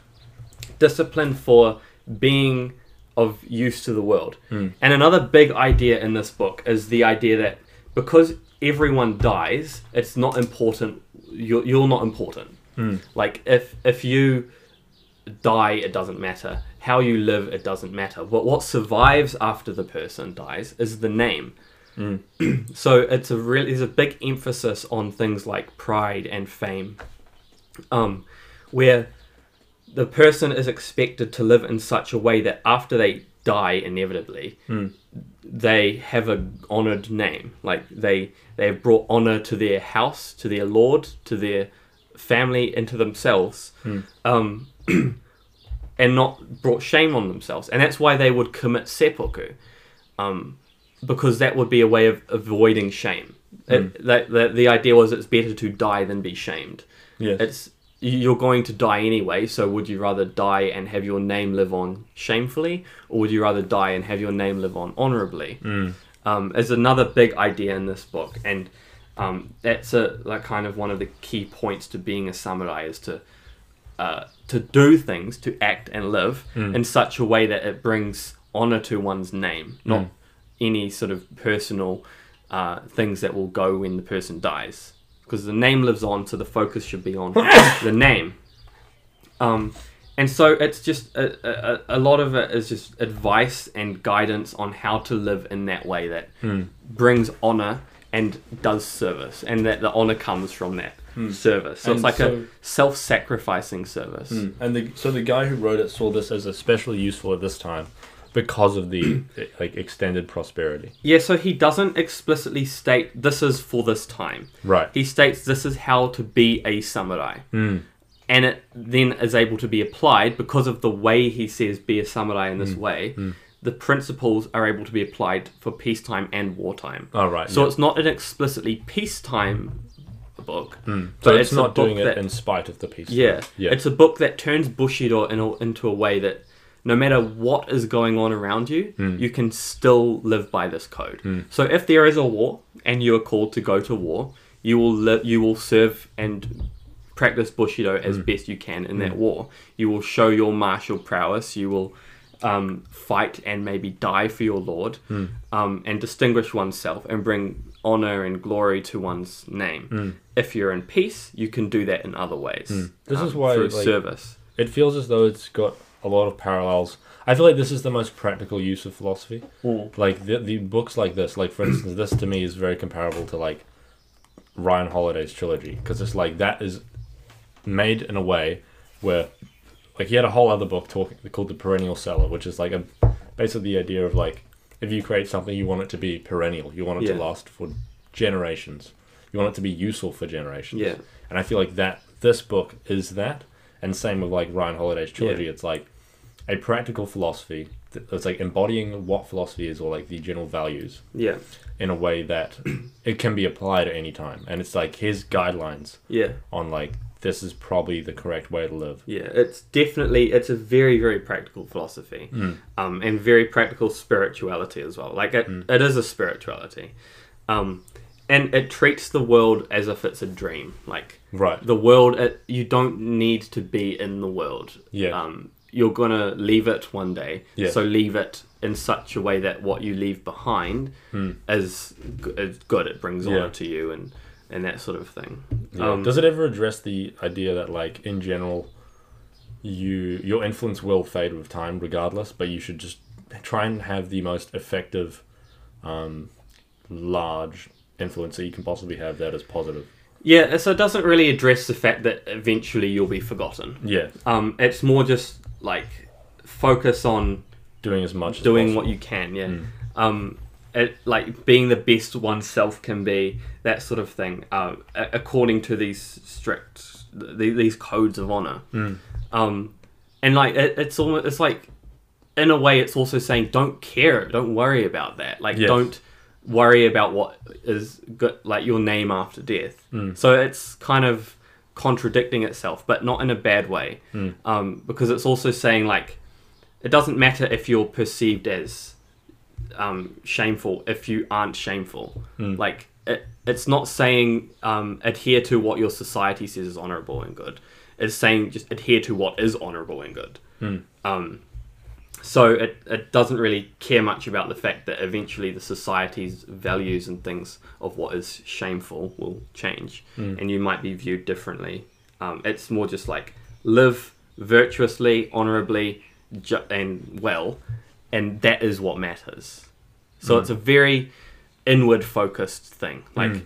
discipline for being of use to the world. And another big idea in this book is the idea that because everyone dies, it's not important. You're, you're not important. Like if if you die, it doesn't matter. How you live, it doesn't matter. But what survives after the person dies is the name. so it's a real there's a big emphasis on things like pride and fame, um, where the person is expected to live in such a way that after they die inevitably they have a honored name like they they have brought honor to their house to their lord to their family and to themselves um, [CLEARS THROAT] and not brought shame on themselves and that's why they would commit seppuku um, because that would be a way of avoiding shame it, that, that the idea was it's better to die than be shamed
Yes.
it's you're going to die anyway so would you rather die and have your name live on shamefully or would you rather die and have your name live on honorably um, is another big idea in this book and um, that's a like kind of one of the key points to being a samurai is to uh, to do things to act and live
Hmm.
in such a way that it brings honor to one's name
Hmm.
not any sort of personal uh, things that will go when the person dies because the name lives on so the focus should be
[LAUGHS]
on the name um, and so it's just a, a, a lot of it is just advice and guidance on how to live in that way that
Hmm.
brings honor and does service, and that the honor comes from that service. So
Hmm. And
it's like
so-
a self-sacrificing service.
Hmm. And the, so the guy who wrote it saw this as especially useful at this time because of
[CLEARS THROAT]
the like extended prosperity.
Yeah, so he doesn't explicitly state this is for this time.
Right. Hmm.
He states this is how to be a samurai. And it then is able to be applied because of the way he says be a samurai in this
Hmm.
way. The principles are able to be applied for peacetime and wartime.
Oh, right,
So
yeah.
it's not an explicitly peacetime book,
Hmm. So
but
it's,
a
not doing
book
it
that-
in spite of the peace.
yeah,
Yeah.
it's a book that turns Bushido in a, into a way that no matter what is going on around you, you can still live by this code. So if there is a war and you are called to go to war, you will li- you will serve and practice bushido as best you can in that war. You will show your martial prowess. You will um, fight and maybe die for your lord, um, and distinguish oneself and bring honor and glory to one's name. If you're in peace, you can do that in other ways.
This is
um,
why,
through
like-
service.
It feels as though it's got a lot of parallels. I feel like this is the most practical use of philosophy. Like the, the books like this, like for instance, this to me is very comparable to like Ryan Holiday's trilogy because it's like that is made in a way where like he had a whole other book talking called the perennial seller, which is like a basically the idea of like if you create something, you want it to be perennial, you want it to
Yeah.
last for generations, you want it to be useful for generations.
Yeah.
And I feel like that this book is that, and same with like Ryan Holiday's trilogy.
Yeah.
It's like a practical philosophy. th- It's like embodying what philosophy is or like the general values
Yeah,
in a way that [CLEARS THROAT] it can be applied at any time. And it's like his guidelines
yeah.
on like this is probably the correct way to live.
Yeah, it's definitely it's a very very practical philosophy,
Hmm.
um, and very practical spirituality as well. Like it,
Hmm.
it is a spirituality, um, and it treats the world as if it's a dream. Like
Right.
the world, it, you don't need to be in the world.
Yeah.
um, you're gonna leave it one day.
Yeah.
so leave it in such a way that what you leave behind is, g- is good. It brings
Hmm. Yeah.
honor to you and and that sort of thing.
Yeah.
Um,
Does it ever address the idea that like in general you your influence will fade with time regardless, but you should just try and have the most effective um large influence that you can possibly have that is positive.
yeah, so it doesn't really address the fact that eventually you'll be forgotten.
Yeah.
Um, it's more just like focus on
Doing as much
doing
as
what you can. Yeah. Um, it, like being the best oneself can be that sort of thing. Uh, a- according to these strict th- these codes of honor. Um, and like it, it's almost it's like in a way it's also saying don't care, don't worry about that. Like
Yes.
don't worry about what is good, like your name after death. So it's kind of contradicting itself, but not in a bad way, um, because it's also saying like it doesn't matter if you're perceived as um, shameful if you aren't shameful. Like it, it's not saying um, adhere to what your society says is honorable and good. It's saying just adhere to what is honorable and good. Um, so it, it doesn't really care much about the fact that eventually the society's values and things of what is shameful will change and you might be viewed differently. Um, it's more just like live virtuously, honorably, ju- and well, and that is what matters. So it's a very inward focused thing. Like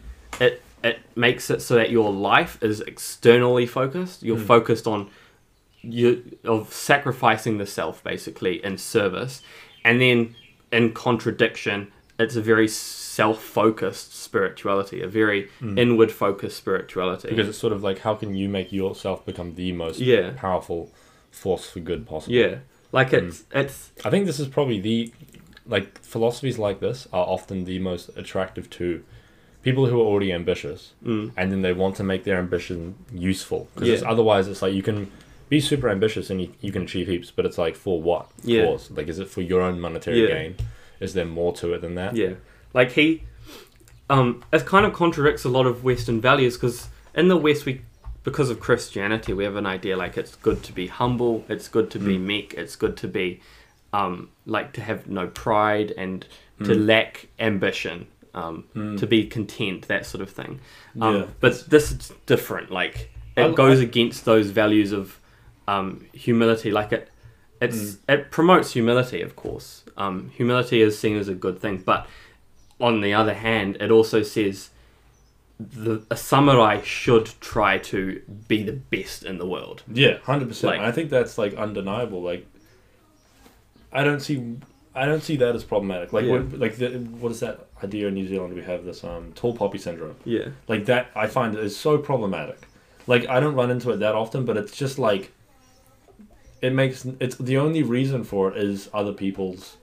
it it makes it so that your life is externally focused. You're focused on you of sacrificing the self basically in service and then in contradiction it's a very self-focused spirituality a very inward focused spirituality
because it's sort of like how can you make yourself become the most
Yeah.
powerful force for good possible.
yeah like it's it's
I think this is probably the like philosophies like this are often the most attractive to people who are already ambitious and then they want to make their ambition useful because
Mm. Yeah.
otherwise it's like you can be super ambitious and you, you can achieve heaps but it's like for what
Yeah.
cause like is it for your own monetary
Yeah.
gain is there more to it than that
Yeah, like he, um, it kind of contradicts a lot of Western values because in the West we, because of Christianity, we have an idea like it's good to be humble, it's good to be meek, it's good to be, um, like to have no pride and to lack ambition, um, to be content, that sort of thing. Um,
Yeah.
But this is different. Like it
I-
goes against those values of, um, humility. Like it, it's it promotes humility, of course. Um, humility is seen as a good thing, but on the other hand, it also says the a samurai should try to be the best in the world.
Yeah, hundred percent.
Like-
I think that's like undeniable. Like, I don't see, I don't see that as problematic. Like,
Yeah.
what, like the, what is that idea in New Zealand? We have this um tall poppy syndrome.
Yeah,
Like that, I find is so problematic. Like I don't run into it that often, but it's just like, it makes it's the only reason for it is other people's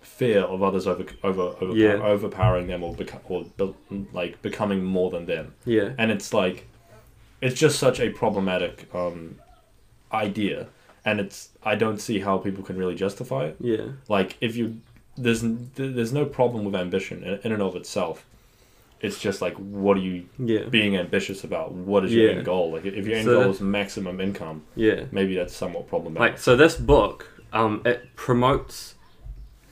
fear of others over over, over
Yeah.
overpowering them or become or be, like becoming more than them
yeah,
and it's like it's just such a problematic um, idea
and it's I don't see how people can really justify it.
Yeah.
Like if you there's n- th- there's no problem with ambition in, in and of itself. It's just like what are you
Yeah.
being ambitious about? What is your
Yeah.
end goal? Like if your end
So
goal
that-
is maximum income,
Yeah.
maybe that's somewhat problematic.
Like so this book, um, it promotes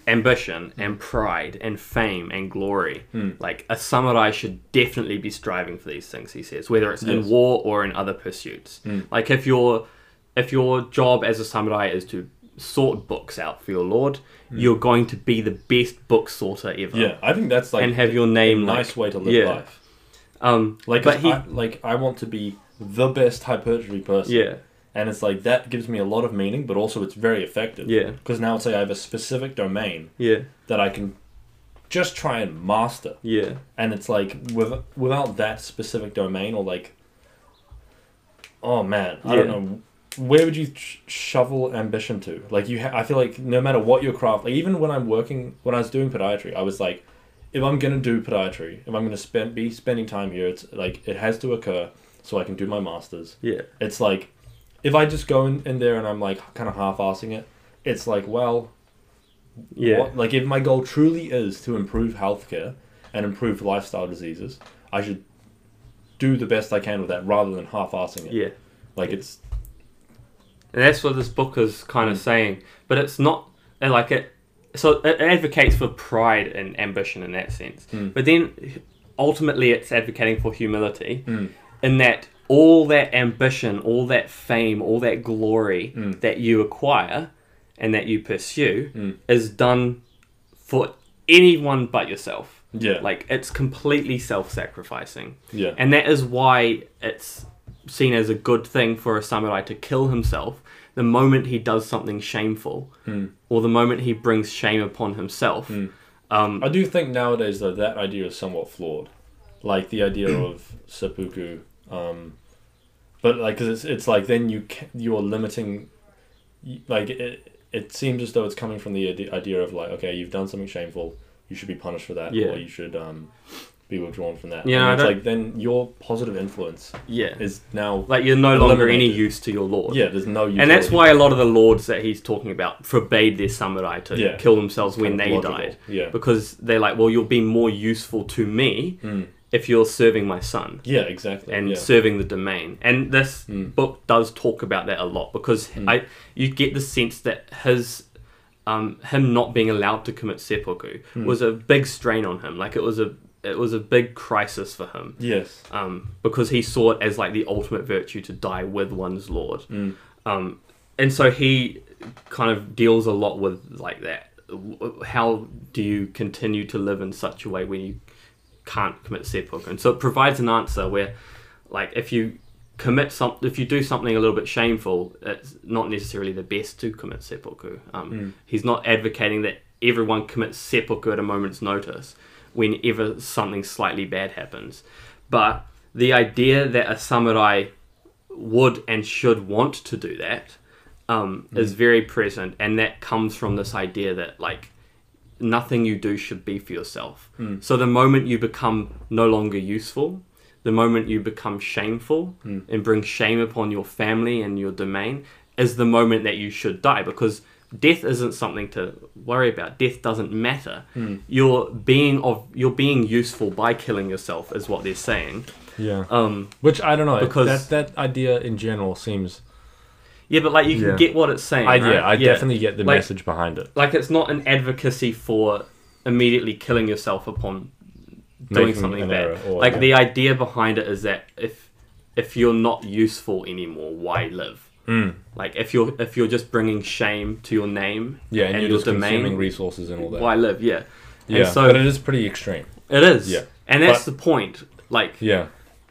ambition
Hmm.
and pride and fame and glory. Like a samurai should definitely be striving for these things, he says, whether it's in
Yes. Hmm.
war or in other pursuits. Like if your if your job as a samurai is to sort books out for your lord, you're going to be the best book sorter ever.
Hmm. yeah, I think that's like
and have your name like,
nice way to live
yeah.
life.
Um
Like,
but he
I, like I want to be the best hypertrophy person.
Yeah.
and it's like that gives me a lot of meaning, but also it's very effective.
Yeah.
because now it's like I have a specific domain
Yeah.
that I can just try and master,
Yeah.
and it's like with without that specific domain or like, oh man, I don't
Yeah.
know. Where would you sh- shovel ambition to? Like you, ha- I feel like no matter what your craft, like even when I'm working, when I was doing podiatry, I was like, if I'm gonna do podiatry, if I'm gonna spend be spending time here, it's like it has to occur so I can do my masters.
Yeah.
It's like if I just go in, in there and I'm like kind of half-assing it, it's like well,
Yeah.
what- like if my goal truly is to improve healthcare and improve lifestyle diseases, I should do the best I can with that rather than half-assing it.
Yeah.
Like it's
And that's what this book is kind of saying. But it's not and like it. So it advocates for pride and ambition in that sense. But then ultimately, it's advocating for humility in that all that ambition, all that fame, all that glory that you acquire and that you pursue is done for anyone but yourself.
yeah,
Like it's completely self-sacrificing.
yeah,
And that is why it's seen as a good thing for a samurai to kill himself the moment he does something shameful
Hmm.
or the moment he brings shame upon himself. Um,
I do think nowadays though that idea is somewhat flawed, like the
[CLEARS THROAT]
idea of seppuku. Um, but like, 'cause it's it's like then you ca you're limiting, y- like it, it seems as though it's coming from the ide- idea of like okay you've done something shameful you should be punished for that
Yeah.
or you should um, be withdrawn from that.
Yeah,
And
I
it's
don't-
like then your positive influence
yeah.
is now
Like you're no longer any
Eliminated.
use to your lord.
yeah there's no
And that's
utility.
why a lot of the lords that he's talking about forbade their samurai to
Yeah.
kill themselves when
Kind of
they
logical.
died.
yeah
Because they're like, well, you'll be more useful to me
Mm.
if you're serving my son.
yeah exactly
and
yeah.
serving the domain. And this
Mm.
book does talk about that a lot because I you get the sense that his um, him not being allowed to commit seppuku was a big strain on him. Like it was a it was a big crisis for him
yes
um, because he saw it as like the ultimate virtue to die with one's lord.
Mm.
Um, and so he kind of deals a lot with like that. W- How do you continue to live in such a way where you can't commit seppuku? And so it provides an answer where, like, if you commit some, if you do something a little bit shameful, it's not necessarily the best to commit seppuku. Um, He's not advocating that everyone commits seppuku at a moment's notice whenever something slightly bad happens. But the idea that a samurai would and should want to do that um, is very present, and that comes from this idea that like nothing you do should be for yourself. So the moment you become no longer useful, the moment you become shameful and bring shame upon your family and your domain, is the moment that you should die because death isn't something to worry about. Death doesn't matter. You're being of you're being useful by killing yourself is what they're saying.
Yeah.
Um,
Which I don't know.
Because-
that that idea in general seems.
Yeah, but like you can
Yeah.
get what it's saying.
I
right?
yeah, I definitely get the
Like-
message behind it.
like it's not an advocacy for immediately killing yourself upon doing
Making
something
an
bad.
error or-
like
yeah.
the idea behind it is that if if you're not useful anymore, why live?
Mm.
Like if you're if you're just bringing shame to your name,
Yeah, and,
and
you're
your
just consuming
domain,
resources and all that.
why live? Yeah,
Yeah,
and so
but it is pretty extreme.
it is.
Yeah.
and that's the point. Like
Yeah,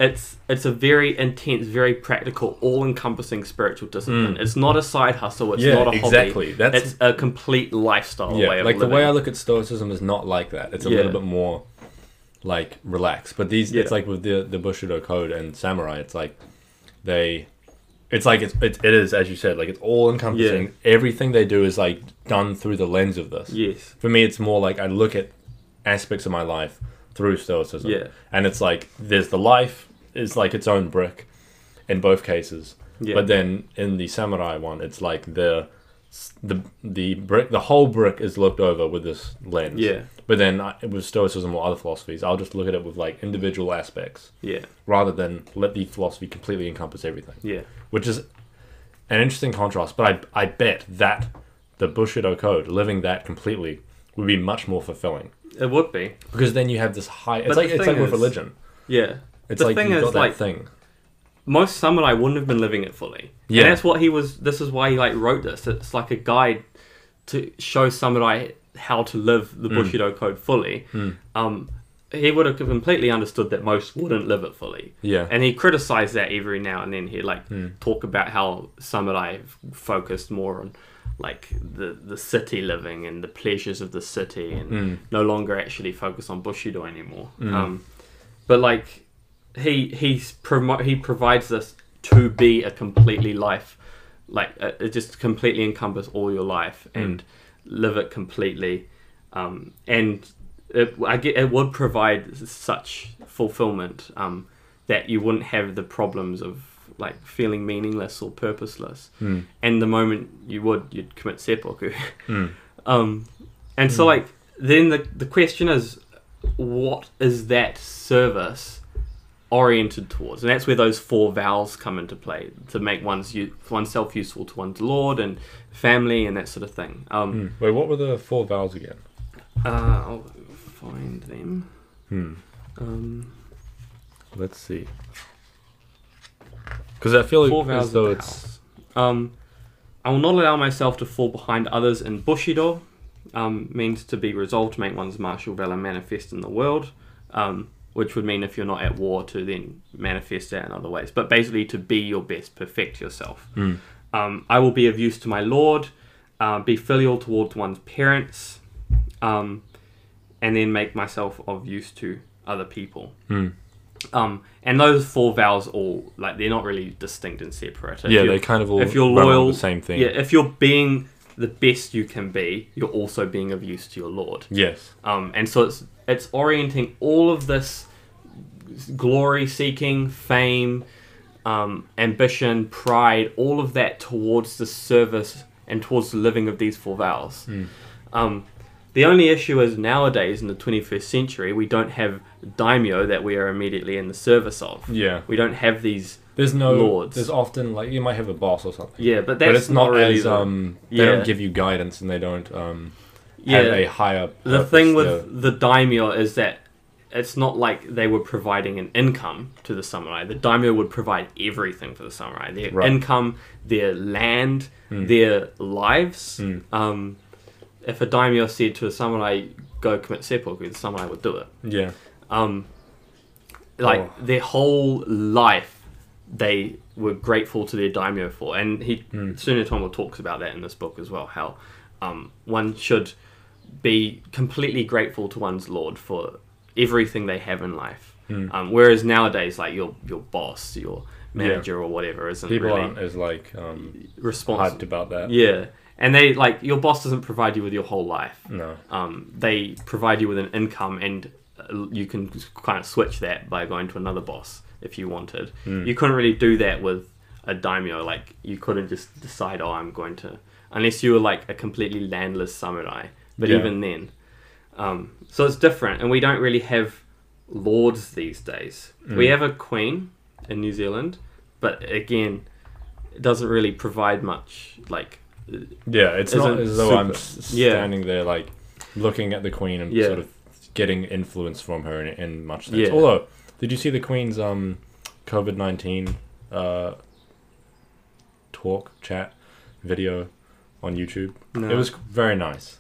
it's it's a very intense, very practical, all-encompassing spiritual discipline. It's not a side hustle. It's
Mm. Yeah,
not a hobby.
exactly. That's-
it's a complete lifestyle
yeah.
way of
Like
living.
the way I look at Stoicism is not like that. It's a
Yeah.
little bit more like relaxed. But these, it's
Yeah.
like with the the Bushido Code and Samurai. It's like they, it's like it's it, it is as you said. Like it's all encompassing.
Yeah.
Everything they do is like done through the lens of this.
yes,
for me it's more like i look at aspects of my life through stoicism
Yeah.
and it's like there's the life is like its own brick in both cases
Yeah.
But then in the samurai one, it's like the the the brick the whole brick is looked over with this lens.
yeah,
But then I, with stoicism or other philosophies, I'll just look at it with like individual aspects
yeah,
rather than let the philosophy completely encompass everything
yeah,
which is an interesting contrast. But I, I bet that the Bushido code, living that completely, would be much more fulfilling
it would be.
because then you have this high. It's
But
like
the
it's like
thing
with
is-
religion.
Yeah,
It's
the
like
thing
you've
is,
got that
like-
thing.
most samurai wouldn't have been living it fully.
Yeah.
and that's what he was. This is why he like wrote this. It's like a guide to show samurai how to live
Hmm.
the Bushido code fully. Um, he would have completely understood that most wouldn't live it fully.
Yeah. Hmm.
and he criticized that every now and then. He like talk about how samurai f- focused more on like the the city living and the pleasures of the city, and
Hmm.
no longer actually focus on Bushido anymore. Um, but like he he's promo- he provides us to be a completely life like uh, it just completely encompass all your life and live it completely um, and it, I get, it would provide such fulfillment um, that you wouldn't have the problems of like feeling meaningless or purposeless and the moment you would you'd commit seppuku [LAUGHS] um, and so like then the, the question is what is that service oriented towards, and that's where those four vows come into play to make one's u- oneself useful to one's lord and family and that sort of thing. Um,
Mm. Wait, what were the four vowels again?
uh, I'll find them. Um,
Let's see. Because I feel
four
like
vows
as
of
though
the
it's
house. Um, I will not allow myself to fall behind others in bushido. Um, means to be resolved to make one's martial valor manifest in the world. Um, which would mean if you're not at war to then manifest that in other ways. But basically to be your best, perfect yourself.
Hmm.
Um, I will be of use to my Lord, uh, be filial towards one's parents, um, and then make myself of use to other people.
Hmm.
Um, and those four vows all like they're not really distinct and separate. If
yeah,
you-
they kind of all
if you're
run on
loyal,
the same thing.
Yeah, if you're being the best you can be, you're also being of use to your Lord.
Yes.
Um, and so it's it's orienting all of this glory seeking, fame, um, ambition, pride, all of that towards the service and towards the living of these four vows.
Hmm.
Um, the only issue is nowadays in the 21st century, we don't have daimyo that we are immediately in the service of.
Yeah.
We don't have these.
There's no
Lords.
There's often like you might have a boss or something.
Yeah, but that's
But it's not,
really
as
the-
um. They
Yeah.
don't give you guidance and they don't um.
yeah.
Have a higher.
the
purpose,
thing with
yeah.
the daimyo is that it's not like they were providing an income to the samurai. The daimyo would provide everything for the samurai: their
Right. Hmm.
income, their land, their lives. Um, if a daimyo said to a samurai, "Go commit seppuku," the samurai would do it.
yeah.
Um, like
Oh.
their whole life, they were grateful to their daimyo for, and he
Hmm.
Sunetomo talks about that in this book as well. How um, one should be completely grateful to one's lord for everything they have in life.
Hmm.
Um, whereas nowadays, like your your boss, your manager, or whatever, isn't
People
really
aren't as like um
responsible.
hyped about that.
Yeah, and they like your boss doesn't provide you with your whole life.
No.
Um, they provide you with an income, and uh, you can s- kind of switch that by going to another boss if you wanted.
Hmm.
You couldn't really do that with a daimyo. Like you couldn't just decide, oh, I'm going to, unless you were like a completely landless samurai. But
Yeah.
even then, um, so it's different, and we don't really have lords these days. We
Hmm.
have a queen in New Zealand, but again, it doesn't really provide much. Like,
Yeah, it's
Isn't
not as though I'm
super-
s-
yeah.
standing there like looking at the queen and
Yeah.
sort of getting influence from her in, in much sense.
Yeah.
Although, did you see the queen's um COVID nineteen uh talk chat video on YouTube?
No.
It was very nice.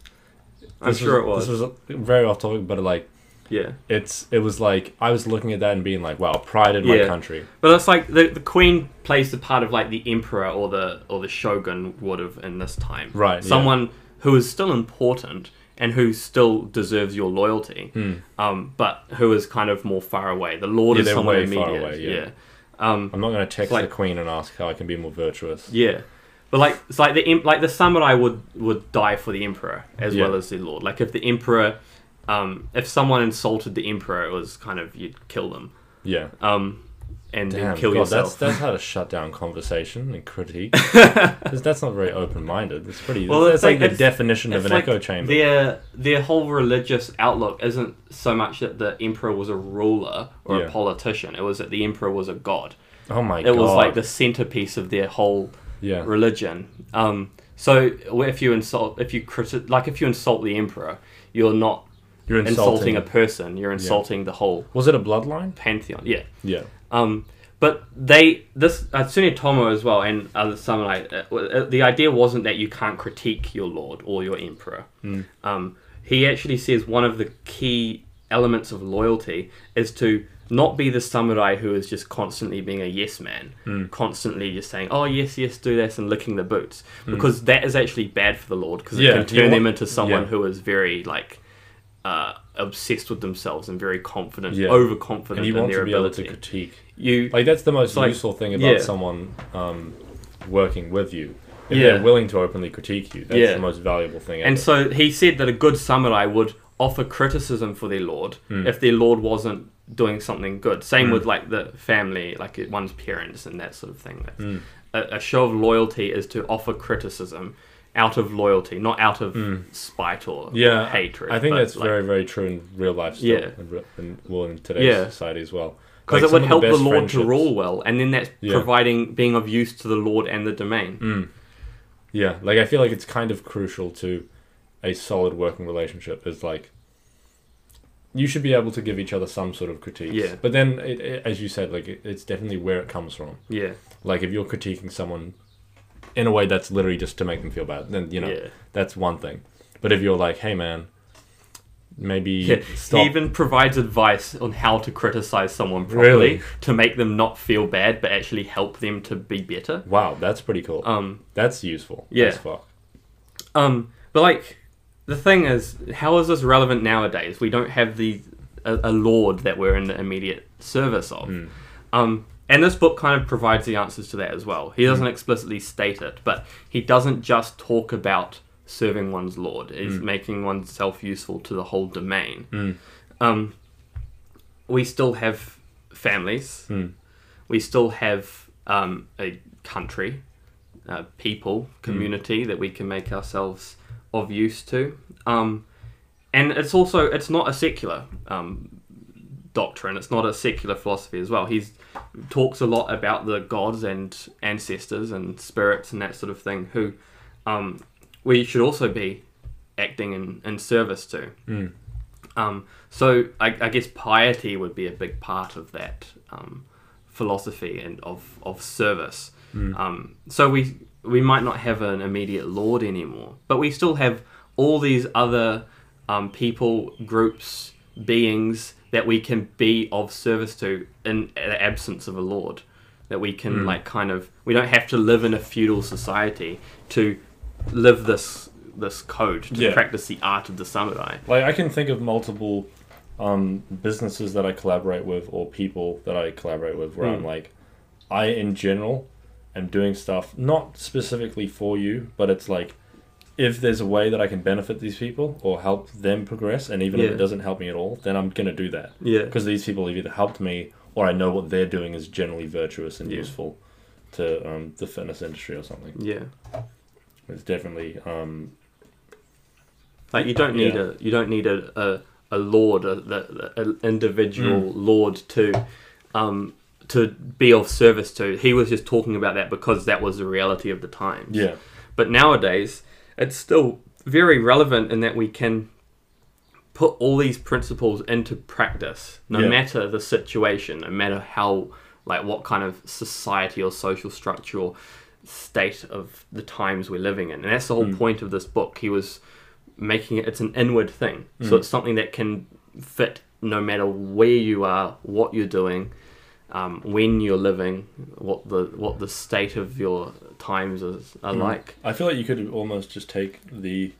I'm
This
sure it was.
This was a- very off topic, but like
yeah.
it's it was like I was looking at that and being like, wow, pride in my
Yeah.
country.
But that's like the, the queen plays the part of like the emperor or the or the shogun would have in this time.
Right, yeah.
Someone who is still important and who still deserves your loyalty, um, but who is kind of more far away. The
Hmm.
lord
Yeah,
is
they're
someone
way
immediate.
far away, yeah.
yeah. Um,
I'm not going to text
like-
the queen and ask how I can be more virtuous.
yeah, but like it's like the em- like the samurai would would die for the emperor as
Yeah.
well as the lord. Like if the emperor, um, if someone insulted the emperor, it was kind of you'd kill them.
Yeah.
Um, and
Damn,
then kill
God, that's,
yourself.
that's how to shut down conversation and
[LAUGHS]
critique. 'Cause that's not very open minded. It's pretty.
Well,
that's
it's
like,
like-
the
it's-
definition of an
It's like
echo chamber.
Their their whole religious outlook isn't so much that the emperor was a ruler or
Yeah.
a politician. It was that the emperor was a god.
oh my
It
god!
was like the centerpiece of their whole
yeah.
religion. Um, so if you insult, if you criti- like if you insult the emperor, you're not
You're insulting.
insulting, a person. You're insulting the whole
was it a bloodline?
pantheon. Yeah.
Yeah.
Um, but they this uh, Sunitomo as well and other some like uh, uh, the idea wasn't that you can't critique your lord or your emperor.
Hmm.
Um, he actually says one of the key elements of loyalty is to not be the samurai who is just constantly being a yes man,
Hmm.
constantly just saying oh yes yes do this and licking the boots because that is actually bad for the lord because it
Hmm. Yeah,
can
you
turn them
want-
into someone
yeah.
who is very like. Uh, obsessed with themselves and very confident,
Yeah.
overconfident
And you
in
want
their
to be able
ability.
to critique.
you
Like that's the most
like-
useful thing about
yeah.
someone um, working with you. If
Yeah.
they're willing to openly critique you, that's
Yeah.
the most valuable thing.
And
ever.
so he said that a good samurai would offer criticism for their lord
Hmm.
if their lord wasn't doing something good. Same with like the family, like uh, one's parents and that sort of thing. That's-
Hmm.
A, a show of loyalty is to offer criticism out of loyalty, not out of spite or
Hmm. yeah,
hatred.
I think
but,
that's
like,
very very true in real life. Still,
Yeah.
and, re- and well in today's
Yeah.
society as well.
because
Like,
it
some
would
of
help the,
best
lord to
friendships-
rule well, and then that's
Yeah. Hmm.
providing being of use to the lord and the domain.
Yeah, like I feel like it's kind of crucial to a solid working relationship is like you should be able to give each other some sort of critiques.
Yeah.
But then, it, it, as you said, like it, it's definitely where it comes from.
Yeah,
Like if you're critiquing someone in a way that's literally just to make them feel bad, then you know
Yeah.
that's one thing. But if you're like, hey man, maybe
Yeah,
stop.
He even provides advice on how to criticize someone properly
Really?
to make them not feel bad, but actually help them to be better.
wow, that's pretty cool.
Um,
that's useful.
yeah.
As fuck.
um, but like, the thing is, how is this relevant nowadays? We don't have the a, a lord that we're in the immediate service of. Um, and this book kind of provides the answers to that as well. He doesn't explicitly state it, but he doesn't just talk about serving one's lord. He's making oneself useful to the whole domain. Um, we still have families. We still have um, a country, uh, people, community that we can make ourselves of use to. Um, and it's also it's not a secular um, doctrine. It's not a secular philosophy as well. He's talks a lot about the gods and ancestors and spirits and that sort of thing. Who um, we should also be acting in, in service to. Um, so I, I guess piety would be a big part of that um, philosophy and of of service. Um, so we we might not have an immediate lord anymore, but we still have all these other um, people, groups, beings that we can be of service to in the absence of a lord. That we can like kind of we don't have to live in a feudal society to live this this code to
Yeah.
practice the art of the samurai.
Like I can think of multiple um, businesses that I collaborate with or people that I collaborate with where
Hmm.
I'm like, I in general am doing stuff not specifically for you, but it's like if there's a way that I can benefit these people or help them progress, and even if
Yeah.
it doesn't help me at all, then I'm gonna do that.
Yeah.
Because these people have either helped me or I know what they're doing is generally virtuous and
Yeah.
useful to um, the fitness industry or something.
Yeah.
It's definitely um,
Like you don't need
Yeah.
a you don't need a a, a lord a, the an individual
Mm.
lord to um to be of service to. He was just talking about that because that was the reality of the times.
yeah.
But nowadays, it's still very relevant in that we can put all these principles into practice, no
Yeah.
matter the situation, no matter how, like, what kind of society or social structure or state of the times we're living in. And that's the whole point of this book. He was making it, it's an inward thing. So it's something that can fit no matter where you are, what you're doing um, when you're living, what the what the state of your times is are like.
I feel like you could almost just take the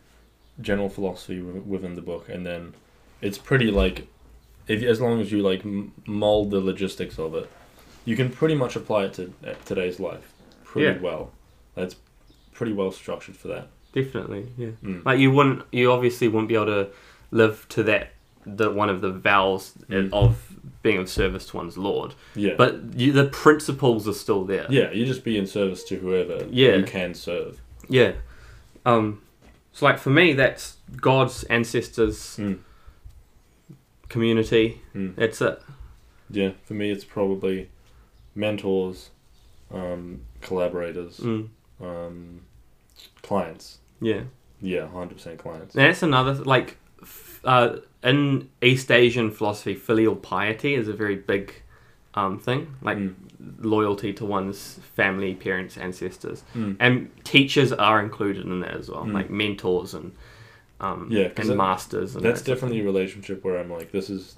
general philosophy wi- within the book, and then it's pretty like, if as long as you like m- mold the logistics of it, you can pretty much apply it to uh, today's life pretty
Yeah.
well. That's pretty well structured for that.
Definitely, yeah.
Mm.
Like you wouldn't, you obviously wouldn't be able to live to that the one of the vows
Mm.
of being of service to one's lord.
Yeah.
But you, the principles are still there.
yeah, you just be in service to whoever
Yeah.
you can serve.
Yeah. Um, so, like, for me, that's God's ancestors,
Mm.
community.
Mm.
That's it.
Yeah, for me, it's probably mentors, um, collaborators,
Mm.
um, clients.
Yeah.
Yeah, hundred percent clients.
And that's another, like, f- uh, in East Asian philosophy, filial piety is a very big um, thing. Like,
Hmm.
Mm.
loyalty to one's family, parents, ancestors.
Hmm.
Mm.
And teachers are included in that as well,
Mm.
like mentors and. Um,
Yeah, 'cause
and
that-
masters and
That's
that sort of
definitely a relationship where I'm like, this is,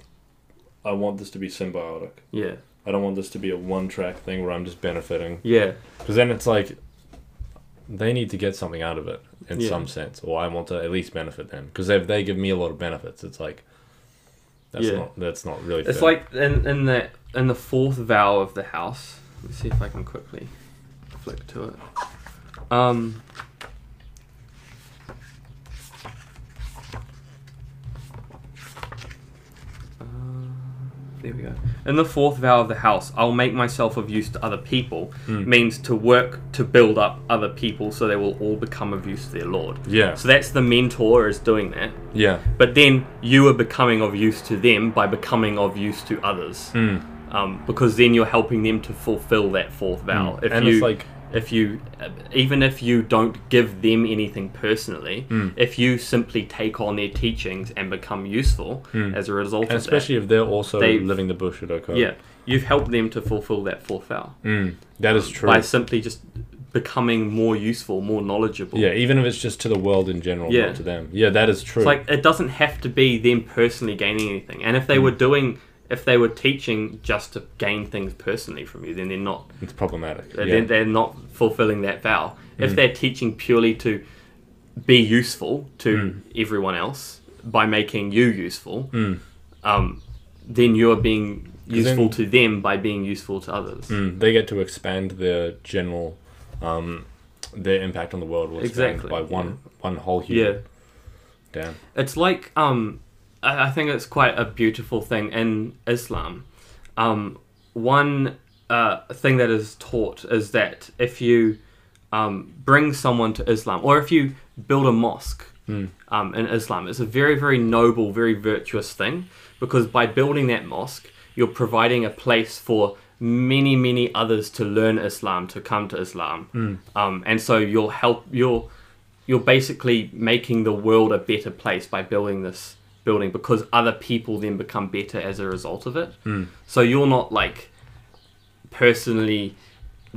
I want this to be symbiotic.
thing. yeah
I don't want this to be a one track thing where I'm just benefiting.
yeah
Because then it's like they need to get something out of it in
Yeah.
some sense, or I want to at least benefit them. Because if they give me a lot of benefits, it's like that's
Yeah.
not that's not really.
It's
fair.
like in, in the in the fourth vowel of the house. Let's see if I can quickly flick to it. Um. uh, There we go. In the fourth vowel of the house, I'll make myself of use to other people
Hmm.
means to work to build up other people so they will all become of use to their Lord.
yeah,
So that's the mentor is doing that
yeah,
but then you are becoming of use to them by becoming of use to others
Hmm.
um, because then you're helping them to fulfill that fourth vow if
Hmm. and
you
it's like
if you even if you don't give them anything personally
Hmm.
if you simply take on their teachings and become useful as a result
and
of
Hmm. especially if they're also
They-
living the Bushido
that
code.
yeah you've helped them to fulfill that fourth vow
Mm, that is true.
by simply just becoming more useful more knowledgeable
yeah, even if it's just to the world in general,
Yeah.
not to them. Yeah, that is true.
It's like it doesn't have to be them personally gaining anything. And if
Hmm.
they were doing, if they were teaching just to gain things personally from you, then they're not.
it's problematic.
They're,
yeah. Hmm.
they're not fulfilling that vow. If they're teaching purely to be useful to
Hmm.
everyone else by making you useful,
Hmm.
um, then you are being useful to them by being useful to others.
Mm, they get to expand their general, um, their impact on the world will expand
Exactly,
by one one whole
Yeah.
human. Damn.
It's like um, I I think it's quite a beautiful thing in Islam. Um, one uh, thing that is taught is that if you um, bring someone to Islam, or if you build a mosque um, in Islam, it's a very, very noble, very virtuous thing because by building that mosque, you're providing a place for many, many others to learn Islam, to come to Islam, um, and so you'll help you'll you're basically making the world a better place by building this building because other people then become better as a result of it. So you're not like personally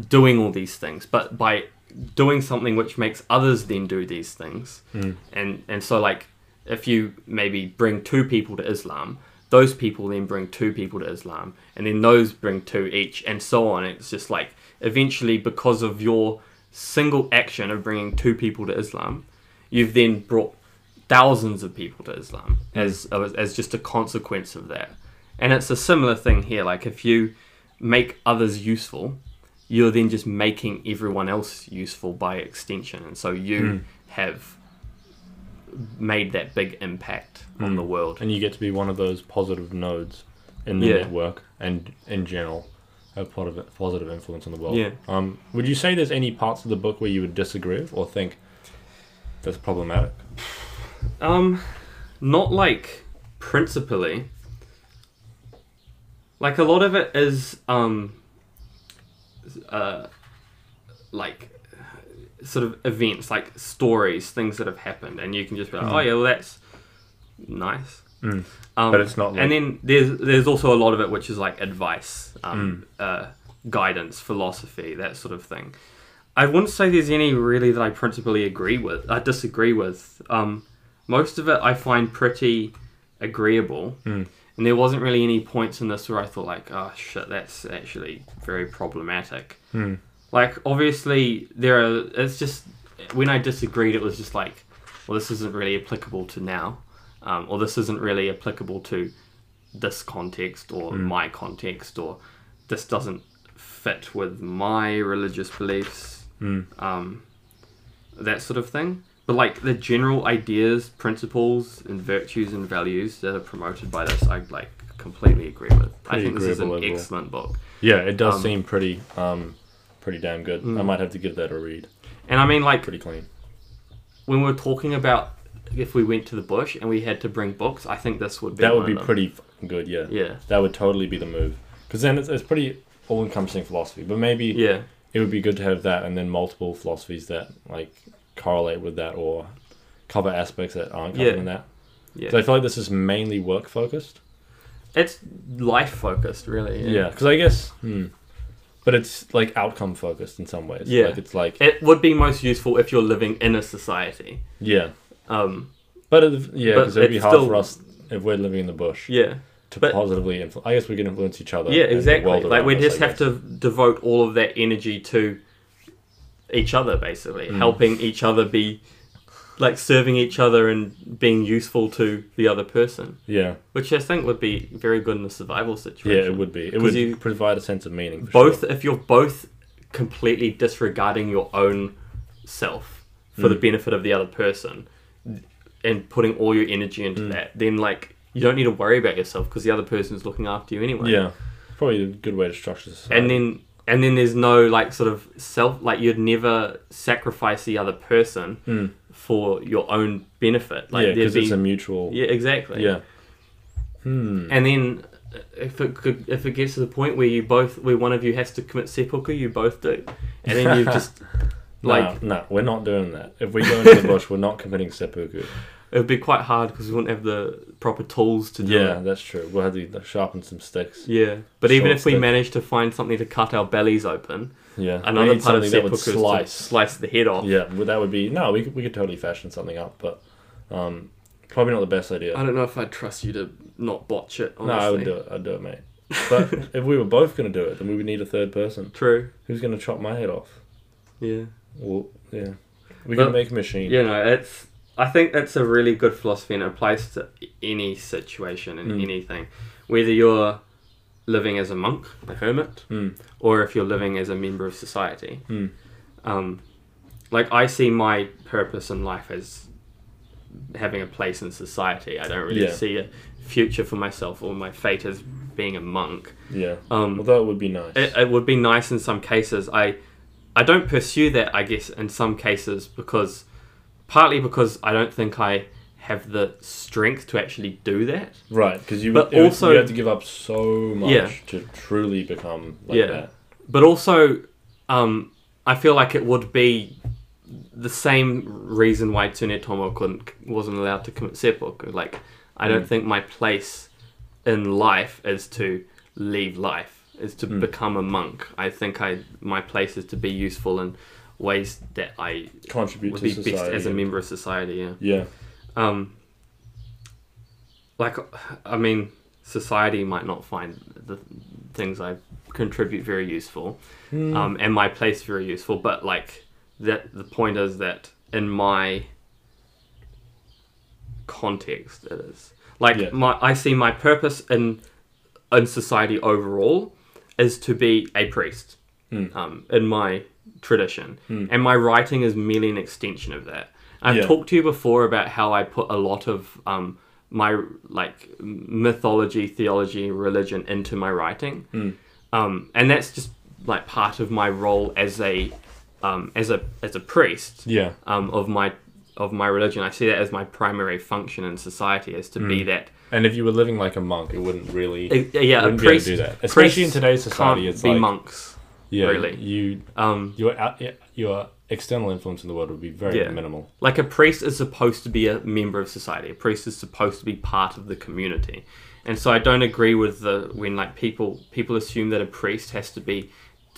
doing all these things, but by doing something which makes others then do these things. And and so like if you maybe bring two people to Islam, those people then bring two people to Islam, and then those bring two each, and so on. It's just like eventually because of your single action of bringing two people to Islam, you've then brought thousands of people to Islam as as just a consequence of that. And it's a similar thing here. Like if you make others useful, you're then just making everyone else useful by extension, and so you have made that big impact on the world.
and you get to be one of those positive nodes in the
Yeah.
network and in general have positive positive influence on the world.
Yeah.
Um, would you say there's any parts of the book where you would disagree with or think that's problematic?
Um, not like principally. Like a lot of it is um, uh, like sort of events, like stories, things that have happened, and you can just be like, oh yeah, well that's nice.
Mm.
Um,
But it's not like-
and then there's there's also a lot of it which is like advice, um,
Mm.
uh, guidance, philosophy, that sort of thing. I wouldn't say there's any really that I principally agree with. I disagree with. Um, most of it I find pretty agreeable,
Mm.
and there wasn't really any points in this where I thought like, oh shit, that's actually very problematic. Like obviously there are. It's just when I disagreed, it was just like, well, this isn't really applicable to now, um, or this isn't really applicable to this context or
Mm.
my context, or this doesn't fit with my religious beliefs,
Mm.
um, that sort of thing. But like the general ideas, principles, and virtues and values that are promoted by this, I like completely agree with. I
Pretty
think this is an
agreeable overall.
excellent book.
Yeah, it does
Um, mm.
seem pretty, um, pretty damn good. I might have to give that a read.
And I mean, like
Pretty clean.
when we we're talking about if we went to the bush and we had to bring books, I think this would be
That
one
would be
of them.
pretty fucking good. Yeah.
Yeah,
That would totally be the move. Because then it's, it's pretty all-encompassing philosophy. But maybe
yeah,
it would be good to have that and then multiple philosophies that like correlate with that or cover aspects that aren't covered
Yeah.
in that.
yeah.
So I feel like this is mainly work focused.
it's life focused, really.
Yeah, because I guess, hmm. but it's like outcome focused in some ways.
Yeah.
like it's like
It would be most useful if you're living in a society.
yeah,
Um,
but it, yeah,
But
because it'd be
it's
hard
still-
for us if we're living in the bush
yeah.
to
but-
positively influence. I guess we can influence each other.
Yeah,
and the
exactly.
world
Like we
around us,
just
I
have to devote all of that energy to each other, basically
Mm.
helping each other be, like serving each other and being useful to the other person,
guess. Yeah,
which I think would be very good in the survival
yeah,
situation.
it would be. It
'Cause
would
you-
provide a sense of meaning. For
Both
sure.
if you're both completely disregarding your own self for
Mm.
the benefit of the other person and putting all your energy
Mm.
into that, then like you don't need to worry about yourself because the other person is looking after you anyway.
Yeah, probably a good way to structure this.
and then and then there's no like sort of self like you'd never sacrifice the other person for your own benefit like
Mm. yeah,
there'd
because
be
it's a mutual.
yeah exactly
yeah. Hmm. Mm.
and then uh, if it could, if it gets to the point where you both where one of you has to commit seppuku you both do and then
[LAUGHS]
you just like
Like, no, we're not doing that. If we go
[LAUGHS]
into the bush, we're not committing seppuku.
it would be quite hard because we wouldn't have the proper tools to do
Yeah,
it
that's true. We'll have to sharpen some sticks.
yeah but even
Short
if we
stick.
manage to find something to cut our bellies open
Yeah, We need
another part of
something that
seppuku
would
is to slice the head off
Yeah, well, that would be no. We could, we could totally fashion something up, but um, probably not the best idea.
I don't know if I'd trust you to not botch it.
No,
Honestly.
I would do it. I'd do it, mate.
[LAUGHS]
But if we were both gonna do it, then we would need a third person.
True.
Who's gonna chop my head off?
Yeah.
Well, yeah, we
But-
can make a machine.
You know, it's. I think that's a really good philosophy and it applies to any situation and anything, whether you're living as a monk, a hermit,
Mm.
or if you're living as a member of society.
Mm.
Um, like I see my purpose in life as having a place in society. I don't really
Yeah.
see a future for myself or my fate as being a monk.
Yeah,
Um,
although it would be nice.
it, it would be nice in some cases. I I don't pursue that, I guess, in some cases because partly because I don't think I have the strength to actually do that.
right, because you
but
would, it would-
also-
you have to give up so much
Yeah.
to truly become like
Yeah.
that.
But also, um, I feel like it would be the same reason why Tsunetomo couldn't wasn't allowed to commit seppuku. Like, I don't think my place in life is to leave life, is to become a monk. I think I my place is to be useful in ways that I
Contribute
would
to
be
society.
best as a member of society. Yeah.
yeah,
Um. Like, I mean, society might not find the things I contribute very useful, um, and my place very useful. But like that, the point is that in my context, it is like
Yeah.
my I see my purpose in in society overall is to be a priest
Hmm.
um, in my tradition, and my writing is merely an extension of that. I've
Yeah.
talked to you before about how I put a lot of um, my like mythology, theology, religion into my writing,
Hmm.
um, and that's just like part of my role as a um, as a as a priest
yeah,
um, of my of my religion. I see that as my primary function in society is to be that
And if you were living like a monk, it Hmm. wouldn't really.
Uh, yeah, a
Wouldn't be able to
priest,
do that. Especially in
priests
today's society,
can't
it's
be
like-
monks.
yeah,
really.
You
Um,
your out, yeah, your external influence in the world would be very
Yeah.
minimal.
like a priest is supposed to be a member of society. A priest is supposed to be part of the community, and so I don't agree with the when like people people assume that a priest has to be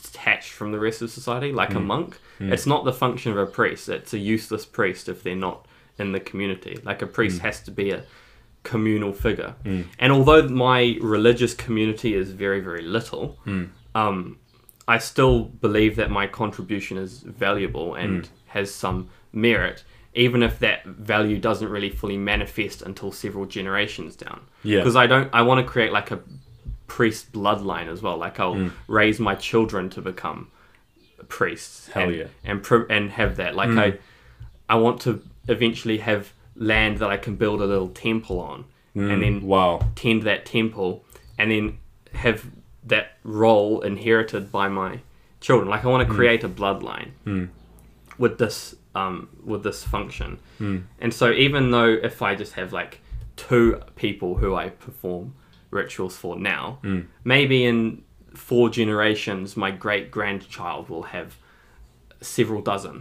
detached from the rest of society, like a monk. It's not the function of a priest. It's a useless priest if they're not in the community. Like a priest has to be a communal figure. And although my religious community is very very little, um, I still believe that my contribution is valuable and
Hmm.
has some merit, even if that value doesn't really fully manifest until several generations down.
Yeah.
Because I don't, I want to create like a priest bloodline as well. Like I'll
Hmm.
raise my children to become priests.
Hell
and,
yeah. Hmm.
And pro- and have that like I, I want to eventually
Hmm.
have land that I can build a little temple on, and then
Wow.
tend that temple and then have that role inherited by my children. Like I want to create a bloodline with this um, with this function. And so even though if I just have like two people who I perform rituals for now, maybe in four generations my great grandchild will have several dozen.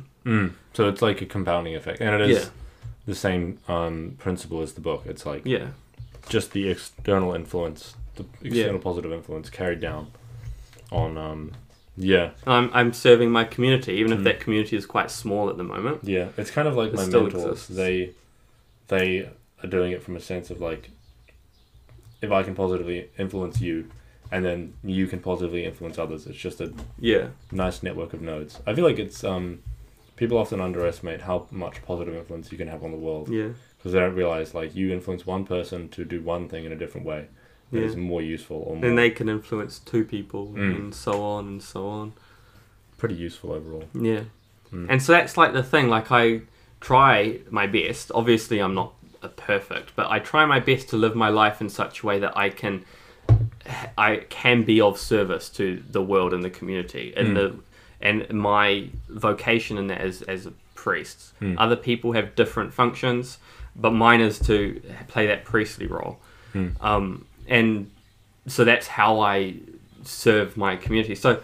So it's like a compounding effect, and it is
Yeah.
the same um, principle as the book. It's like
Yeah.
just the external influence, the external positive influence carried down on. Um, yeah,
I'm, I'm serving my community, even if that community is quite small at the moment.
yeah. It's kind of like
It
my
still
mentors.
exists.
They they are doing it from a sense of like, if I can positively influence you, and then you can positively influence others. It's just a
Yeah.
nice network of nodes. I feel like it's um, people often underestimate how much positive influence you can have on the world.
Yeah.
because they don't realize like you influence one person to do one thing in a different way that is
Yeah.
more useful or more
Then they can influence two people
Mm.
and so on and so on.
pretty useful overall.
Yeah.
Mm.
And so that's like the thing. Like, I try my best. Obviously, I'm not a perfect, but I try my best to live my life in such a way that I can. I can be of service to the world and the community,
Mm.
and the and my vocation in that is as a priest.
Mm.
Other people have different functions, but mine is to play that priestly role,
Mm.
um, and so that's how I serve my community. So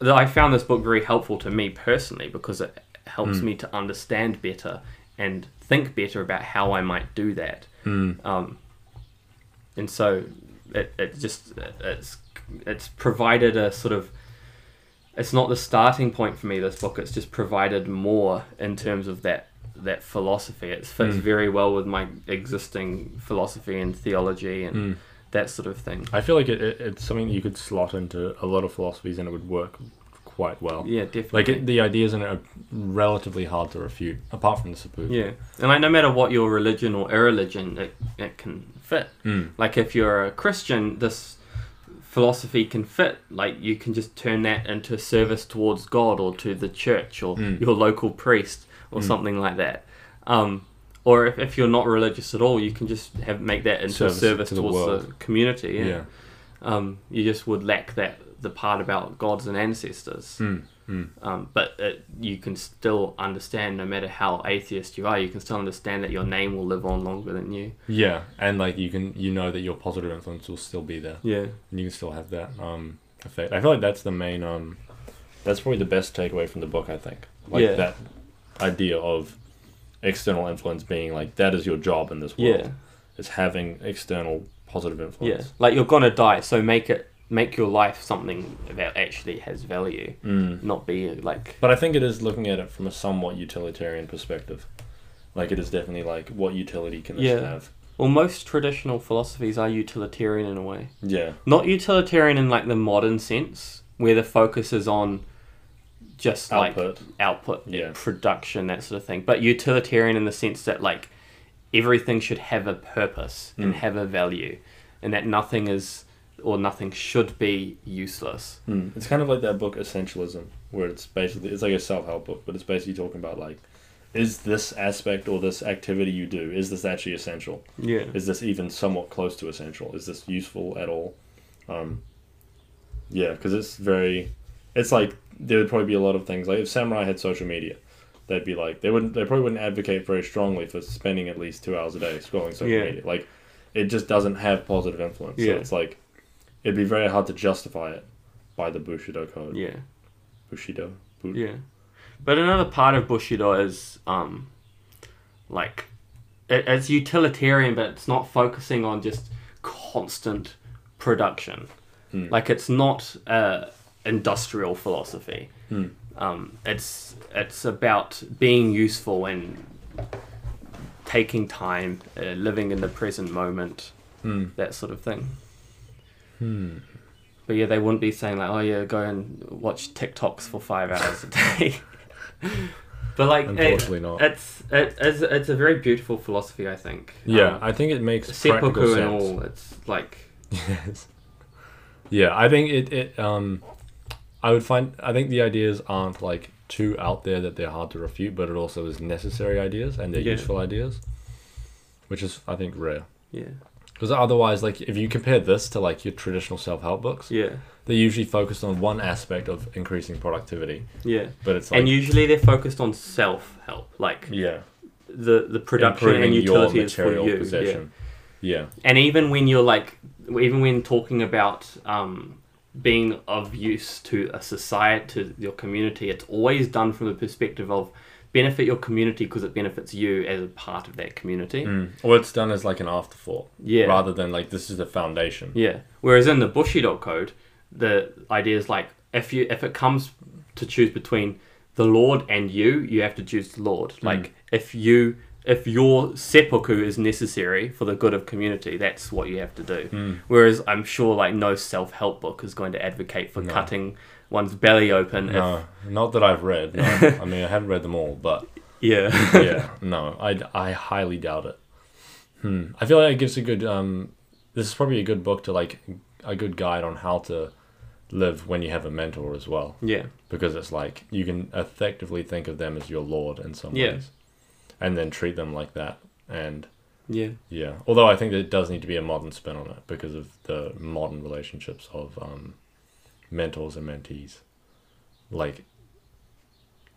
th- I found this book very helpful to me personally because it helps me to understand better and think better about how I might do that. Um, and so it, it just it's it's provided a sort of it's not the starting point for me this book it's just provided more in terms of that that philosophy it fits very well with my existing philosophy and theology and that sort of thing
I feel like it, it, it's something that you could slot into a lot of philosophies and it would work quite well.
yeah definitely
Like it, the ideas in it are relatively hard to refute, apart from the Sapu.
Yeah, and like no matter what your religion or irreligion, it, it can fit.
Mm.
Like if you're a Christian, this philosophy can fit. Like you can just turn that into service towards God or to the church or
Hmm.
your local priest or something like that. Um, or if, if you're not religious at all, you can just have make that into service,
Service
service
to the
towards the
world.
community. Yeah.
Yeah.
Um, you just would lack that the part about gods and ancestors
Mm, mm.
um, but it, you can still understand no matter how atheist you are you can still understand that your name will live on longer than you
Yeah, and like you can, you know that your positive influence will still be there,
yeah
and you can still have that um effect. I feel like that's the main um,
That's probably the best takeaway from the book, I think. Like
Yeah.
that idea of external influence being like that is your job in this world.
yeah
Is having external positive
yeah
influence.
like you're gonna die so make it make your life something that actually has value
Mm.
not be like
But I think it is looking at it from a somewhat utilitarian perspective. Like it is definitely like what utility can this
Yeah.
have?
well most traditional philosophies are utilitarian in a way
Yeah.
not utilitarian in like the modern sense where the focus is on just like
Output.
output
Yeah.
production that sort of thing but utilitarian in the sense that like everything should have a purpose and
Hmm.
have a value and that nothing is or nothing should be useless
Mm. It's kind of like that book Essentialism, where it's basically it's like a self help book, but it's basically talking about like, is this aspect or this activity you do is this actually essential?
yeah
Is this even somewhat close to essential? Is this useful at all? Um, yeah, because it's very, it's like there would probably be a lot of things like if samurai had social media, they'd be like they wouldn't they probably wouldn't advocate very strongly for spending at least two hours a day scrolling social
Yeah.
media. Like, it just doesn't have positive influence.
Yeah.
So it's like, it'd be very hard to justify it by the Bushido code.
yeah
Bushido. Bu-
Yeah. But another part of Bushido is um like it, it's utilitarian but it's not focusing on just constant production. Like it's not a industrial philosophy. Um, it's it's about being useful and taking time, uh, living in the present moment,
Hmm.
that sort of thing. But yeah, they wouldn't be saying like, "Oh yeah, go and watch TikToks for five hours a day." [LAUGHS] but like,
Unfortunately
it,
not.
It's it, it's it's a very beautiful philosophy, I think.
Yeah,
Um,
I think it makes practical
seppuku
sense.
and all. It's like
Yes. Yeah, I think it, it um I would find I think the ideas aren't like too out there that they're hard to refute, but it also is necessary ideas and they're
Yeah.
useful ideas. Which is I think rare.
yeah,
Because otherwise, like if you compare this to like your traditional self help books,
Yeah,
they usually focus on one aspect of increasing productivity,
yeah.
but it's like
And usually they're focused on self help, like
yeah,
the the production and utility is for you. Yeah.
Yeah.
and even when you're like even when talking about um, being of use to a society to your community it's always done from the perspective of benefit your community because it benefits you as a part of that community
Mm. Or it's done as like an afterthought,
yeah
rather than like this is the foundation.
yeah whereas in the bushido code the idea is like if you if it comes to choose between the lord and you you have to choose the lord
Mm.
like if you if your seppuku is necessary for the good of community that's what you have to do
Mm.
Whereas I'm sure like no self help book is going to advocate for
No.
cutting one's belly open. If,
No, not that I've read.
[LAUGHS]
No. I mean, I haven't read them all, but
yeah. [LAUGHS]
yeah, no, I, I highly doubt it. Hmm. I feel like it gives a good. Um, this is probably a good book to like a good guide on how to live when you have a mentor as well,
yeah.
because it's like you can effectively think of them as your lord in some
Yeah.
ways, and then treat them like that. And
Yeah.
yeah, although I think that it does need to be a modern spin on it because of the modern relationships of um, mentors and mentees. Like,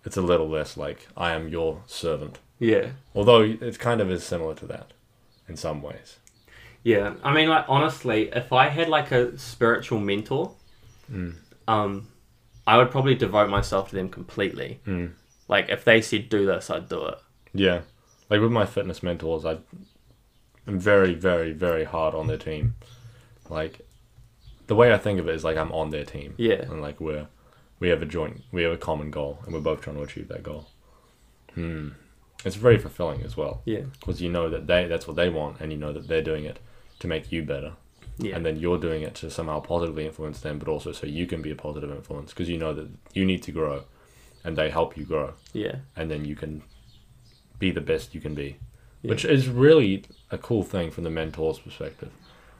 it's a little less like I am your servant.
Yeah.
Although it kind of is similar to that in some ways.
Yeah. I mean, like honestly, if I had like a spiritual mentor,
Mm.
um, I would probably devote myself to them completely.
Mm.
Like if they said do this, I'd do it.
Yeah. Like with my fitness mentors, I, I'm very, very, very hard on their team. Like, the way I think of it is like I'm on their team.
Yeah.
And like we're, we have a joint, we have a common goal, and we're both trying to achieve that goal. Hmm. It's very fulfilling as well.
Yeah.
Because you know that they, that's what they want, and you know that they're doing it to make you better.
Yeah.
and then you're doing it to somehow positively influence them, but also so you can be a positive influence because you know that you need to grow, and they help you grow,
yeah.
and then you can be the best you can be,
Yeah.
which uh, is really a cool thing from the mentor's perspective,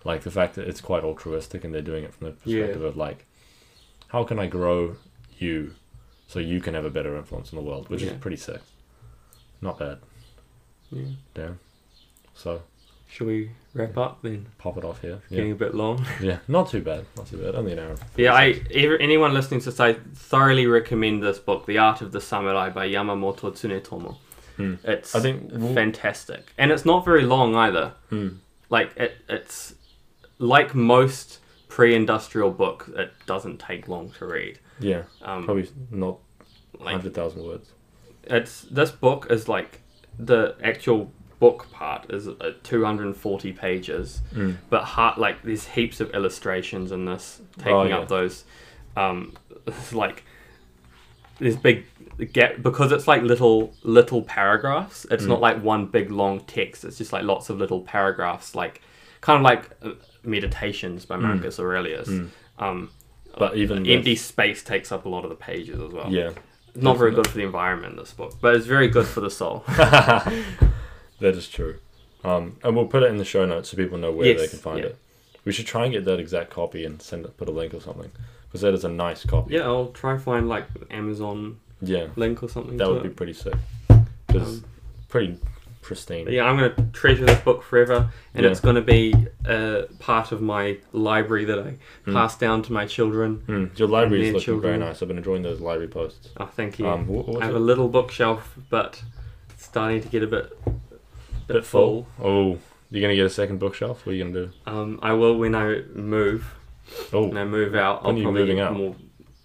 like the fact that it's quite altruistic and they're doing it from the
Yeah.
perspective of like, how can I grow you, so you can have a better influence in the world, which
Yeah.
is pretty sick, not bad,
Yeah.
damn. So
Should we wrap up then?
pop it off here,
Getting
yeah,
a bit long. [LAUGHS]
yeah, not too bad, not too bad, only an hour. and
Yeah, I ev- anyone listening to this, I thoroughly recommend this book, The Art of the Samurai by Yamamoto Tsunetomo.
Hmm.
It's
I think we'll-
fantastic, and it's not very long either.
Hmm.
Like it, it's like most pre-industrial book, it doesn't take long to read.
Yeah,
Um,
probably not
like
hundred thousand words.
it's this book is like the actual book part is uh, 240 pages
Mm.
but heart like there's heaps of illustrations in this taking
Oh, yeah.
up those um [LAUGHS] like there's big gap because it's like little little paragraphs it's
Mm.
not like one big long text it's just like lots of little paragraphs like kind of like uh, meditations
Mm.
by marcus aurelius um
But even
empty space takes up a lot of the pages as well
yeah,
not very good for the environment, this book, but it's very good for the soul. [LAUGHS]
[LAUGHS] that is true. Um, and we'll put it in the show notes so people know where they
Yes,
can find
yeah.
it. We should try and get that exact copy and send it, put a link or something, because that is a nice copy.
yeah, I'll try find like Amazon
yeah,
link or something.
that
to
would be
it. Um,
pretty sick. 'Cause it's pretty pristine.
But yeah, I'm gonna treasure this book forever, and
Yeah.
it's gonna be uh, part of my library that I
Hmm.
pass down to my children.
Mm, your library is
their
looking very
children.
nice. I've been enjoying those library posts.
Oh, thank you.
Um, what, what was
I have
it?
a little bookshelf, but it's starting to get a bit bit,
Bit full. Oh, you're gonna get a second bookshelf. What are you gonna do?
Um, I will when I move.
Oh,
When I move out,
When
I'll
are you
probably
moving
get
out?
more.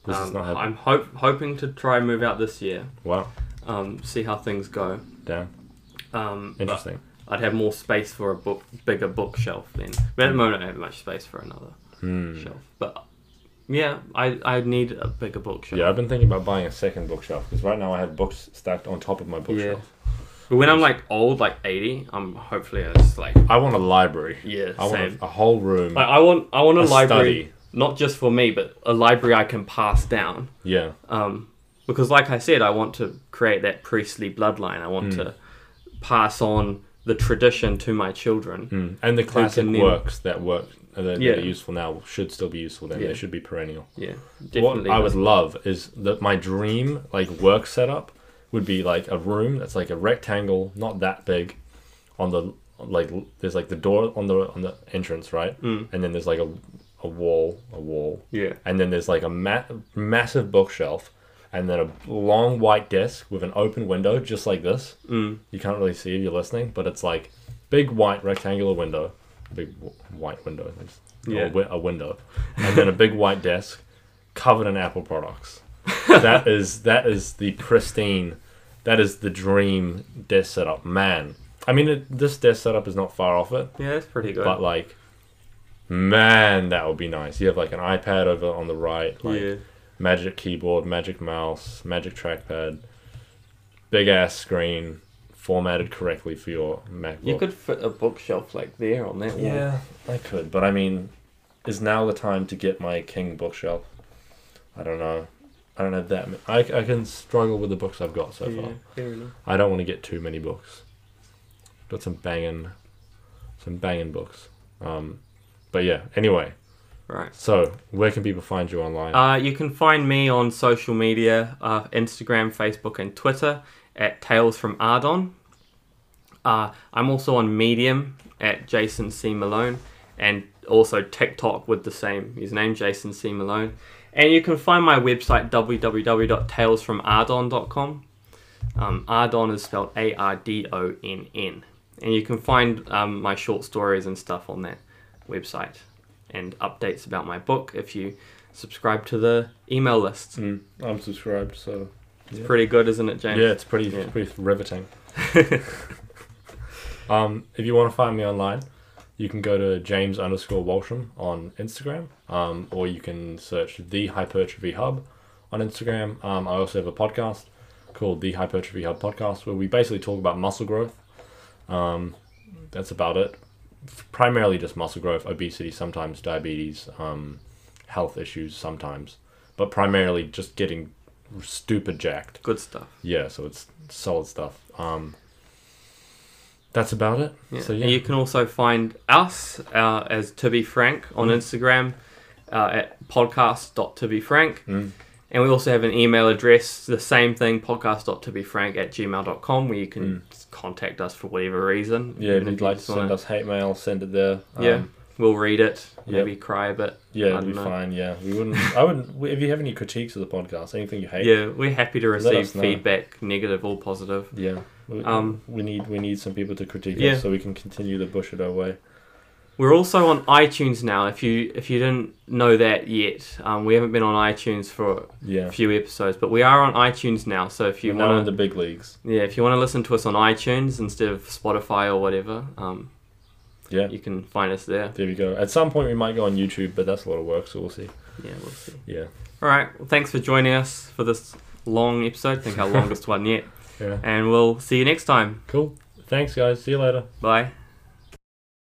This is
um,
not happening.
I'm hope, hoping to try and move out this year.
wow,
Um, see how things go.
damn,
Um, but-
interesting.
I'd have more space for a book, bigger bookshelf then. But at the moment, I don't have much space for another
Hmm.
shelf. But yeah, I I need a bigger bookshelf.
Yeah, I've been thinking about buying a second bookshelf because right now I have books stacked on top of my bookshelf.
But when I'm like old, like eighty, I'm hopefully it's like
I want a library.
yeah,
I
same.
want a, a whole room.
like I want I want a,
a
library,
study.
not just for me, but a library I can pass down.
Yeah,
Um, because like I said, I want to create that priestly bloodline. I
Hmm.
want to pass on the tradition to my children.
and the classic
can then-
works that work uh, that,
Yeah.
that are useful now should still be useful then.
Yeah.
They should be perennial.
Yeah, definitely.
what I would love is that my dream like work setup would be like a room that's like a rectangle, not that big, on the like l- there's like the door on the on the entrance, right?
Mm.
And then there's like a a wall, a wall,
Yeah.
and then there's like a ma- massive bookshelf, and then a long white desk with an open window, just like this.
Mm.
You can't really see if you're listening, but it's like big white rectangular window, big w- white window, it's-
Yeah.
or wi- a window, and then a big white desk covered in Apple products. that is that is the pristine, that is the dream desk setup, man. I mean, it, this desk setup is not far off it,
Yeah, that's pretty good.
but like, man, that would be nice. You have like an iPad over on the right, like
yeah.
magic keyboard, magic mouse, magic trackpad, big ass screen, formatted correctly for your MacBook.
You could fit a bookshelf like there on that wall.
yeah, I could, but I mean, is now the time to get my King bookshelf? I don't know. I don't have that. ma- I I can struggle with the books I've got so far.
Yeah, fair enough.
I don't want to get too many books. Got some banging, some banging books. Um, but yeah. Anyway,
Right.
so where can people find you online?
Uh, you can find me on social media uh, Instagram, Facebook, and Twitter at Tales from Ardon. Uh, I'm also on Medium at Jason C. Malone and also TikTok with the same username, Jason C. Malone. And you can find my website, www.talesfromardon.com. Um, Ardon is spelled A R D O N N. And you can find um, my short stories and stuff on that website and updates about my book if you subscribe to the email list.
Mm, I'm subscribed, so
It's pretty good, isn't it, James?
yeah, it's pretty
yeah.
pretty riveting. [LAUGHS] um, if you want to find me online, you can go to James underscore Walsham on Instagram, um, or you can search the Hypertrophy Hub on Instagram. Um, I also have a podcast called the Hypertrophy Hub Podcast, where we basically talk about muscle growth. Um, that's about it. Primarily just muscle growth, obesity, sometimes diabetes, um, health issues sometimes, but primarily just getting stupid jacked.
Good stuff.
Yeah, so it's solid stuff. Um, that's about it.
Yeah.
So
And
yeah,
you can also find us uh, as To Be Frank on
Mm-hmm.
Instagram uh, at podcast.tobefrank.
Mm.
And we also have an email address, the same thing, podcast.tobefrank at gmail.com, where you can s- contact us for whatever reason.
Mm. Yeah,
Even
if you'd like to
just wanna-
send us hate mail, send it there.
Yeah,
Um,
we'll read it,
Yep.
maybe cry a bit. I
yeah, it'd
don't
be
know.
fine. Yeah, we wouldn't. I wouldn't. [LAUGHS] If you have any critiques of the podcast, anything you hate,
Yeah, we're happy to receive
us know.
feedback, negative or positive.
yeah. We,
Um,
we need we need some people to critique
Yeah.
us so we can continue to bush it our way.
We're also on iTunes now. If you if you didn't know that yet, um, we haven't been on iTunes for
Yeah,
a few episodes, but we are on iTunes now. So if you
we're now in
want
the
to,
big leagues.
yeah, if you want to listen to us on iTunes instead of Spotify or whatever, um,
Yeah.
you can find us there.
There we go. At some point, we might go on YouTube, but that's a lot of work, so we'll see.
Yeah, we'll see.
Yeah.
All right. Well, thanks for joining us for this long episode. I
[LAUGHS]
think our longest one yet.
Yeah.
And we'll see you next time.
cool. Thanks, guys. See you later.
Bye.